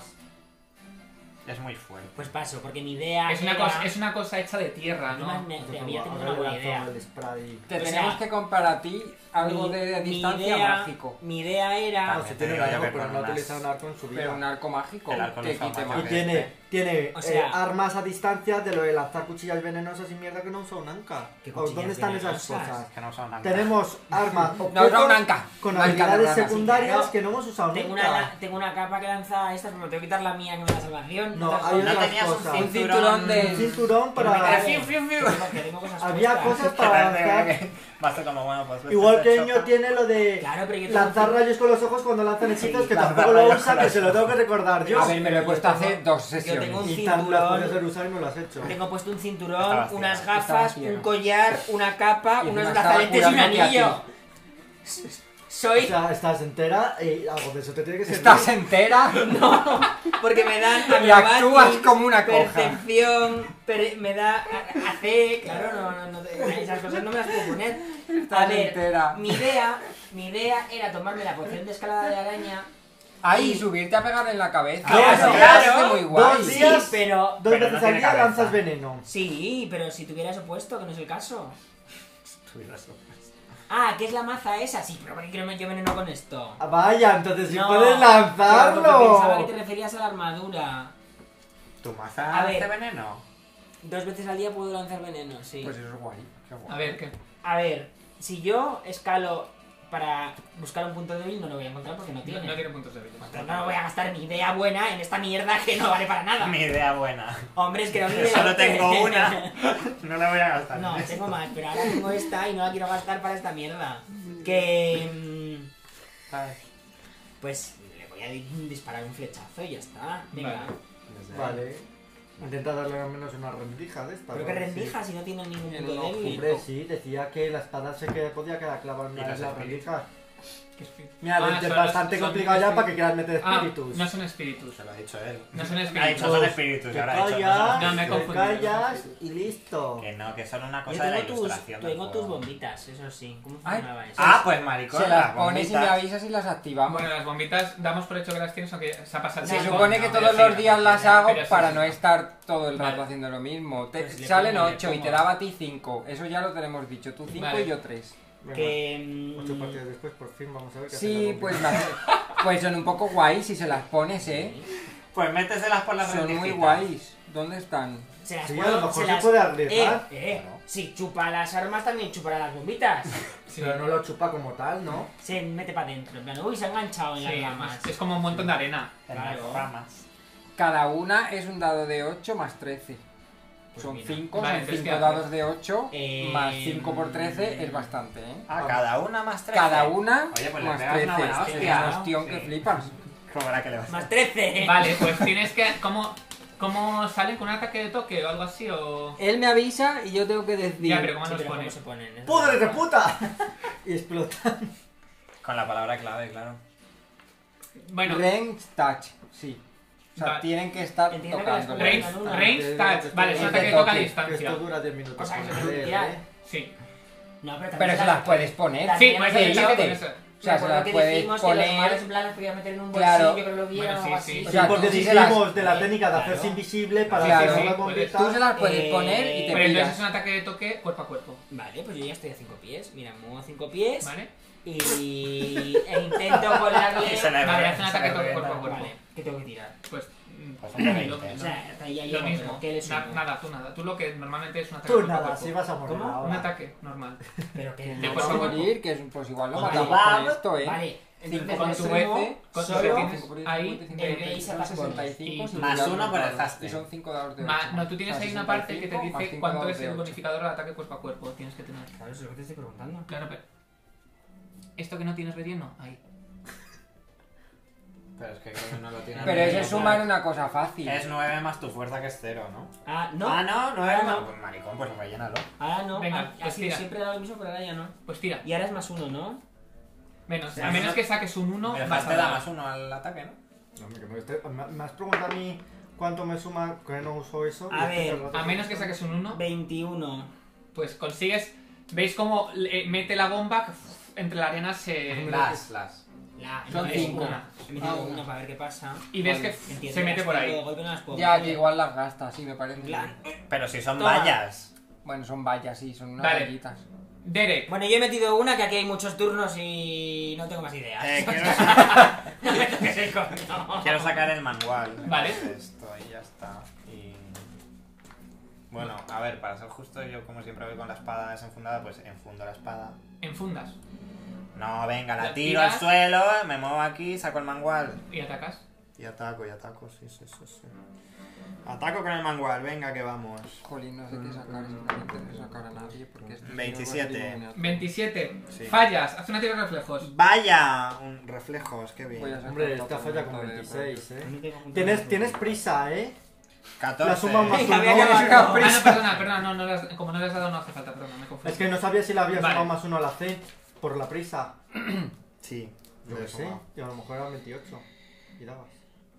F: es muy fuerte.
E: Pues paso, porque mi idea.
A: Es una,
E: era-
A: cosa, es una cosa hecha de tierra,
E: Además,
A: ¿no?
E: me-
C: yo
E: a mí ya
C: tengo-
E: tengo
C: ahora
E: una buena
C: le lanzo
E: idea.
C: el spray.
B: Te
E: o sea,
B: tenemos que comprar a ti algo
E: Mi-
B: de, de
E: mi
B: distancia
E: idea-
B: mágico.
E: Mi idea
B: Ah,
E: era.
C: No,
F: También
C: si
F: te
C: tiene un
F: digo yo
C: arco,
F: que
C: pero
F: con
C: no ha
F: unas-
C: utilizado un arco en su
B: Pero
C: vida.
B: un arco mágico
F: El arco
B: que
F: no
B: quite
F: está
C: Y
F: mágico.
B: magia.
C: tiene, tiene
E: este. O
C: eh,
E: sea-
C: armas a distancia de lo de lanzar cuchillas venenosas y mierda que no usa un anca.
E: ¿Qué
C: ¿O ¿Dónde
E: cuchillas
C: están esas
E: venenosas?
C: cosas?
F: Que no son nada.
C: Tenemos armas o
B: No usa un anca.
C: con
B: Anca de
C: habilidades
B: rana, sí,
C: secundarias
E: claro.
C: que no hemos usado
E: Tengo una,
C: nunca.
E: tengo una capa que lanza estas, pero me tengo que quitar la mía que me da salvación.
C: No,
E: Otras
C: hay
E: cosas.
F: No
C: otras
F: tenías
C: cosas.
F: un
B: Un
F: cinturón
B: cinturón
C: Un
B: de-
C: cinturón
E: Pero
C: para...
E: me queda- Tengo que- tengo cosas
C: Había
E: puestas.
C: cosas para lanzar.
F: Va a ser como bueno, pues.
C: Igual
F: este
C: que
F: choca.
C: Ño tiene lo de
E: Claro, pero yo tengo
C: lanzar
E: que-
C: rayos con los ojos cuando lanzan hechizos,
F: Sí,
C: que
F: lanzar
C: tampoco lo
F: rayos
C: usa,
F: con
C: que
F: los
C: se lo tengo que recordar yo.
B: A ver, me lo he puesto hace
E: Yo tengo
B: dos sesiones.
E: un
C: Y tan duras puedes
E: cinturón.
C: haber usado y no lo has hecho.
E: Tengo puesto un
F: Está
E: cinturón,
F: vacía,
E: unas
F: está
E: gafas,
B: vacía.
E: un collar, Ah, una capa,
B: Y
E: unos
B: encima estaba
E: brazaletes y un
B: curándote a ti.
E: anillo.
C: O
E: Soy
C: sea, estás entera y algo de eso te tiene que servir.
B: Estás entera
E: Porque me dan
B: y actúas
E: acrobatics,
B: como una coja.
E: Percepción, per- me da a- AC, claro, no, no, no, te- esas cosas no me las puedo poner. A
B: Estás
E: ver,
B: entera.
E: mi idea, mi idea era tomarme la poción de escalada de araña.
B: Ahí, subirte a pegar en la cabeza.
C: Claro,
B: Eso me
E: claro.
B: parece muy guay.
C: Dos
E: Sí,
C: días,
E: pero...
C: Dos
F: Pero
C: veces
F: no
C: al
F: tiene
C: día
F: cabeza.
C: lanzas veneno.
E: Sí, pero si tuvieras opuesto, que no es el caso.
F: Tuvieras un-
E: Ah, ¿qué es la maza esa? Sí, pero ¿por qué quiero yo veneno con esto?
C: Ah, Vaya, entonces si
E: No,
C: puedes
E: pero porque Pensaba
C: lanzarlo.
E: que te referías a la armadura.
F: ¿Tu maza
E: A ver.
F: hace veneno?
E: Dos veces al día puedo lanzar veneno, sí.
B: Pues eso es guay. Qué guay.
A: A ver, ¿qué?
E: A ver, si yo escalo para buscar un punto débil, no lo voy a encontrar porque no
A: No,
E: tiene.
A: no tiene puntos de vida.
E: Pero Pues no voy a gastar mi idea buena en esta mierda que no vale para nada.
F: Ah, Mi idea buena.
E: Hombre, es que no
F: Yo solo tengo una. No la voy a gastar.
E: no, tengo más, pero ahora tengo esta y no la quiero gastar para esta mierda. Que. mm,
F: ¿Sabes?
E: Pues le voy a di- disparar un flechazo y ya está. Venga.
A: Vale.
F: Desde-
C: Vale. Intenta darle al menos una rendija de esta.
E: Pero que
C: porque sí.
E: rendija si no tiene ningún
B: El
E: punto
B: ojo,
E: débil.
C: Hombre, sí, decía que la espada se que- podía quedar clavada en
F: Y
C: una de
F: los
C: las
F: espíritus.
C: rendijas.
A: ¿Qué espíritu?
C: Mira,
A: Ah,
C: es
A: son-
C: bastante
A: son
C: complicado ya para que
A: espíritus.
C: quieras meter
A: Ah,
C: espíritus.
A: no son espíritus.
F: Se lo ha dicho él.
A: No son
F: Ha dicho
A: espíritus.
F: son espíritus.
C: Te
F: Ahora ha dicho.
C: callas,
A: no, no, me he
C: te
A: confundido,
C: callas y listo.
F: Que no, que solo una
E: Yo
F: cosa de la
E: tengo tus,
F: ilustración. del
E: tengo tus
F: juego.
E: bombitas, eso sí. ¿Cómo
B: Ay.
E: funcionaba eso?
F: Ah, pues maricón.
B: Se las
F: las
B: pones y me
F: bombitas.
B: avisas y las activamos.
A: Bueno, las bombitas damos por hecho que las tienes, aunque se ha pasado
B: Se
A: tiempo.
B: supone que
A: No,
B: todos
A: pero
B: los
A: sí,
B: días
A: no,
B: las
A: pero
B: hago
A: sí, sí,
B: para
A: sí.
B: no estar todo el rato
E: Vale.
B: haciendo lo mismo. Te
E: Pues le
B: salen
E: pongo, le
B: 8 y
E: pongo.
B: te daba a ti 5. Eso ya lo tenemos dicho. Tú 5
A: Vale.
B: y yo 3.
C: Venga,
E: Que. mm,
C: Ocho partidas después, por fin, vamos a ver qué hace la
B: Sí,
C: combi.
B: pues, las- pues son un poco guays si se las pones, ¿eh?
F: Pues méteselas por la
B: Son muy
F: rendijita.
B: guays. ¿Dónde están?
E: Se las
C: Sí, a
E: puedo-
C: lo mejor se,
E: las-
C: puede
E: Eh,
C: arriesgar.
E: eh, si chupa las armas también chupará las bombitas.
A: Sí,
C: Pero no lo chupa como tal, ¿no?
E: se mete para adentro. En plan, uy, se ha enganchado en
A: sí,
E: las ramas.
A: además, es como un montón de arena.
F: En las ramas.
B: Cada una es un dado de 8 más 13.
E: Pues
B: Son
E: mira.
B: 5,
A: Vale,
B: son
A: entonces,
B: 5
A: ¿qué
B: dados
A: haces?
B: de 8
E: Eh,
B: más 5 por 13 es bastante, ¿eh?
F: Ah, cada una más tres.
B: Cada una
F: Oye, pues le
B: más
F: pegas
B: 13.
F: una buena
B: Es
F: hostia,
B: una
F: ¿no?
B: hostión que
F: Sí.
B: flipas.
F: Como la que le vas a
E: Más 13.
A: Vale, pues tienes que. ¿Cómo, cómo salen con un ataque de toque o algo así? O...
B: Él me avisa y yo tengo que decir.
A: Ya, pero ¿cómo
E: Sí,
A: nos
E: pero ¿cómo
A: pones?
E: se ponen? eh?
C: ¡Púdrete, puta! y explota.
F: Con la palabra clave, claro.
A: Bueno,
B: Range touch, sí. O sea,
A: Vale.
B: tienen que estar
E: Entiendo que
B: tocando.
E: las
A: range,
E: Ah,
A: range
C: que-
A: touch. Vale, es un
B: que
A: ataque de toque a
B: toque, que
C: Que esto
A: distancia.
C: dura 10 minutos.
E: O sea, que se
C: para
E: puede
C: leer,
E: tirar.
C: ¿eh?
A: Sí.
E: No, pero también.
B: Pero se las puedes poner.
E: Las-
A: Sí,
E: También
A: pues
B: es
A: el ataque con
B: evidente.
A: eso.
B: O sea, se las puedes
E: decimos que los malos en
B: poner.
E: plan los podía meter en un bolsillo,
B: Claro.
E: creo que lo vieron
A: Bueno,
E: o algo
A: sí, sí.
E: así.
B: O sea,
C: porque
B: tú sí se las-
C: dijimos de la técnica de
E: Claro.
C: hacerse invisible para
B: Claro.
C: hacer
A: Sí,
C: las
A: sí,
C: bombitas.
B: Tú se las puedes
E: Eh,
B: poner y te
A: Pero entonces es
B: piras.
A: un ataque de toque cuerpo a cuerpo.
E: Vale, pues yo ya estoy a 5 pies. Mira, muevo 5 pies
A: ¿Vale?
E: y... e intento colarle...
F: Y se la-
A: Vale, hace un
F: se
A: ataque de
F: la
A: toque
F: revienta.
A: cuerpo a cuerpo.
E: Vale, que tengo que tirar.
A: Pues. mm,
F: Pues un de
A: lo-
F: 20,
E: O
A: lo-
E: sea, hasta ahí ya
A: Lo
E: llego,
A: mismo.
E: pero ¿qué le
A: Na-
E: sumo?
A: nada, tú nada. Tú lo que normalmente es un ataque
C: Tú
A: cuerpo a
C: nada,
A: cuerpo.
C: así vas a morir
E: ¿Cómo?
A: Un
C: ahora.
A: ataque normal.
E: Pero que...
A: De
E: no-
B: Vamos a
A: cuerpo a cuerpo.
B: morir, que es un pues igual lo
E: Vale,
B: matamos
E: vamos.
B: con esto, eh.
E: Vale, cinco
A: Con
E: por
A: tu
E: extremo,
A: F, con tu
E: solo-
A: F tienes ahí, eh,
E: el veis a las
A: bolas.
F: Más uno por el hashtag.
B: Y son 5 dados de 8.
A: Ma- no, tú tienes ahí una parte que te dice cuánto es el bonificador al ataque cuerpo a cuerpo. Tienes que tener.
E: Claro, eso es lo que te estoy preguntando.
A: Claro, pero. ¿Esto que no tienes relleno? Ahí.
F: Pero es que creo que no lo tiene.
B: Pero eso
F: es
B: es sumar una cosa fácil.
F: Es 9 más tu fuerza que es 0, ¿no?
E: Ah, no.
F: Ah, no, 9
E: Ah,
F: más.
E: no.
F: Pues maricón, pues rellénalo.
E: Ahora no.
A: Venga,
E: Ah,
A: pues
E: así
A: tira.
E: siempre he dado lo mismo, pero ahora ya no.
A: Pues tira.
E: Y ahora es más uno, ¿no?
A: Menos.
F: Ya,
A: A menos
F: no-
A: que saques un 1,
F: Pero
A: vas
F: te
A: a
F: da
A: dar.
F: más 1 al ataque, ¿no?
C: No, hombre, que me esté- me- Me has preguntado a mí cuánto me suma que no uso eso.
E: A
C: y estoy
E: ver,
C: todo el rato
A: A menos que
C: pensando.
A: saques un 1,
E: 21.
A: pues consigues. ¿Veis cómo le- mete la bomba que uf, entre la arena se.
F: Las, las.
E: La,
B: Son
E: es
B: cinco.
E: una. He metido
B: Ah,
E: una
B: una.
E: para ver qué pasa.
A: Y ves
B: Vale,
A: que uf,
E: Entiendo,
A: se
E: las
A: mete por
E: puedo- de
A: ahí.
E: golpe no las puedo
B: Ya,
E: meter.
B: que igual las gastas, sí, me parece.
E: En plan,
F: Pero si son
E: Toma.
F: vallas.
B: Bueno, son vallas, sí, son unas
A: Vale.
B: vallitas.
A: Derek,
E: Bueno, yo he metido una que aquí hay muchos turnos y no tengo más ideas.
F: Eh, quiero,
E: no me toques el coño.
F: quiero sacar el manual.
A: Vale.
F: Esto y ya está. Y. Bueno, a ver, para ser justo, yo como siempre voy con la espada desenfundada, pues enfundo la espada.
A: enfundas
F: No, venga, la
A: La
F: tiro al
A: tiras.
F: suelo, me muevo aquí, saco el mangual.
A: y atacas.
F: Y ataco, y ataco, sí, sí, sí, sí. Ataco con el mangual, venga que vamos.
B: Jolín, no sé qué sacar, sinceramente no sé sacar a nadie porque esto es
F: 27.
B: algo adivinatorio.
A: 27.
F: Sí.
A: Fallas. Haz una tira de reflejos.
F: Vaya, un reflejos, qué
B: Voy a
F: bien.
B: sacar
C: Hombre,
B: otra
C: esta falla con
B: pregunta de-
C: 26,
E: No
C: eh.
E: tengo puntos de
C: Tienes,
E: turno.
C: tienes prisa, eh.
F: 14.
C: La suma más
E: Venga,
C: uno. es
E: venga, venga.
A: Ah, no, perdona, perdona, no, no le has- como no le has dado no hace falta, perdona, me
C: que-
A: confundí.
C: Es que no sabía si la había
A: Vale.
C: sumado más uno a la C por la prisa.
F: Sí,
C: Yo
F: le he
C: qué sé.
F: sumado.
C: Y a lo mejor era 28. Y dabas.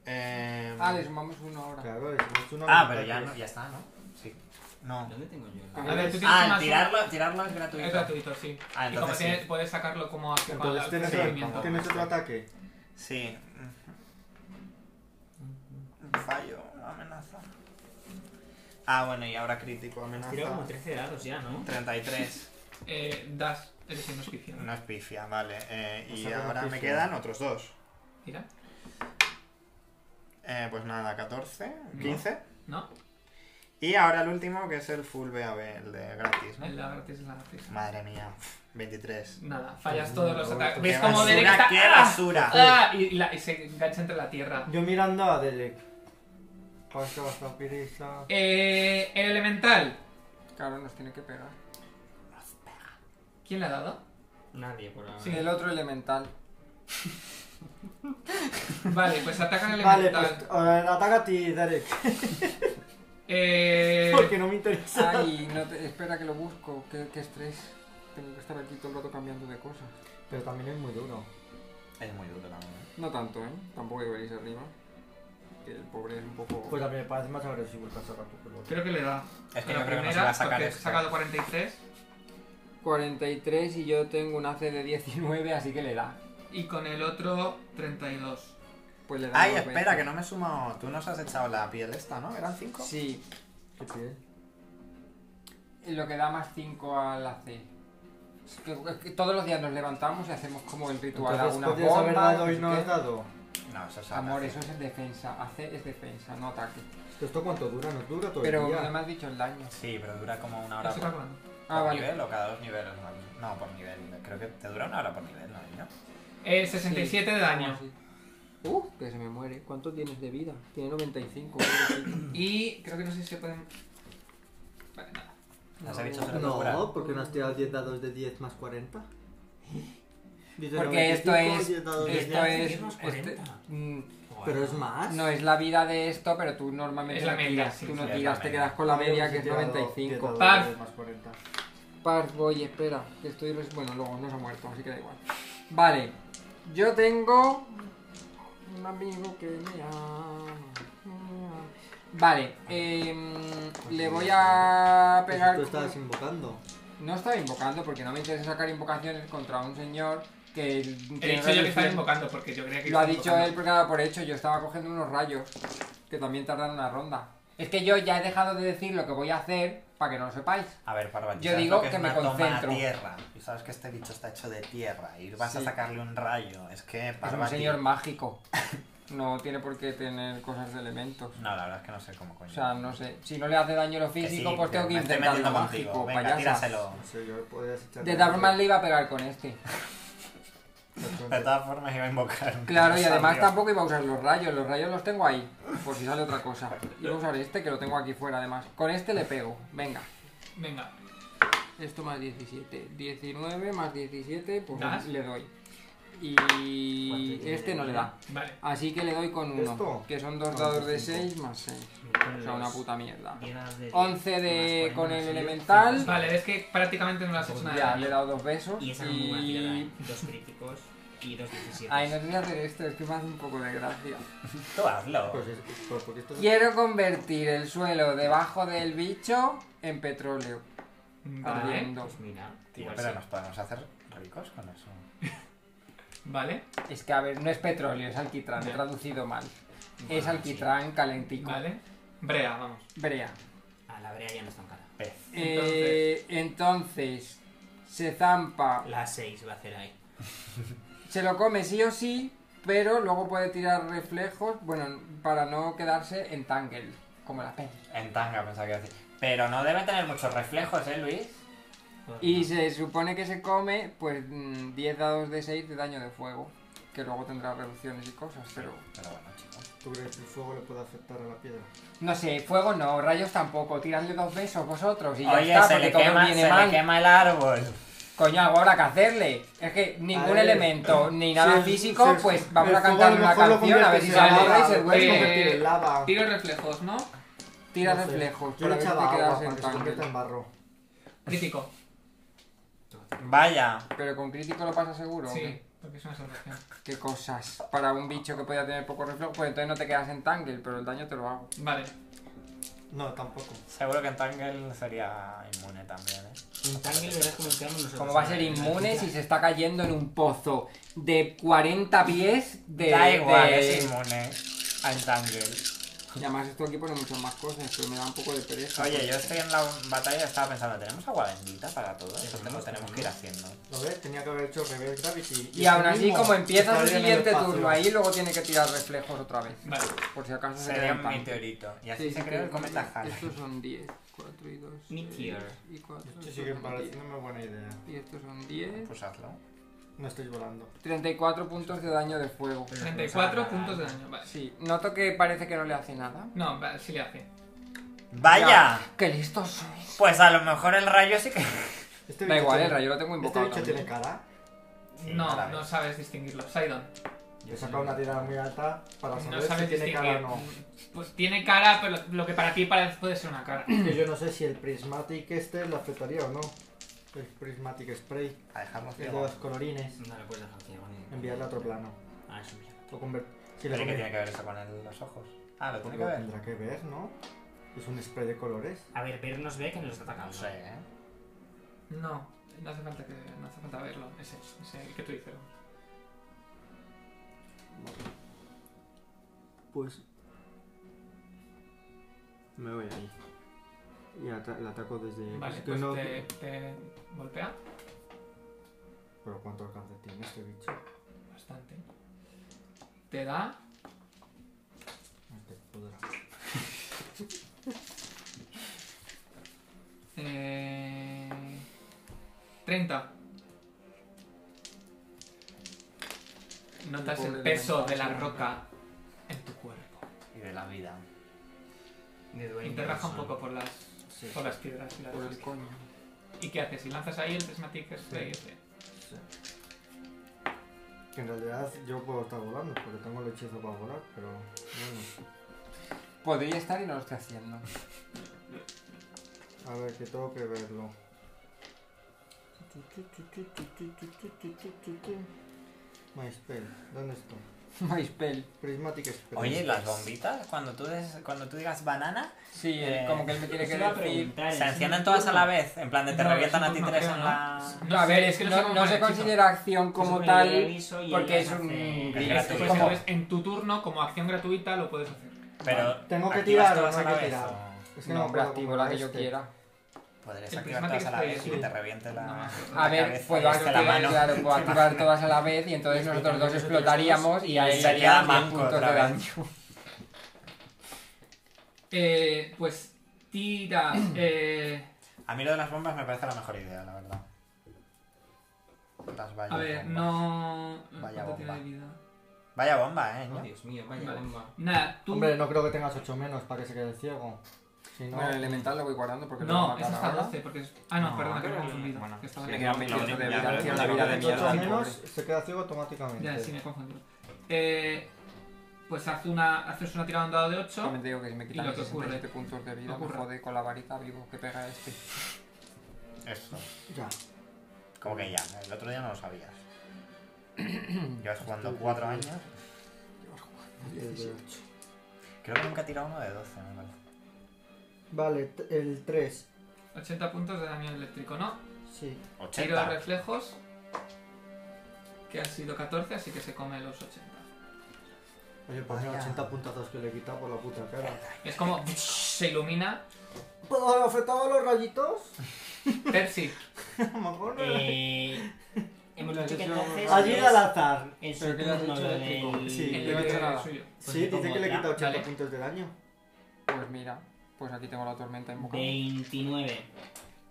F: Eh,
B: Ah, le sumamos uno ahora.
C: Claro, es más uno.
F: ah,
C: menos
F: pero ya,
C: tres.
F: no, ya está, ¿no? Sí. No.
E: ¿Dónde tengo yo?
B: Ah,
A: A ver, tú tienes
F: Ah,
A: más
F: el tirarlo, tirarlo es
A: uno.
F: gratuito.
A: Es gratuito, sí.
F: Ah,
A: y como
F: entonces
A: tienes-
F: sí.
A: puedes sacarlo como hace
C: Entonces
A: para el
C: tienes,
A: procedimiento.
C: tienes
B: pues,
C: otro ataque.
F: Sí. Fallo, amenaza. Ah, bueno, y ahora crítico,
E: Tiro como
F: amenaza.
E: 13 dados ya, ¿no?
F: 33.
A: Eh, das, eres inhospicio.
F: No es pifia, vale. Eh,
C: O
F: y
C: sea, que no es
F: ahora me
C: pifia.
F: quedan otros dos.
A: Tira,
F: Eh, pues nada, 14,
A: No.
F: 15.
A: ¿no?
F: Y ahora el último, que es el full BAB, el de gratis, ¿no?
A: El lagarto es la prisa.
F: Madre mía, 23.
A: Nada, fallas todos los
C: Qué
A: ataques.
F: ¡Qué
A: ¿Ves cómo Derek
F: basura,
A: está?
F: qué
A: ¡Ah!
F: basura!
A: ¡Ah! Y, la- y se engancha entre la tierra.
C: Yo mirando a este Delec. Joder, que vas a prisa.
A: Eh, el elemental.
B: Claro, nos tiene que pegar.
A: ¿Quién le ha dado?
E: Nadie por ahora.
A: Sí.
B: El otro elemental.
A: Vale, pues ataca al
C: Vale,
A: elemental.
C: pues eh, ataca a ti, Derek.
A: Eh,
C: Porque no me interesa.
B: Ay, no te- espera que lo busco. Qué, qué estrés. Tengo que estar aquí todo el rato cambiando de cosas.
C: Pero también es muy duro.
F: Es muy duro también. ¿eh?
B: No tanto, ¿eh? Tampoco hay que veréis arriba. Que el pobre es un poco...
C: Pues también me parece más agresivo el caso tampoco.
A: creo que le da.
F: Es que
A: A la
F: yo creo que no se
A: primera,
F: va a sacar
A: porque
F: este.
A: he
F: esto.
A: sacado 43
B: 43 y yo tengo un AC de 19, así que le da.
A: y con el otro 32.
B: Pues le da
F: Ay,
B: dos
F: espera,
B: veces.
F: que no me he sumado. Tú nos has echado la piel esta, ¿no? ¿Eran 5?
B: Sí,
C: ¿Qué piel?
B: lo que da más 5 al AC. Es que- es que Todos los días nos levantamos y hacemos como el ritual.
C: Entonces
B: alguna
C: podrías haber
B: bomba,
C: dado y
B: sé
C: no has
B: qué.
C: dado.
F: No, eso es
B: pues Amor,
F: ataque.
B: eso es defensa. Hace es defensa, no ataque.
C: Es que esto cuánto dura, no dura todo
B: Pero
C: el
B: no
C: día.
B: me has dicho el daño.
F: Sí, pero dura como una
A: Lo
F: hora
A: estoy
F: por,
A: calculando.
B: Ah,
F: por
B: vale.
F: nivel o cada dos niveles. No, No, por nivel. Creo que te dura una hora por nivel, ¿no? niño?
A: Eh, 67 de daño.
B: Sí. Uh, que se me muere. ¿Cuánto tienes de vida? Tiene 95. pobrecito.
A: Y creo que no sé si se pueden. Vale, nada.
F: Las he dicho solo locura.
C: No, porque no has tirado 10 dados de 10 más 40. Dice
B: Porque esto
C: 95,
B: es.
C: 10 dados de
B: Esto
C: 10.
B: es.
E: Tenemos
B: este-
E: 40.
B: mm,
C: Pero es más.
B: no es la vida de esto, pero tú normalmente
A: Es la
B: no
A: media,
B: tiras.
A: sí,
B: tú
A: sí,
B: no
F: es la
B: tiras, te
F: media.
B: quedas con la media que
C: Yo
B: es
C: he tirado
B: 95.
C: 10 dados
A: Paf.
C: de más 40.
B: Park Boy, espera, que estoy. res- Bueno, luego no se ha muerto, así que da igual. Vale, yo tengo. Un amigo que me ama. Vale, em, le voy a pegar.
C: Tú estabas invocando.
B: No estaba invocando porque no me interesa sacar invocaciones contra un señor que.
A: He dicho yo que estaba invocando porque yo creía que.
B: Lo ha
A: estaba
B: dicho
A: invocando.
B: él porque daba por hecho. Yo estaba cogiendo unos rayos que también tardan una ronda. Es que yo ya he dejado de decir lo que voy a hacer para que no lo sepáis.
F: A ver, Parvati,
B: Yo
F: ¿sabes
B: digo
F: lo que,
B: que
F: es
B: me
F: una toma
B: concentro.
F: a tierra. Y sabes que este bicho está hecho de tierra. Y vas a
B: Sí.
F: sacarle un rayo. Es que
B: Es
F: Parvati...
B: un señor mágico. No tiene por qué tener cosas de elementos.
F: No, la verdad es que no sé cómo coño.
B: O sea, no sé. Si no le hace daño lo
F: Que
B: físico,
F: sí,
B: pues tengo que
F: me estoy
B: intentar lo
F: metiendo contigo.
B: mágico,
F: Venga,
B: payasa.
F: tíraselo.
C: No sé, yo podrías echar.
B: De todas formas le iba a pegar con este.
F: De todas formas iba a invocar un
B: Claro, y
F: dinosaurio.
B: además tampoco iba a usar los rayos. Los rayos los tengo ahí, por si sale otra cosa. Iba a usar este, que lo tengo aquí fuera además. Con este le pego. Venga.
A: Venga,
B: Esto más 17. 19 más 17, pues
A: ¿Das?
B: le doy.
E: Cuatro y
B: Y
E: diez.
B: este no le da.
A: vale.
B: Así que le doy con uno.
C: ¿Esto?
B: Que son
E: Ah,
B: dos
C: Cuatro,
B: dados
E: pues
B: de
C: cinco.
B: 6 más 6. O sea, una puta mierda.
E: Llega de-
B: 11 de-
E: más
B: con
E: 40,
B: el
E: sí.
B: elemental.
A: Vale, es que prácticamente no le has hecho nada. de
B: Ya,
A: daño.
B: le he dado dos besos.
E: Pues Y esa era muy buena tirada, ¿eh? Dos críticos y dos 17.
B: Ay, no te voy a hacer esto, es que me hace un poco de gracia.
F: Tú hazlo.
C: Pues es pues porque esto es.
B: Quiero convertir el suelo debajo del bicho en petróleo.
A: Vale,
B: Ardiendo.
E: Pues mira,
F: Tío,
E: igual
F: pero
E: sí.
F: nos podemos hacer ricos con eso.
A: vale,
B: Es que, a ver, no es petróleo, es alquitrán, he
A: Ya.
B: traducido mal.
E: Bueno,
B: Es
E: sí.
B: alquitrán calentico.
A: vale. Brea, vamos.
B: Brea.
E: A la brea ya no es tan cara.
F: Pez.
B: Eh, entonces, se zampa.
E: La 6 va a hacer ahí.
B: Se lo come sí o sí, pero luego puede tirar reflejos, bueno, para no quedarse en tangle, como la peli.
F: En tanga pensaba que iba a decir. Pero no debe tener muchos reflejos, ¿eh, Luis?
B: Y se supone que se come, pues, mm, 10 dados de 6 de daño de fuego, que luego tendrá reducciones y cosas, pero...
F: Pero bueno, chicos.
C: ¿Tú crees que el fuego le puede afectar a la piedra?
B: No sé, fuego no, rayos tampoco, tiradle dos besos vosotros y ya
F: Oye,
B: está,
F: se,
B: porque
F: le
B: todo
F: quema,
B: viene
F: se
B: mal.
F: le quema el árbol.
B: Coño, algo habrá que hacerle. Es que ningún
C: A ver,
B: elemento, ni
C: si
B: nada
C: el-
B: físico,
C: si el-
B: pues vamos
C: el
B: a
C: fuego
B: cantar
C: lo
B: una
C: mejor lo
B: canción a ver si se
C: conviertes en eh, lava,
B: aburre y se
C: lo
A: duerme.
C: puedes
B: duerme.
C: convertir en lava.
A: Eh, Tiro reflejos, ¿no?
B: Tira
C: No sé.
B: reflejos,
C: Yo
B: por
C: le
B: a ver si
C: echaba
B: te
C: agua
B: quedas
C: para
B: en
C: que se convierta
B: tangle.
C: en barro.
A: Crítico.
F: Vaya.
B: Pero con crítico lo pasa seguro. ¿o
A: Sí,
B: qué?
A: porque es una solución.
B: Qué cosas. Para un bicho que podía tener poco reflejo, pues entonces no te quedas en tangle, pero el daño te lo hago.
A: Vale.
C: No, tampoco.
F: Seguro que en Tangle sería inmune también, ¿eh?
E: Un tanque verás cómo quedamos nosotros.
B: Como va a ser inmune si se está cayendo en un pozo de 40 pies de.
F: da igual,
B: de-
F: es inmune a Entangle.
B: Y además esto aquí pone muchas más cosas, pero me da un poco de pereza.
F: Oye, yo estoy en la batalla estaba pensando, ¿tenemos agua bendita para todos?
E: Sí,
F: Eso te- lo
E: tenemos,
F: tenemos que ir haciendo.
C: A ver, tenía que haber hecho reverse gravity.
B: Y aún así,
C: mismo
B: como empieza su
C: estaría en el
B: siguiente
C: espacio.
B: turno ahí, luego tiene que tirar reflejos otra vez.
A: Vale.
B: Por si acaso se queda
F: Sería
B: en
F: un
B: pan.
F: meteorito. Y
B: Sí,
F: así se
B: sí,
F: creó el
B: creo que
F: cometa Halley.
B: Estos son 10, 4 y 2.
E: Meteor.
B: Y 4.
C: Esto sigue pareciéndome buena idea.
B: Y estos son 10.
F: Pues hazlo.
C: No estoy volando.
B: 34 puntos de daño de fuego.
A: 34 puntos de daño, vale.
B: Sí, noto que parece que no le hace nada.
A: No, vale, sí le hace.
F: ¡Vaya!
B: Ya, ¡Qué listos sois!
F: Pues a lo mejor el rayo sí que.
C: Este
B: Da
C: bicho
B: igual, el
C: tiene-
B: rayo lo tengo
C: Este
B: invocado.
C: bicho tiene
B: también.
C: cara.
F: Sí,
A: No,
F: ahora
A: no
F: ves.
A: sabes distinguirlo. Sidon.
C: He sacado una tirada muy alta para
A: No
C: saber
A: sabes
C: si tiene cara o
A: distinguir.
C: no.
A: Pues tiene cara, pero lo que para ti parece- puede ser una cara.
C: Que yo no sé si el prismatic este le afectaría o no. El prismatic spray,
F: A dejarlo
C: el de
F: ciego.
C: los colorines.
E: No lo puedes dejar ciego ni.
C: Enviarle a otro plano.
E: Ah, eso mira.
C: O conver- Si
F: Pero
C: le
F: ¿y ¿qué
C: convier-
F: tiene que ver eso con el- los ojos? Ah, lo tiene que
C: Lo
F: ver.
C: tendrá que ver, ¿no? Es un spray de colores.
E: A ver, pero nos ve que nos está
F: No
E: atacando.
F: sé, ¿eh?
A: No, no hace falta que no hace falta verlo. Ese, ese el que tú dices.
C: Pues. Me voy ahí. Y ata- le ataco desde.
A: Vale,
C: es que
A: pues
C: no-
A: te, te golpea.
C: Pero ¿cuánto alcance tiene este bicho?
A: Bastante. Te da
C: Este podrá.
A: Eh, 30. Notas
B: Pobre
A: el
B: de
A: peso
B: Benja,
A: de la
B: sí.
A: roca en tu cuerpo.
D: Y de la vida.
E: De
A: Y
E: dueño.
A: te raja un
D: solo.
A: poco por las,
C: Sí.
A: por las piedras. Y, las
B: Por el
A: hostias.
B: coño.
A: ¿Y qué haces? Si lanzas ahí el prismatic este, este.
C: Sí. Que en realidad yo puedo estar volando, porque tengo el hechizo para volar, pero bueno.
B: Podría estar y no lo estoy haciendo.
C: A ver, que tengo que verlo. My spell, ¿dónde está?
B: MySpell.
C: Prismatic spell.
F: Oye, las bombitas, cuando tú, des- cuando tú digas banana,
B: Sí,
F: Eh,
B: como que él me tiene que
E: Eso iba a
B: decir.
E: preguntar.
F: se
E: ¿es
F: encienden
E: un
F: todas a
E: turno?
F: la vez. En plan de te
A: No,
F: revientan
A: es
F: a
A: un
F: ti
A: turno,
F: tres
A: creo,
F: en
A: ¿no?
F: la.
A: No
B: a
A: sé,
B: ver,
A: es
B: es
A: que
B: que
A: no
B: no,
A: sé cómo
B: no se
A: poner el hechizo.
B: considera acción como
E: Eso
B: tal.
E: le aviso y
B: porque
E: ellas
B: es un-
E: hacen-
F: Es
A: Pues,
F: gratuito.
B: como-
A: entonces, en tu turno, como acción gratuita, lo puedes hacer.
F: Pero.
C: Tengo que
F: ¿activas
C: tirar o
F: todas
C: no
F: a
C: hay
F: la
C: que
F: vez,
C: tirar.
F: o
C: Es
B: No, hombre,
C: puedo
B: activo
C: activar
B: la que yo
C: este.
B: quiera.
F: Podrías
A: El
F: activar
A: prismático
F: todas a la vez
A: este,
F: y que
A: sí.
F: te reviente la.
A: No,
B: A
F: la
B: ver,
F: cabeza
B: puedo
F: y hasta este la
B: activar,
F: mano.
B: claro, puedo activar todas a la vez y entonces nosotros dos explotaríamos y a él le
F: Sería
B: haría 10
F: manco
B: puntos de
F: otra vez.
B: daño.
A: Eh, pues tira. eh,
F: A mí lo de las bombas me parece la mejor idea, la verdad. Las vaya
A: a ver,
F: bombas.
A: no.
F: Vaya
A: ¿Cuánto tiene de
F: bomba.
A: vida?
F: Vaya bomba, eh.
E: Oh,
F: ño.
E: Dios mío, vaya
A: Vale.
E: bomba.
A: Nada, tú.
C: Hombre, no creo que tengas 8 menos para que se quede ciego. Si no,
B: Bueno, el elemental lo voy guardando porque lo voy a
A: No, es
B: matar
A: hasta
B: ahora.
A: 12, porque es... Ah, no,
F: No,
A: perdona, que me he
F: pero-
A: confundido.
F: bueno,
A: que estaba
B: Le
A: bien.
B: quedan ¿eh?
F: Lo
B: 28 de
F: mismo,
B: vida,
F: ya,
B: tiene una
F: pero-
B: vida de
F: Ocho
B: mierda.
C: 8
B: el
C: menos
B: pobre.
C: se queda ciego automáticamente.
A: Ya, sí, me he confundido. Eh, pues haz una, haces una tirada de un dado de 8.
B: Solamente digo que si me
A: Y
B: quitan
A: lo
B: mis
A: que ocurre.
B: 67 puntos de vida, me
A: Ocurre.
B: jode con la varita vivo que pega este.
F: Eso.
C: Ya.
F: Como que ya, el otro día no lo sabías. Llevas jugando cuatro años.
C: Desde ocho.
F: Creo que nunca he tirado uno de 12, me parece.
C: Vale, t- el 3.
A: 80 puntos de daño eléctrico, ¿no?
C: Sí.
A: Tiro de
F: 80.
A: reflejos. Que han sido 14, así que se come los 80.
C: Oye, pues
F: Vaya.
C: 80 puntazos que le he quitado por la puta cara.
A: Es como. Se ilumina.
C: ¿Puedo afectado los rayitos?
A: Percy,
C: A lo mejor no.
E: Eh, hemos
B: Lo has
E: dicho que
B: hecho-
E: entonces.
C: Ayuda al
E: es
C: azar.
E: En su
B: Pero que lo has
E: turno
B: hecho
E: lo
B: eléctrico.
E: del.
C: Sí.
A: el
B: no he
A: de-
B: hecho nada.
A: suyo.
C: Sí,
E: yo
C: dice
E: como
C: que le he
E: Pues otra.
C: quitado 80
A: Dale.
C: puntos de daño.
B: Pues mira, pues aquí tengo la tormenta invocada.
E: 29.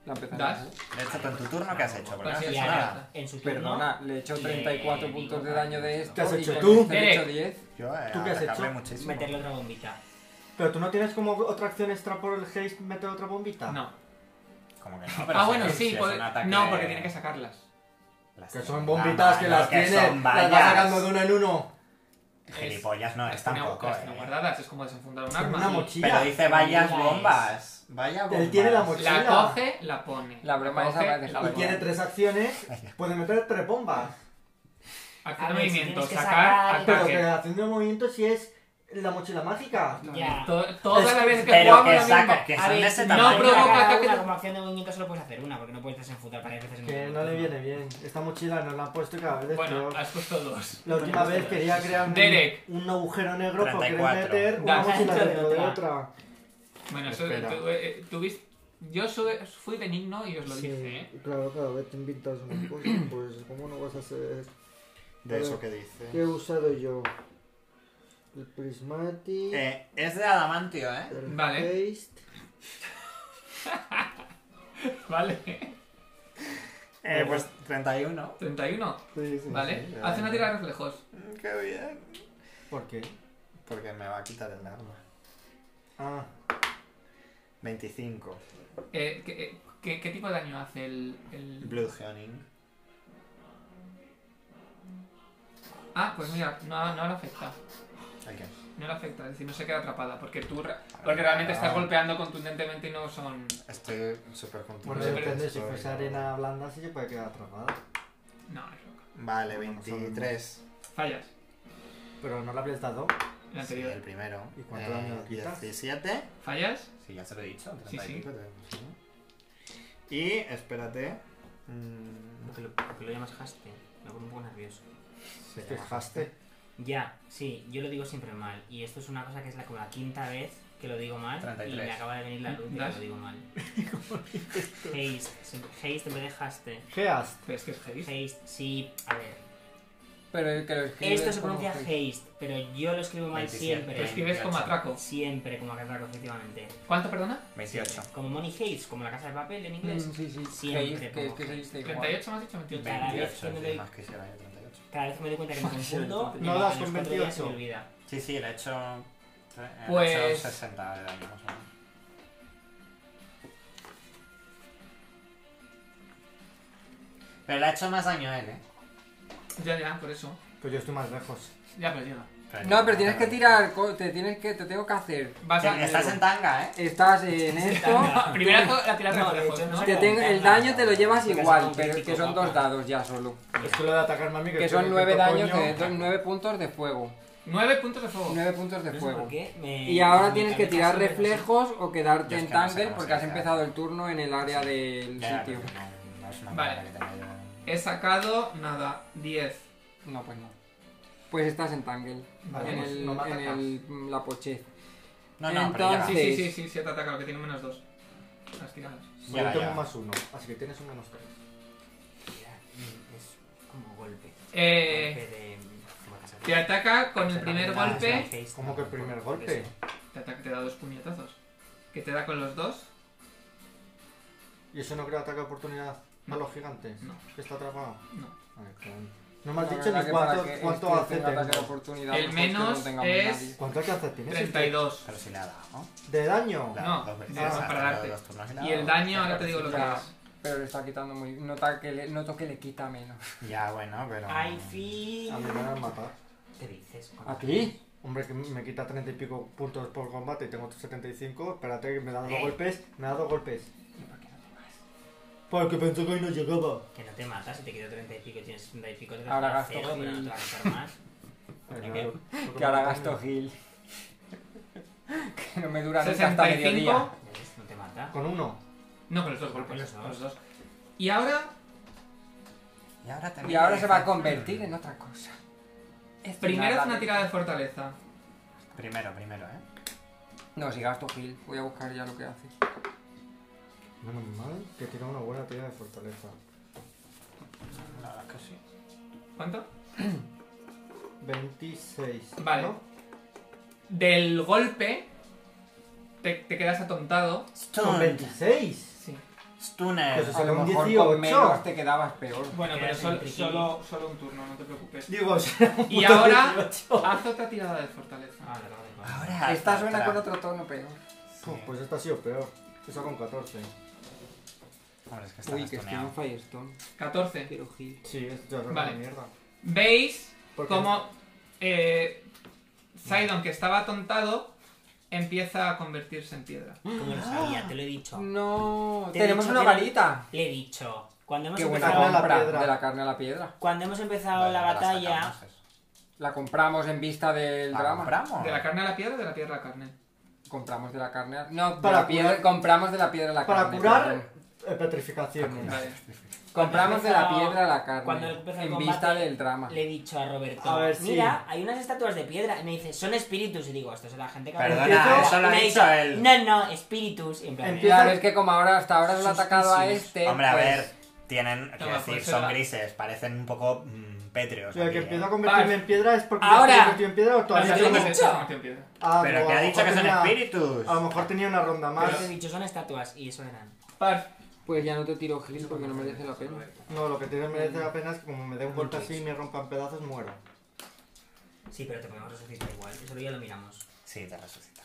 B: La empezaré.
A: ¿Das?
B: a hacer.
F: De hecho, en tu turno, ¿qué has hecho? Porque no
A: Pues
F: has
A: sí,
E: Y
F: hecho
A: ya
F: nada.
E: ahora, en su turno.
B: Perdona, le he hecho
E: Le
B: 34
E: digo,
B: puntos de
E: ah,
B: daño de
E: ¿qué
B: esto.
C: has
B: y
C: hecho
B: con
C: tú?
B: este le he hecho
A: Derek.
B: 10.
F: Yo eh,
C: ¿Tú qué has
F: atacarle
C: hecho?
F: muchísimo.
E: Meterle otra bombita.
C: Pero tú no tienes como otra acción extra por el haste meter otra bombita.
A: No.
F: Como que no, pero
A: Ah,
F: si-
A: bueno,
F: si
A: sí,
F: es
A: puede-
F: un ataque-
A: no, porque tiene que sacarlas.
F: Las
C: Que
F: tiene
C: son
F: en
C: bombitas
F: la
C: que
F: mano,
C: las tiene, las
F: son
C: va
F: vallas.
C: sacando de una en uno.
F: Gilipollas no es
A: Las tenía-
F: tampoco,
A: las tenía
F: eh.
A: guardadas, es como desenfundar un
C: Con
A: arma.
C: una
A: Sí.
C: mochila.
F: Pero dice vallas
E: Vallas.
F: bombas. Vaya bombas.
C: Él tiene la mochila.
A: La
C: Mira.
A: coge, la pone.
B: La broma esa
A: coge,
B: va a dejar
A: la
B: de
C: Y
A: pone.
C: tiene tres acciones, puede meter tres bombas.
A: Acción de
E: A ver, si
A: movimiento,
E: tienes que
A: sacar,
E: sacar-
C: Pero
A: ataque.
C: que la acción de movimiento sí es la mochila mágica.
E: Ya.
A: To- Todas las veces que
F: Pero
A: jugamos
F: que
A: la misma-
F: saco, que
E: A
F: son
E: ver,
F: de ese
A: no
F: tamaño.
A: provoca
E: cada
A: ataque
E: una
A: de-
E: Como acción de movimiento solo puedes hacer una, porque no puedes desenfundar varias veces en
C: Que
E: un
C: no le
E: turno.
C: viene bien. Esta mochila nos la han puesto y cada vez es
A: Bueno,
C: peor.
A: has puesto dos.
C: La última vez quería crear un,
A: Derek.
C: un agujero negro para querer
F: 34.
C: meter una
A: Das.
C: mochila
E: Dentro de
C: dentro de
E: otra.
C: otra.
A: Bueno, eso
F: Espera.
A: tú, eh, tuviste- Yo sube- fui benigno y os lo
C: Sí,
A: dije, ¿eh?
C: claro, cada vez te inventas una cosa, pues ¿cómo no vas a hacer?
F: De eso que dice.
C: ¿Qué he usado yo? El prismatic,
F: Eh, es de adamantio, ¿eh?
C: el
A: vale.
C: paste,
A: Vale.
F: Eh, pues 31.
A: 31.
C: sí, sí.
A: Vale.
F: sí,
A: Haz
F: ya.
A: una tira de reflejos.
F: Mm, Qué bien.
C: ¿Por qué?
F: Porque me va a quitar el arma.
C: Ah,
F: 25.
A: Eh, ¿qué, eh, qué, qué tipo de daño hace el. el-
F: Bloodhounding.
A: Ah, pues mira, no, no lo afecta.
F: ¿El qué?
A: No le afecta, es decir, no se queda atrapada. Porque tú. re-
F: Ah,
A: Porque realmente estás golpeando contundentemente y no son.
F: Estoy súper contento.
C: bueno,
A: Pero-
C: depende, si fuese arena blanda sí se puede quedar atrapada,
A: No, es loca.
F: Vale,
C: Bueno, son-
F: 23.
A: Fallas.
C: pero no la habías dado.
A: El
F: Sí,
A: anterior.
F: el primero.
C: ¿Y cuánto daño le quitas?
F: 17.
A: ¿Fallas?
F: Sí, ya se lo he dicho. 30
A: Sí,
F: y
A: sí.
F: pico, te- sí. Y espérate. mm,
E: Porque lo, porque lo llamas haste. Me pongo un poco nervioso.
F: se
C: Te
F: llama-
C: fijaste.
E: Ya, sí, yo lo digo siempre mal. Y esto es una cosa que es la, como la quinta vez que lo digo mal,
F: 33.
E: y me acaba de venir la luz y
A: ¿Das?
E: lo digo mal. Haste, siempre- haste en vez de haste.
C: Geast.
A: Pero es que es heavy.
E: Haste, sí, a ver.
B: Pero el que lo escribe.
E: Esto
B: es
E: se
B: como
E: pronuncia
B: que-
E: haste, pero yo lo escribo mal
F: 27.
E: siempre.
A: Lo escribes como atraco.
E: Siempre, como acatarro, efectivamente.
A: ¿Cuánto, perdona?
F: 28.
E: Como Money Hates, como la casa de papel en
B: Mm,
E: inglés.
B: sí, sí.
E: Siempre
B: Haste, que
E: como
B: es que se
E: haste.
B: dice igual.
A: 38 me has dicho 28.
E: Cada vez que
F: 28,
E: me
F: es
E: doy-
F: más que si era yo 38.
E: Cada vez que me doy cuenta que me confundo,
C: No
E: en-
C: das
E: en
C: con
E: los cuatro días se me
C: 28.
E: olvida.
F: Sí, sí, le he hecho. eh, le he
A: Pues-
F: hecho 60 de daño, eh, más o menos. Pero le ha hecho más daño a él, ¿eh?
A: Ya, ya, por eso.
C: Pues yo estoy más lejos.
A: Ya, pero llega.
B: No, pero tienes que tirar, co- te tienes que, te tengo que hacer.
A: Vas a.
F: Estás en tanga, ¿eh?
B: Estás en esto.
A: Primera co- la tirada
E: No,
A: de
E: de
A: reflejos,
E: hecho, no
A: ¿no?
B: Te tengo- el daño te lo llevas
E: Porque
B: igual,
E: son
B: pero que
E: críticos,
B: son dos
E: papá.
B: dados ya solo.
C: Es que lo de atacarme a mí que,
B: Que
C: estoy
B: son
C: en
B: nueve
C: efecto
B: daños,
C: coño.
B: de, do- nueve puntos de fuego.
A: 9 puntos de fuego.
B: Nueve puntos de
E: No sé
B: fuego.
E: por qué. me-
B: Y ahora
E: mi
B: tienes que
E: cabeza
B: tirar
E: siempre es así.
B: reflejos o quedarte
F: Yo es
B: en
F: que no sé
B: tangle
F: cómo
B: porque
F: se
B: has
F: queda.
B: empezado el turno en el área del
F: Ya,
B: sitio.
F: pero no- no es una
A: Vale.
F: manera que tenga yo-
A: He sacado, nada, 10.
B: No, pues no. Pues estás en tangle.
C: Vale,
B: en
C: pues
B: el,
C: no me
B: en
C: atacas.
B: el- la pochez.
F: No, no, pero llega.
A: Sí,
B: Entonces-
A: sí,
B: Seis.
A: sí, sí, sí, te ha atacado, que tiene menos 2. Las tiradas.
C: Pues yo
F: Ya,
C: tengo
F: ya.
C: más uno, así que tienes un menos tres.
E: Mira, Es como golpe.
A: Eh.
E: Golpe de- como casa de-
A: Te ataca con el primer
E: Ah,
A: golpe.
E: es la haste.
C: ¿Cómo que el primer golpe?
A: Te ataca, te da dos puñetazos. Que te da con los dos.
C: ¿Y eso no crea ataque de oportunidad a los gigantes?
A: No.
C: Que está atrapado.
A: No.
C: Ay, cabrón. No me has
B: La
C: dicho
B: verdad
C: ni
B: que
C: cuánto,
B: para que
C: cuánto
B: este
C: hace
B: tenga ataque de
C: tengo.
B: oportunidad,
A: El
B: pues que no
A: menos
B: tengamos
A: es-
B: nadie.
C: ¿Cuánto hace tienes?
A: 32.
F: Pero si le ha dado, ¿no?
C: ¿De daño?
F: Le ha
A: No,
F: dado dos veces,
A: no,
F: ha
A: para
F: tardado
A: darte.
F: dos turnos le ha
A: Y el
F: dado.
A: daño, ahora te digo lo que
B: Ya.
A: es.
B: Pero le está quitando muy. Nota que le, noto que le quita menos.
F: Ya, bueno, pero.
E: Ay, fi.
C: A mí me van a matar.
E: ¿Qué dices?
B: Ah, ¿A ti?
C: Hombre, que me quita 30 y pico puntos por combate y tengo 75. Espérate, que me da dos
E: Eh.
C: golpes. Me da dos golpes.
E: ¿Por qué no te vas?
C: Porque pensó que hoy no llegaba.
E: Que no te matas, si te quito 30 y pico, tienes 60 y pico, te vas
B: Ahora
E: a dar
B: gasto
E: cero, pero no te va a gastar más.
C: Ay,
E: Que-
C: claro. Lo
B: Que ahora
C: me
B: gasto
C: atañe.
B: Gil. que no me dura nunca hasta mediodía.
A: 65.
E: ¿Ves? No te mata.
C: Con uno.
A: No, con los dos golpes. Con los dos. Y ahora,
F: Y ahora te
B: Y ahora se va a convertir en otra cosa. Es
A: primero es una
B: de-
A: tirada de fortaleza.
F: Primero, primero, ¿eh?
B: No, si gasto Gil, voy a buscar ya lo que hace.
C: Menos mal que tira una buena tira de fortaleza.
F: La verdad es que sí.
A: ¿Cuánto?
C: 26.
A: Vale.
C: ¿no?
A: Del golpe, te, te quedas atontado.
C: Con
F: Stun.
C: 26.
A: Sí.
C: Pues
F: Stunner.
C: eso-
B: A
C: Solo
B: lo
C: un
B: mejor
C: 18.
B: con menos te quedabas peor.
A: Bueno, pero
E: Quedas
A: sol-
E: en
A: solo, solo un turno, no te preocupes.
C: Digo,
A: Y ahora, haz otra tirada de fortaleza.
E: Ah, la acabo de coger.
F: Ahora.
B: Esta suena
F: otra.
B: con otro tono peor.
C: Puf, pues esta ha sido peor. Esa con 14.
F: Hombre, es que está
B: Uy, que estoy en
F: stuneado.
B: Firestone.
A: 14.
B: Pero Gil.
C: Sí, esto es una
A: Vale.
C: mierda.
A: Veis
C: Porque
A: como eh, Sidon, que estaba atontado, empieza a convertirse en piedra.
E: Como lo sabía, te lo he dicho.
B: Mm. No,
E: Te he
B: tenemos
E: dicho
B: una
E: que era-
B: varita.
E: Le he dicho. Cuando hemos
B: Qué buena
E: empezado,
C: carne a la
B: compra.
C: piedra.
B: De la carne a la piedra.
E: cuando hemos empezado
F: Vale,
E: la
F: ahora
E: batalla,
F: sacamos eso.
B: La compramos en vista del
F: ¿La
B: drama.
F: compramos?
A: ¿De la carne a la piedra o de la piedra a la carne?
B: Compramos de la carne. a- No, de
C: Para
B: la piedra,
C: curar-
B: compramos de la piedra a la
C: Para
B: carne.
C: curar
B: perdón.
C: eh, petrificaciones.
A: Vale.
B: Compramos de la
E: Cuando-
B: piedra a la carne.
E: cuando empezó el
B: en
E: combate,
B: vista del drama.
E: le he dicho a Roberto:
C: A ver, sí.
E: Mira, hay unas estatuas de piedra. Y me dice: Son espíritus. Y digo: Esto es la gente que
F: Perdona, eso lo ha
E: Y me
F: dicho
E: dice,
F: él.
E: No, no, espíritus. Y En plan,
C: Empieza-
B: Claro, es que como ahora hasta ahora lo ha atacado a
E: Sus-
B: este.
F: Hombre, a
B: pues,
F: ver. Tienen, quiero
A: Toma,
F: decir,
A: pues,
F: son
A: la-
F: grises, parecen un poco mm, pétreos.
C: O sea,
F: aquí,
C: que
F: ¿eh?
C: empiezo a convertirme
A: Vale.
C: en piedra es porque
E: Ahora.
C: me he convertido en piedra o
A: Ah,
C: todavía
A: se
E: lo he
A: convierte-
E: dicho.
A: se convierte en piedra.
C: Ah,
F: Pero
C: no,
F: que
C: a
F: ha
C: lo
F: dicho que
C: mejor tenía-
F: son espíritus.
C: A lo mejor tenía una ronda
E: Pero te he
C: más.
E: dicho: Son estatuas. Y eso eran.
A: Par.
B: Pues ya no te tiro Gil porque no merece la pena.
C: No, lo que tiene merece la pena es que como me dé un golpe así y me rompan pedazos, muero.
E: Sí, pero te podemos resucitar igual. Eso ya lo miramos.
F: Sí, te resucita.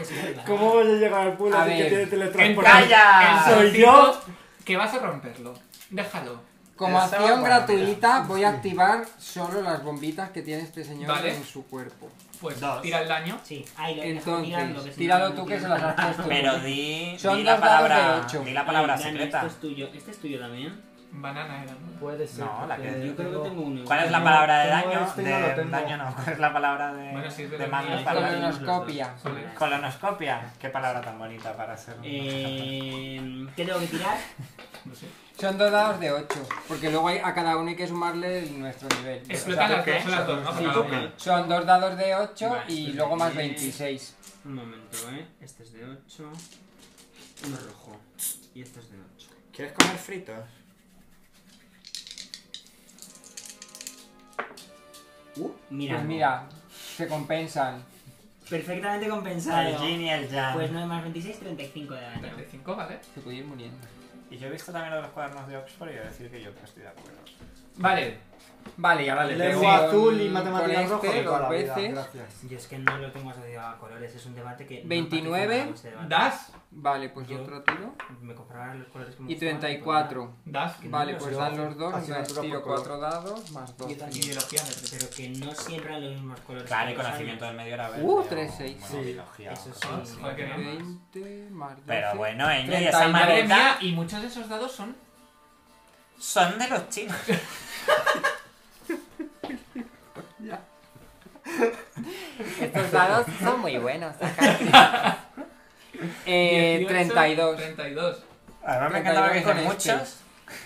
E: Es verdad.
C: ¿Cómo voy a llegar al pueblo
B: A
C: así que
B: ver.
C: tiene
F: ¡Entra
C: teletransporte?
F: ya!
A: El
C: Soy yo.
A: solcito Que vas a romperlo. Déjalo.
B: Como
F: Eso,
B: acción
F: bueno,
B: gratuita, voy a activar solo las bombitas que tiene este señor
A: Vale.
B: en su cuerpo.
A: Pues
F: Dos.
A: tira el daño.
E: Sí, ahí lo tirando,
B: Entonces,
E: si
B: tíralo
E: no,
B: tú
E: no
B: que se
E: tiene
B: las haces tú.
F: Pero di,
B: Son
F: di
B: dos
F: la palabra,
B: dados de ocho.
F: di la palabra
E: Ay, Dani,
F: secreta.
E: Este es tuyo, este es tuyo también.
A: Banana era. ¿no?
C: Puede ser.
F: No, la que-
C: porque
E: Yo creo que tengo uno.
F: ¿Cuál es
C: No,
F: la palabra de
C: tengo
F: daño?
C: este y no lo
F: de
C: tengo.
F: daño no, ¿cuál es la palabra de,
A: Bueno, sí, es de
F: de
A: los
F: manos
A: míos.
F: para-
B: Con el- Colonoscopia.
F: Colonoscopia. Qué palabra tan bonita para ser. un-
E: Eh, ¿Qué tengo que tirar?
A: No sé.
B: Son dos dados de 8, porque luego hay, a cada uno hay que sumarle el- nuestro nivel.
A: Explotan
D: ¿Exacto
A: las
D: qué?
A: dos, son las dos, ¿no?
D: Son
A: Por
D: las
A: cada
D: dos.
A: una.
D: Ok.
B: Son dos dados de 8
D: Vale,
B: y
D: pues
B: luego más Pues
D: sí.
B: 26.
E: Un momento, ¿eh? Este es de 8. Uno rojo. Y este es de 8.
F: ¿Quieres comer fritos?
E: Mira,
B: Pues mira, se compensan.
E: Perfectamente
D: El
E: compensado.
D: gin y el jan.
E: Pues 9 más 26, 35 de daño.
A: 35, ¿vale?
B: Se puede ir muriendo.
F: Y yo he visto también lo de los cuadernos de Oxford y voy a decir que yo no estoy de acuerdo.
A: Vale,
B: Vale, y ahora le
C: Lengua
B: pego con-
C: azul y matemáticas
B: con
C: rojas
B: este,
C: de toda
B: dos
C: la vida,
B: veces.
C: gracias.
E: Yo es que no lo tengo asociado a colores, es un debate que. no
B: 29,
E: participo en este debate.
A: das,
B: Vale, pues
E: Yo-
B: otro tiro.
E: Me compraban los colores que me
B: Y
E: gustaban,
B: 34.
A: das.
E: Que no
B: Vale,
E: los
B: pues
C: yo-
B: dan los dos.
C: asignatura
B: Entonces
C: por
B: tiro
C: color.
B: 4 dados más 2.
E: Yo también ideología verde, pero que no siempre eran los mismos colores.
F: Claro, y
E: que los
F: conocimiento del
E: años.
F: medio árabe.
B: Uh,
F: medio-
B: tres, seis.
F: Bueno,
C: Sí.
F: biología.
E: Eso
F: o
E: sí.
F: cosas así.
A: Joder, qué bien.
B: 20 más 12.
F: Pero bueno, Eño, y esa
B: 39.
A: Madre mía,
F: maleta
A: y muchos de esos dados son.
F: son de los chinos.
B: Estos dados son muy buenos. eh,
A: 18,
B: 32.
A: 32.
F: Además me encantaba
B: 32
F: que dicen
B: con este.
F: muchos.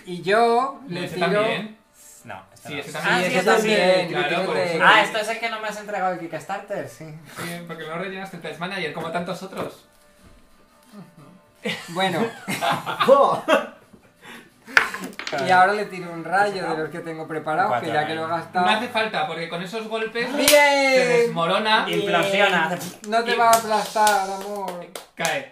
B: Y yo le
A: Ese
B: tiro.
A: también.
F: No, este
A: Sí,
F: no.
A: ese
B: Sí,
A: también.
B: ese
A: sí,
B: también.
A: Claro, pues,
B: yo tiro
A: por
B: de-
A: eso.
F: Ah, esto es el que no me has entregado el Kickstarter, sí.
A: Sí, porque no rellenaste el Test Manager como tantos otros.
B: Bueno,
C: ¡Oh!
B: y ahora le tiro un rayo de los que tengo preparado, que
F: Cuatro
B: ya que lo he
F: rayos.
B: gastado.
A: No hace falta, porque con esos golpes
B: Ah,
A: se
B: ¡Bien!
A: desmorona y
F: Implosiona.
B: No te
A: Y-
B: va a aplastar, amor.
A: cae.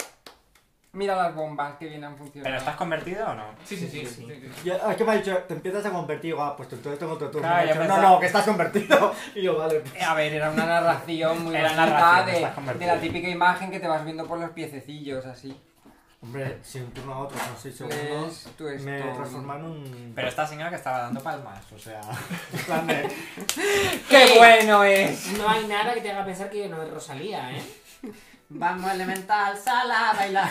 B: Mira las bombas que vienen
F: ¿Pero estás
B: funcionando.
F: convertido o no?
A: Sí, sí, sí.
E: Sí, sí.
A: sí, sí.
C: Y, ah, Es que me ha dicho, te empiezas a convertir. Y digo, ah, pues entonces tengo otro turno.
F: Claro,
C: Me
F: yo
C: ha dicho, no,
F: pensaba-
C: no, que estás convertido. Y yo, vale. pues.
B: A ver, era una narración muy
F: Era
B: bonita
F: narración,
B: de-
F: estás
B: de,
F: convertido.
B: la típica imagen que te vas viendo por los piececillos, así.
C: Hombre, si un turno a otro son 6 segundos,
B: Pues tú
C: me
B: esto-
C: transforman en un.
F: Pero esta señora que estaba dando palmas, o sea... en plan de-
B: ¡Qué bueno es!
E: No hay nada que te haga pensar que no es Rosalía, ¿eh?
F: Vamos elemental, sala, bailar.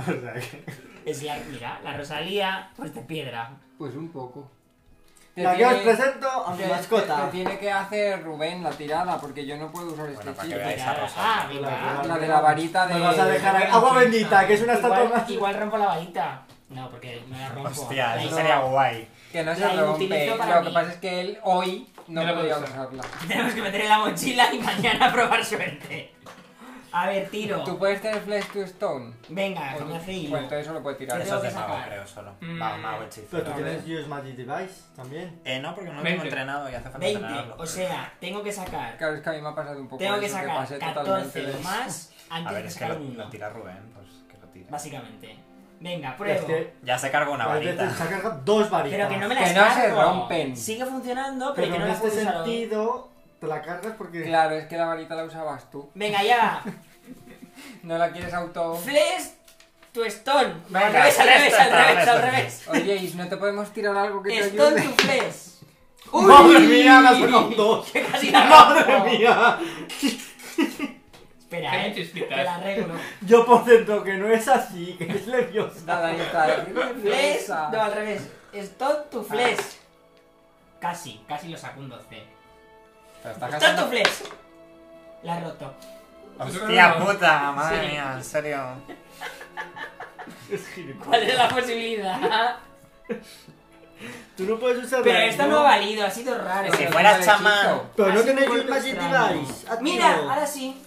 F: o sea que...
E: Es la, mira, la Rosalía, pues de piedra.
B: Pues un poco.
C: Y aquí os presento a mi
B: te-
C: mascota.
B: te tiene que hacer Rubén la tirada, porque yo no puedo usar
F: Bueno,
B: este
F: para que
B: hechizo.
F: veáis.
E: Mira,
F: esa
E: ah,
F: Rosalía.
E: mira.
B: La de la varita de-
C: Nos vas a dejar ahí. agua bendita, que es una estatua
E: Igual,
C: más.
E: igual rompo la varita. No, porque no la rompo.
F: Hostia,
E: La
F: eso
E: hice-
F: sería guay.
B: Que no se
E: La
B: rompe.
E: utilizo
B: Lo
E: para
B: que
E: mí.
B: pasa es que él hoy no
A: No la
B: podía
A: puedo usar.
B: usarla.
E: Tenemos que meter en la mochila y mañana probar suerte. A ver, tiro.
B: Tú puedes tener Flesh to Stone.
E: Venga,
B: Pues
E: con hace hilo.
B: bueno, entonces eso lo puede
E: Pero-
B: tirar.
F: Eso
E: Ah, tengo
F: es de
E: que
F: mago,
E: sacar.
F: creo, solo.
A: Mm.
F: Mago, mago hechizo.
C: Pero tú
B: A
C: tienes Use Magic Device también.
F: Eh, no, porque no lo tengo
A: Veinte.
F: entrenado y hace falta
E: 20,
F: entrenarlo.
E: o sea, tengo que sacar.
B: Claro, es que a mí me ha pasado un poco
E: Tengo que
B: eso,
E: sacar
B: pasé totalmente
E: 14
B: de-
E: o más
F: A
E: antes
F: ver,
E: de
F: es que
E: sacar
F: lo,
E: un
F: lo
E: 1.
F: tira Rubén, pues que lo tira.
E: Básicamente. Venga,
C: Es
E: pruebo.
C: que
F: Ya se carga una
C: a veces se
F: varita.
C: ha cargado dos varitas.
E: Pero que no me
B: Que
E: las
B: no se
E: cargo.
B: rompen.
E: Sigue funcionando, pero,
C: Pero
E: que no
C: en
E: las
C: este
E: puedo usar hoy.
C: sentido, te la cargas porque.
B: Claro, es que la varita la usabas tú.
E: Venga, ya.
B: No la quieres auto.
E: Flesh, tu stone.
B: Venga,
E: al revés, al
F: flesh,
E: revés, al
F: al
E: revés,
F: revés.
E: al revés.
B: Oye, ¿y no te podemos tirar algo que te
E: Stone
B: ayude?
E: tu flesh.
C: ¡Madre mía! Me has sacado un dos.
E: Que casi la
C: ¡Madre
E: rompo.
C: mía!
E: Espera,
A: Hay
E: eh.
A: muchas
E: Te la
A: citas.
E: arreglo.
C: Yo por dentro que no es así, que es leviosa.
B: Nada, ahí está.
E: Flesh,
B: Esa.
E: no, al revés. Stone tu flesh. Ah. Casi, casi lo saco un 12.
F: Pero está
E: Stone tu
F: casi...
E: flesh. La he roto.
F: Hostia puta, madre
E: Sí.
F: mía, en serio.
C: Es gilipollas.
E: ¿Cuál es la posibilidad?
C: Tú no puedes usar
E: Pero
C: la-
E: esto
C: ¿no?
E: no ha valido, ha sido raro.
F: Que si
B: Pero
F: fueras
B: es un
F: chamán.
B: hechizo.
C: Pero no
E: Así
C: tenéis
E: un
C: un
E: golpe
C: Magic
E: extraño.
C: Device. activo.
E: Mira, ahora sí.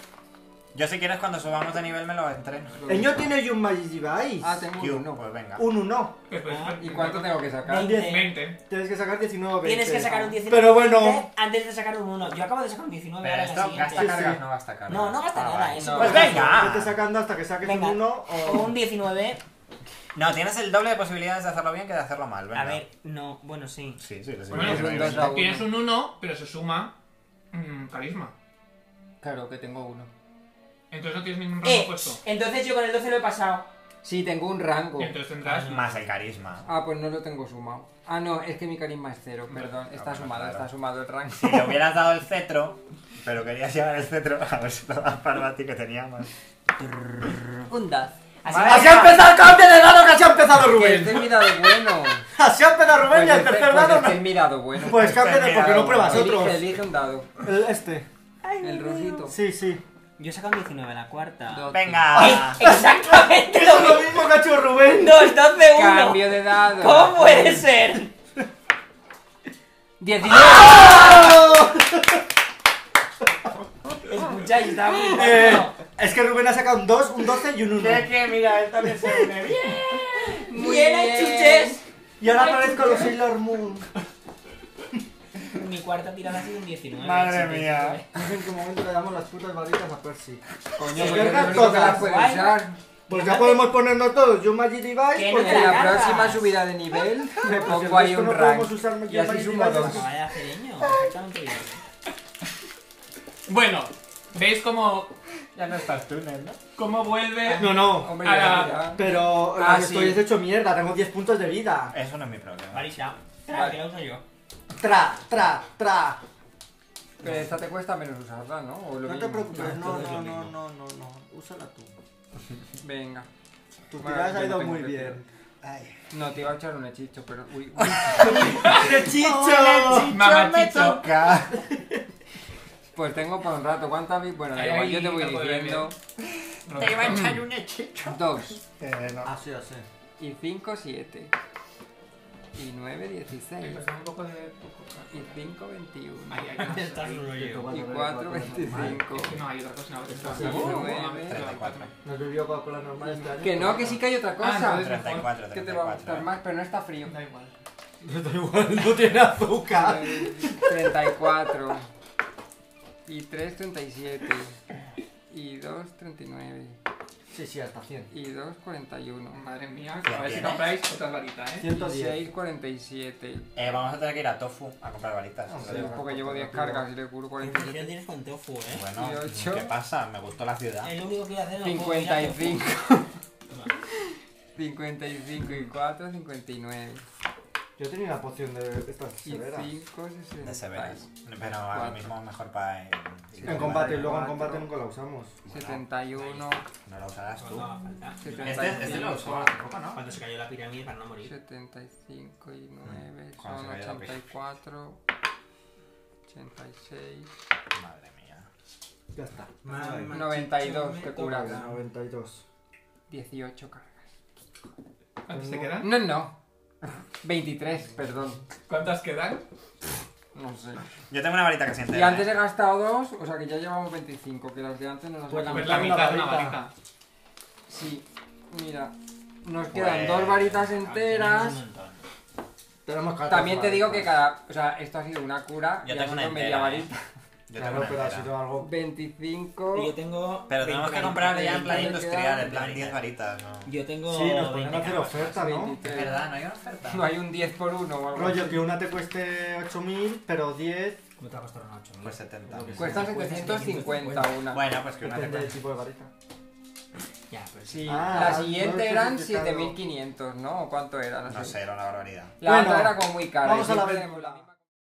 F: Yo si quieres cuando subamos de nivel me lo entreno.
C: El no tiene un Magic Device.
B: Ah, tengo
F: Q,
B: uno.
F: pues venga.
C: Un 1.
A: Pues,
B: ¿Y cuánto tengo que sacar?
E: Veinte.
A: 20.
C: Tienes que sacar 19
E: Tienes que
C: veces.
E: sacar un 19
C: Pero bueno.
E: antes de sacar un 1. Yo acabo de sacar un 19
F: Pero
E: ahora la
F: esto
E: siguiente.
F: gasta
C: Sí,
F: cargas,
C: sí.
F: no gasta cargas.
E: No, no gasta
F: Ah,
E: nada,
F: vale.
E: eso.
F: Pues venga.
C: Vete sacando hasta que saques
E: Venga.
C: un 1
E: O un
C: o.
E: 19.
F: No, tienes el doble de posibilidades de hacerlo bien que de hacerlo mal, venga.
E: A ver, no, bueno, sí.
F: Sí, sí, lo sé.
A: Bueno,
F: Sí,
A: es
B: un
F: sí,
B: dos
F: sí.
B: a uno.
A: Tienes un 1, pero se suma mm, carisma.
B: Claro que tengo uno.
A: Entonces no tienes ningún rango
E: Eh,
A: puesto.
E: entonces yo con el 12 lo he pasado.
B: Sí, tengo un rango.
A: Entonces tendrás.
F: Más el carisma.
B: Ah, pues no lo tengo sumado. Ah, no, es que mi carisma es cero, perdón.
F: No,
B: Está
F: no,
B: sumado,
F: claro.
B: está sumado el rango.
F: Si le hubieras dado el cetro, pero querías llevar el cetro a ver si lo das para ti que teníamos.
B: Fundas.
E: Así
F: Madre
E: que-
C: ¡Así ha empezado el cambio de dado que así ha empezado
B: Que este es
C: Rubén!
B: mi dado bueno.
C: ¡Así ha empezado Rubén y
B: Pues
C: el
B: este-
C: tercer
B: pues
C: dado
B: este
C: no.
B: es mi dado bueno.
C: Pues cámbiate porque no pruebas
B: Elige-
C: otros.
B: Elige un dado.
C: El este.
B: El rosito.
C: Sí, sí.
E: Yo he sacado un 19 en la cuarta. Ah.
B: Doce.
D: Venga.
E: Eh, Exactamente lo
C: lo
E: mismo.
C: mismo que ha hecho Rubén!
E: Dos, 12, 1.
B: Cambio de dado.
E: ¿Cómo puede ser?
B: 19.
E: Escucháis, estaba muy
C: Eh,
E: bueno.
C: es que Rubén ha sacado un 2, un 12 y un 1.
D: Es que mira, él también se une bien.
E: Muy bien, hay chuches.
C: Y ahora aparezco los Sailor Moon.
E: Mi cuarta tirada ha sido un 19.
D: Madre
E: chicos.
D: mía.
C: No sé en qué momento le damos las putas varitas a Percy.
B: Coño,
C: Sí,
B: porque
C: verga,
B: no es lo que
C: todas.
B: las puede
E: Guay.
B: usar.
C: Pues ya podemos ponernos todos un Magic
E: Que
C: Device.
E: no
C: porque-
E: te
B: En la
E: cagas.
B: próxima subida de nivel me
C: porque el
B: pongo ahí
C: resto Pues
B: un
C: no
B: rank.
C: podemos usar Magic
B: Y así
C: Device
B: sumo dos.
E: Pues
C: porque-
E: Vaya jereño, exactamente igual.
A: Bueno, ¿veis cómo,
D: Ya no estás túnel, ¿no?
A: cómo vuelve?
C: No, no.
B: Hombre,
A: Ahora-
B: ya, ya.
C: Pero
B: Ah,
C: estoy
B: sí.
C: hecho mierda, tengo 10 puntos de vida.
F: Eso no es mi problema.
E: Varita. Espera,
B: Vale.
E: que la uso yo.
C: Tra, tra, tra.
B: Pero esta te cuesta menos usarla, ¿no? O
C: No
B: lo
C: te
B: mismo. Ah,
C: preocupes, Ah, no,
B: entonces
C: no,
B: lo
C: no,
B: mismo.
C: no, no, no. Úsala tú.
B: Venga.
C: Tus
B: Vale,
C: tiradas
B: yo
C: ha
B: no
C: ido
B: tengo
C: muy
B: que
C: bien. Ay.
B: No, te iba a echar un hechizo, pero. Uy, uy.
C: ¡Qué chicho! Ah,
A: Mamachicho.
B: Pues tengo por un rato. ¿Cuántas vi? Bueno, da
A: Ahí,
B: igual,
A: ahí,
B: yo te voy
A: te podré
B: diciendo.
A: Roberto.
D: echar un hechizo.
B: 2
D: Eh, no.
C: Así, así.
B: y 5, 7. Y 9, 16.
A: Pues da un poco de...
B: Y 5, 21.
A: Ahí, ahí, ahí.
E: Estás solo
C: Te
E: yo.
C: toca
B: Y
C: beber
B: 4,
C: Coca-Cola normal.
B: 25.
A: Es que no hay otra cosa. No,
C: Estás
A: No,
B: seguro,
A: no,
B: eh,
A: no, no,
B: eh.
F: 34.
C: ¿No has bebido Coca-Cola normal este año?
B: Que no, que sí que hay otra
A: Ah,
B: cosa.
A: entonces-
F: 34,
B: que te va a
F: 34.
B: gustar más, pero no está frío.
A: Da igual.
C: Da igual, no tiene azúcar.
B: 34. Y 3, 37. Y 2, 39.
C: Sí, sí, hasta 100.
B: Y 2, 41.
A: Madre mía, a ver si
F: bien.
A: compráis otras varitas, ¿eh?
C: 110.
B: 6, 47.
F: Eh, vamos a tener que ir a Tofu a comprar varitas.
C: Ah,
B: Sí,
C: sí.
B: porque llevo 10 cargas y le curo
E: ¿Qué
B: 47.
E: impresión tienes con tofu, eh?
F: Bueno,
B: Y ocho.
F: ¿qué pasa? Me gustó la ciudad.
E: Es lo único que voy a hacer es
B: 55. 55 y 4, 59.
C: Yo tenía una poción de estas
B: Y
C: severas.
B: 5,
F: De
B: 60.
F: Severus. Pero ahora mismo es mejor para.
C: En combate, y luego en
B: Cuatro.
C: combate nunca la usamos.
F: Bueno,
B: 71,
F: No la usarás tú.
B: Setenta
F: Este,
B: Pues y
F: este
B: cinco.
F: lo usó hace poco, ¿no?
E: Cuando se cayó la pirámide para no morir.
B: 75 y 9
F: Mm, cuando
B: son
F: se vaya la peli.
B: 84, 86,
F: Madre mía.
C: Ya está.
E: Mamá.
B: 92 te
C: Vale,
B: curas,
C: 92.
B: 18 cargas.
A: ¿Cuántas te quedan?
B: No, no, 23, perdón,
A: ¿Cuántas quedan?
B: no sé.
F: Yo tengo una varita que ¿eh? siente.
B: Y antes he gastado dos, o sea que ya llevamos 25, que las de antes no las
C: Pues la
A: Pues
B: sacamos.
A: la
C: mitad,
A: mitad de
C: una
A: una
C: varita.
A: varita.
B: Sí, mira, nos
F: Pues,
B: quedan dos varitas
E: Tienes un
B: enteras.
E: montón.
C: Tenemos 14
B: También te digo que
C: varitas.
B: cada, o sea, esto ha sido una cura
F: Yo
B: y ha
F: tengo
B: sido
F: una entera,
B: media
F: eh.
B: varita.
F: Yo tengo
C: Claro,
F: una
C: pero ha
F: entera.
C: sido algo.
B: 25,
E: Y Yo tengo.
F: Pero tenemos que
E: 20,
F: comprar ya en plan
B: 20,
F: industrial, en
E: 20,
F: plan 10 varitas, ¿no?
B: este
E: Yo tengo.
C: Sí, nos ponían
E: 20
C: a hacer
E: cajas.
C: oferta, ¿no?
B: 23.
F: no hay una oferta.
B: No hay un 10 por 1 o algo
C: Rollo
B: así.
C: que una te cueste 8000, pero 10.
E: ¿Cómo te va a costar una 8.000?
F: Pues 70.
C: Lo que
B: Cuesta
E: Cuesta
B: 750 una.
F: Bueno, pues que una te
C: Depende del
F: cuesta.
C: tipo de varita.
E: Ya, pues. pero sí.
B: Sí,
C: Ah,
B: la
C: no
B: siguiente
C: he
B: eran
C: especificado.
B: 7500, ¿no? ¿O cuánto era?
F: No sé, era una barbaridad.
B: La
C: Bueno,
B: otra era como muy cara.
C: vamos
B: y
C: a la
B: siempre
C: vez.
B: la misma-